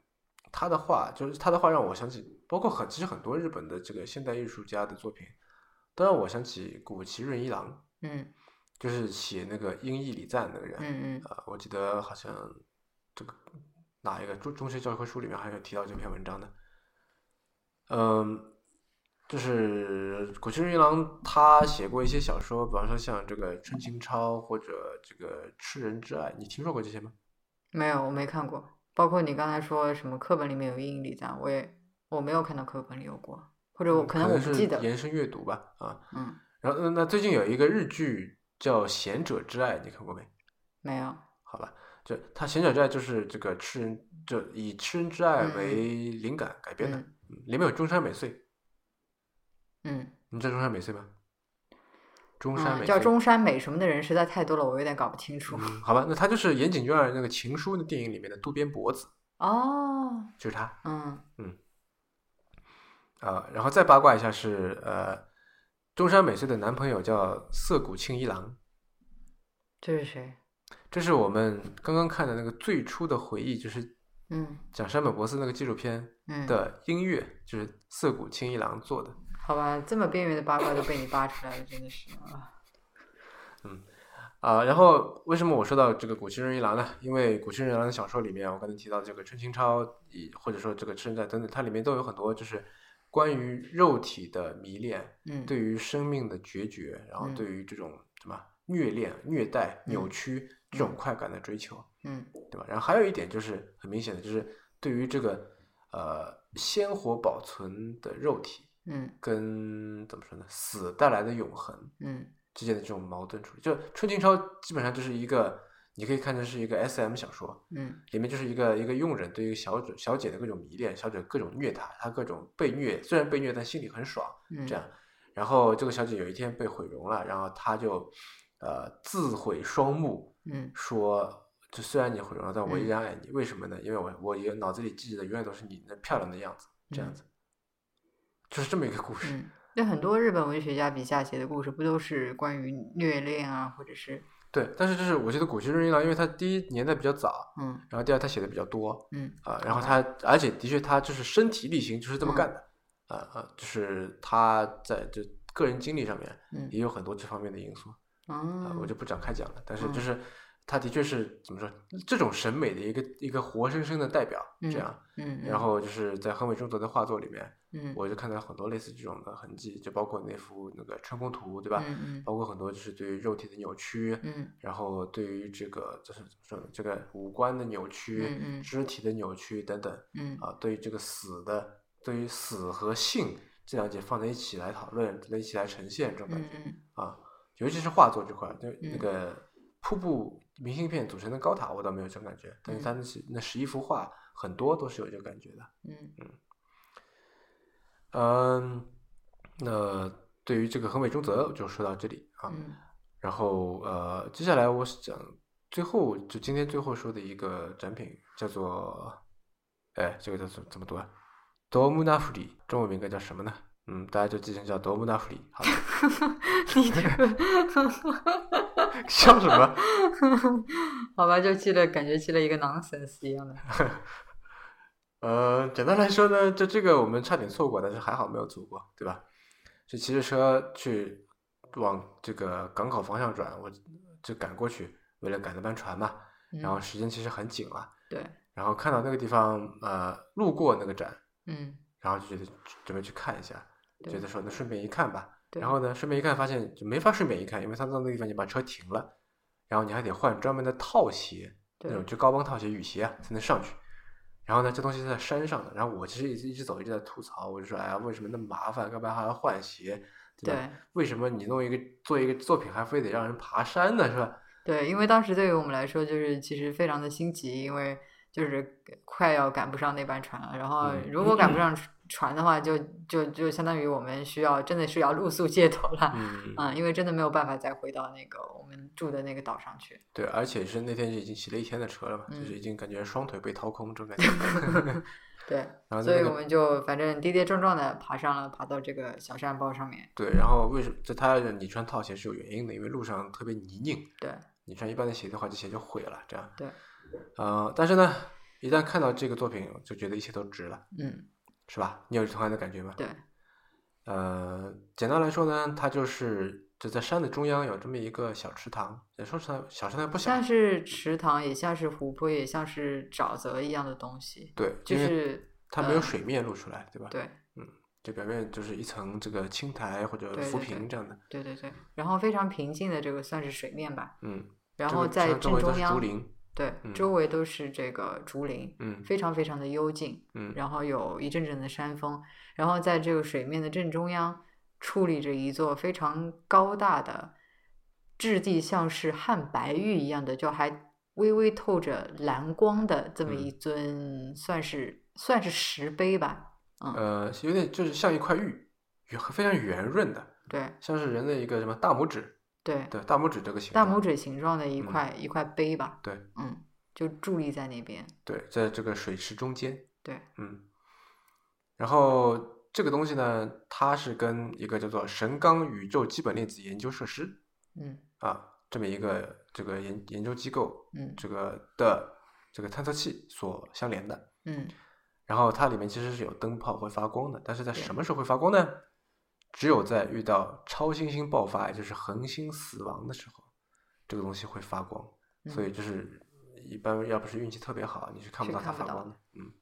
他的画，就是他的画让我想起，包括很其实很多日本的这个现代艺术家的作品，都让我想起古崎润一郎，
嗯
就是写那个《英译礼赞》那个人。
嗯嗯，
呃，我记得好像这个哪一个中中学教科书里面还有提到这篇文章的。嗯，就是古崎润一郎他写过一些小说，比方说像这个《春情抄》或者这个《吃人之爱》，你听说过这些吗？
没有，我没看过。包括你刚才说什么课本里面有阴影礼赞，啊我也我没有看到课本里有过，或嗯者我可能我
嗯
不
是
记得了。
延伸阅读吧，啊。
嗯，
然后那那最近有一个日剧叫《贤者之爱》，你看过没？
没有。
好吧，就他《贤者之爱》就是这个吃人，就以吃人之爱
嗯
为灵感改编的，
嗯
嗯里面有中山美穗，
嗯，
你知道中山美穗吗？中山美穗、
嗯叫中山美什么的人实在太多了，我有点搞不清楚。
嗯好吧，那他就是岩井俊二那个《情书》的电影里面的渡边博子，
哦，
就是他
嗯
啊、呃然后再八卦一下是呃，中山美穗的男朋友叫涩谷庆一郎，
这是谁？
这是我们刚刚看的那个最初的回忆，就是
嗯
讲山本博司那个纪录片
嗯，
的音乐，就是涩谷庆一郎做的。
好吧，这么边缘的八卦都被你扒出来了，真的是啊。
啊、然后为什么我说到这个古崎润一郎呢？因为古崎润一郎的小说里面，我刚才提到这个《春青超》，以或者说这个《吃人在》等等，它里面都有很多就是关于肉体的迷恋，
嗯，
对于生命的决绝，然后
嗯
对于这种什么虐恋、虐待、扭
嗯
曲这种快感的追求，
嗯
对吧？然后还有一点就是很明显的，就是对于这个呃鲜活保存的肉体
嗯
跟怎么说呢，死带来的永恒，
嗯
之间的这种矛盾处理。就《春情抄》基本上就是一个，你可以看成是一个 S.M 小说，
嗯
里面就是一个一个佣人对一个小姐小姐的各种迷恋，小姐各种虐他，他各种被虐，虽然被虐但心里很爽，
嗯，
这样。然后这个小姐有一天被毁容了，然后她就呃自毁双目，
嗯
说。就虽然你毁容了，但我依
嗯
然爱你。为什么呢？因为我我也脑子里记得永远都是你那漂亮的样子，这样
嗯
子，就是这么一个故事。
嗯，那很多日本文学家笔下写的故事，不都是关于虐恋啊，或者是
对，但是就是我觉得古希润一郎，因为他第一年代比较早，
嗯
然后第二他写的比较多
嗯
啊、然后他而且的确他就是身体力行就是这么
嗯
干的啊啊、就是他在这个人经历上面
嗯
也有很多这方面的因素啊、
嗯，
我就不展开讲了。但是就
嗯
是他的确是怎么说，这种审美的一个一个活生生的代表这
嗯
样。
嗯，嗯
然后就是在横尾中则的画作里面，
嗯
我就看到很多类似这种的痕迹，就包括那幅那个春宫图，对吧？
嗯嗯
包括很多就是对于肉体的扭曲，
嗯
然后对于这个就是怎么说呢，这个五官的扭曲、
嗯嗯
肢体的扭曲等等
嗯
呃啊，对于这个死的，对于死和性这两点放在一起来讨论，在一起来呈现这种感
嗯
觉、
嗯
啊，尤其是画作这块儿，就那
嗯
个瀑布明信片组成的高塔，我倒没有这种感觉，但是他那是那十一幅画很多都是有这个感觉的。
嗯
嗯，那对于这个横尾中则就说到这里啊。
嗯
然后呃，接下来我想最后就今天最后说的一个展品叫做，哎，这个叫怎怎么读啊？Domnafri，中文名应该叫什么呢？嗯，大家就记成叫 Domnafri 好了。
你这个
笑什么？
好吧，就记了，感觉记了一个 nonsense 一样的。
呃，简单来说呢，就这个我们差点错过，但是还好没有错过，对吧？就骑着车去往这个港口方向转，我就赶过去，为了赶那班船嘛。
嗯
然后时间其实很紧了，
对，
然后看到那个地方，呃，路过那个展，
嗯，
然后就觉得准备去看一下，
对
觉得说那顺便一看吧。
对
然后呢，顺便一看发现就没法顺便一看，因为他到那个地方已经把车停了，然后你还得换专门的套鞋，那
对
种，就高帮套鞋、雨鞋啊才能上去。然后呢，这东西是在山上的，然后我其实一直一直走一直在吐槽，我就说，哎呀，为什么那么麻烦？干嘛还要换鞋？吧？
对
为什么你弄一个做一个作品还非得让人爬山呢？是吧？
对，因为当时对于我们来说，就是其实非常的新奇，因为就是快要赶不上那班船了。然后
嗯
如果赶不上船的话，就就就相当于我们需要真的是要露宿街头了。
嗯，
嗯，因为真的没有办法再回到那个我们住的那个岛上去。
对，而且是那天就已经骑了一天的车了嘛，就是
嗯
已经感觉双腿被掏空 这种感觉。
对，
然后
所
在那
以
个
我们就反正跌跌撞撞的爬上了，爬到这个小山包上面。
对，然后为什么就他让你穿套鞋是有原因的，因为路上特别泥泞，
对，
你穿一般的鞋的话，这鞋就毁了。这样，
对，
呃，但是呢，一旦看到这个作品，就觉得一切都值了，
嗯，
是吧？你有同样的感觉吗？
对，
呃，简单来说呢，它就是就在山的中央有这么一个小池塘，也说池塘小池塘也不小，
像是池塘，也像是湖泊，也像是沼泽一样的东西，
对，
就
因为
是
它没有
呃
水面露出来，对吧？，
对。
就表面就是一层这个青苔或者
对
浮
对对
萍这样的，
对对对，然后非常平静的这个算是水面吧，
嗯，
然
这
后
个池
在
塘周
正
围都
中
是竹
央，
林，
对，
嗯
周围都是这个竹林，
嗯
非常非常的幽静，
嗯，
然后有一阵阵的山风，然后在这个水面的正中央矗立着一座非常高大的，质地像是汉白玉一样的，就还微微透着蓝光的这
嗯
么一尊，算是算是石碑吧，
呃，有点就是像一块玉，圆非常圆润的，
对
像是人的一个什么大拇指，
对，
对，大拇指这个形
大
状，
拇指形状的一
嗯
块、一块碑吧，
对
嗯，就伫立在那边。
对，在这个水池中间，
对，
嗯，然后这个东西呢，它是跟一个叫做神冈宇宙基本粒子研究设施
嗯
啊这么一个这个研研究机构
嗯
这个的这个探测器所相连的。
嗯，
然后它里面其实是有灯泡会发光的，但是在
对
什么时候会发光呢？只有在遇到超新星爆发，也就是恒星死亡的时候，这个东西会发光。所以
嗯
就是一般要不是运气特别好，你是看不
是
到它
看不
发
到
光的。嗯，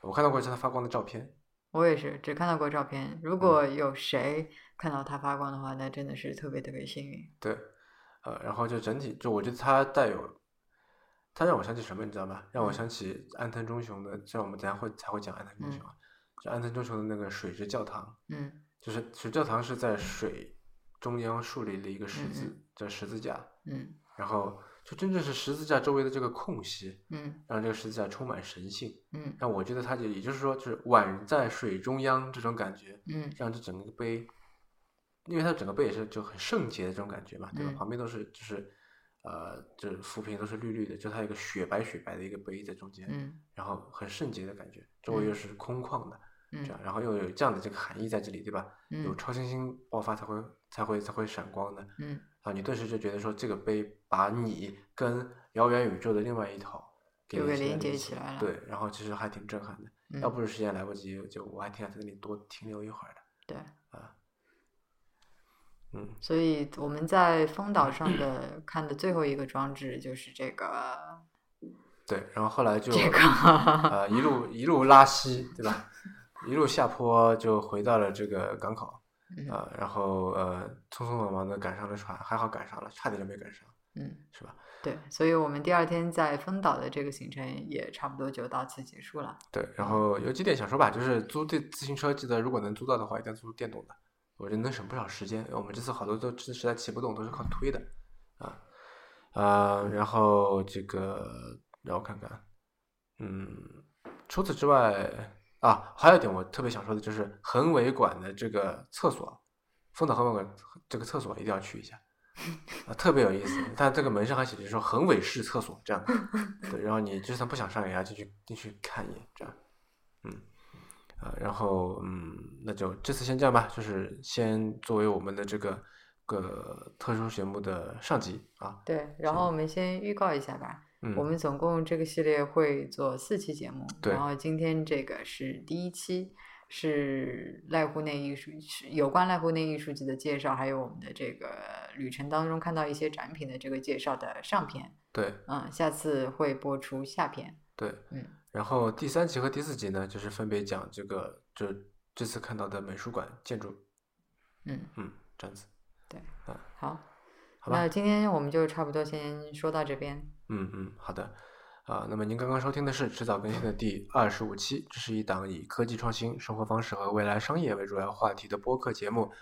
我看到过它发光的照片。
我也是只看到过照片。
嗯
如果有谁看到它发光的话，那真的是特别特别幸运。
对，呃，然后就整体就我觉得它带有，它让我想起什么，你知道吗？让我
嗯
想起安藤忠雄的，像我们等一下会才会讲安藤忠雄啊，就安藤忠雄的那个水之教堂，
嗯
就是水教堂是在水中央树立了一个十
嗯
字，
嗯
叫十字架，
嗯
然后就真正是十字架周围的这个空隙，
嗯
让这个十字架充满神性。
嗯
让我觉得它就也就是说，就是宛在水中央这种感觉，
嗯
让这整个杯，因为它整个杯也是就很圣洁的这种感觉嘛，对吧？
嗯
旁边都是就是呃，就是浮萍都是绿绿的，就它有一个雪白雪白的一个杯在中间，
嗯
然后很圣洁的感觉，周围又是空旷的，这样
嗯，
然后又有这样的这个含义在这里，对吧？有
嗯
超新星爆发才会才会才会闪光的，
嗯
啊，你顿时就觉得说这个杯把你跟遥远宇宙的另外一头给
就给
连
连接
起
起
来
来了
对，然后其实还挺震撼的。
嗯，
要不是时间来不及，就我还挺想在那里多停留一会儿的。
对，
嗯，
所以我们在风岛上的看的最后一个装置就是这个
对。然后后来就
这个
呃一路一路拉稀，对 吧？一路下坡就回到了这个港口
嗯
啊、呃然后呃匆匆忙忙的赶上了船，还好赶上了，差点就没赶上，
嗯
是吧？
对，所以我们第二天在风岛的这个行程也差不多就到此结束了。
对，然后有几点想说吧，就是租这自行车，记得如果能租到的话，一定要租电动的，我觉得能省不少时间。我们这次好多都实在骑不动，都是靠推的，啊啊，呃，然后这个让我看看，嗯，除此之外啊，还有一点我特别想说的就是横尾馆的这个厕所，丰岛横尾馆这个厕所一定要去一下，啊，特别有意思。它这个门上还写着说横尾式厕所这样，对，然后你就算不想上也要进去进去看一眼这样，嗯，啊，然后嗯，那就这次先这样吧，就是先作为我们的这个个特殊节目的上集啊，
对，然后我们先预告一下吧。
嗯，
我们总共这个系列会做四期节目，
对
然后今天这个是第一期，是濑户内艺术是有关濑户内艺术季的介绍，还有我们的这个旅程当中看到一些展品的这个介绍的上篇。
对
嗯，下次会播出下篇。
对，
嗯，
然后第三集和第四集呢，就是分别讲这个，就这次看到的美术馆建筑，
嗯，
嗯，这样子，
好，
好吧
那，今天我们就差不多先说到这边。
嗯嗯，好的，啊，那么您刚刚收听的是迟早更新的第二十五期，这是一档以科技创新、生活方式和未来商业为主要话题的播客节目，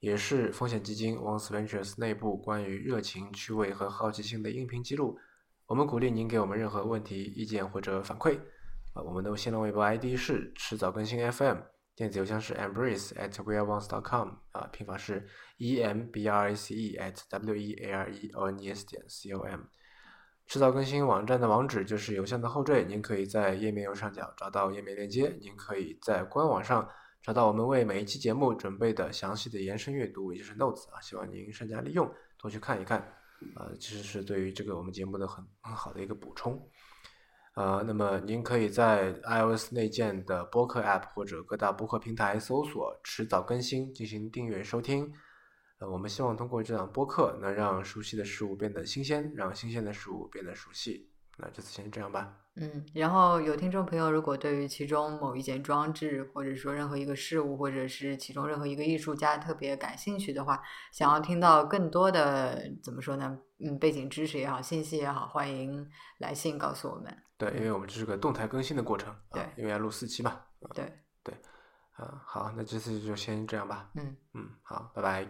也是风险基金 Once Ventures 内部关于热情、趣味和好奇心的音频记录。我们鼓励您给我们任何问题、意见或者反馈。啊，我们的新浪微博 ID 是迟早更新 FM，电子邮箱是 embrace at weareones.com，啊，拼法是 e m b r a c e at w e a r e o n e s 点 c o m。迟早更新网站的网址就是邮箱的后缀，您可以在页面右上角找到页面链接，您可以在官网上找到我们为每一期节目准备的详细的延伸阅读，也就是 notes 啊，希望您善加利用，多去看一看，呃，其实是对于这个我们节目的很很好的一个补充。呃，那么您可以在 iOS 内建的播客 App 或者各大播客平台搜索“迟早更新”进行订阅收听。呃，我们希望通过这档播客，能让熟悉的事物变得新鲜，让新鲜的事物变得熟悉。那这次先这样吧。
嗯，然后有听众朋友，如果对于其中某一件装置，或者说任何一个事物，或者是其中任何一个艺术家特别感兴趣的话，想要听到更多的怎么说呢？嗯，背景知识也好，信息也好，欢迎来信告诉我们。
对，因为我们这是个动态更新的过程，啊、
对
因为要录四期嘛。
对，
啊、好，那这次就先这样吧。
嗯，
嗯，好，拜拜。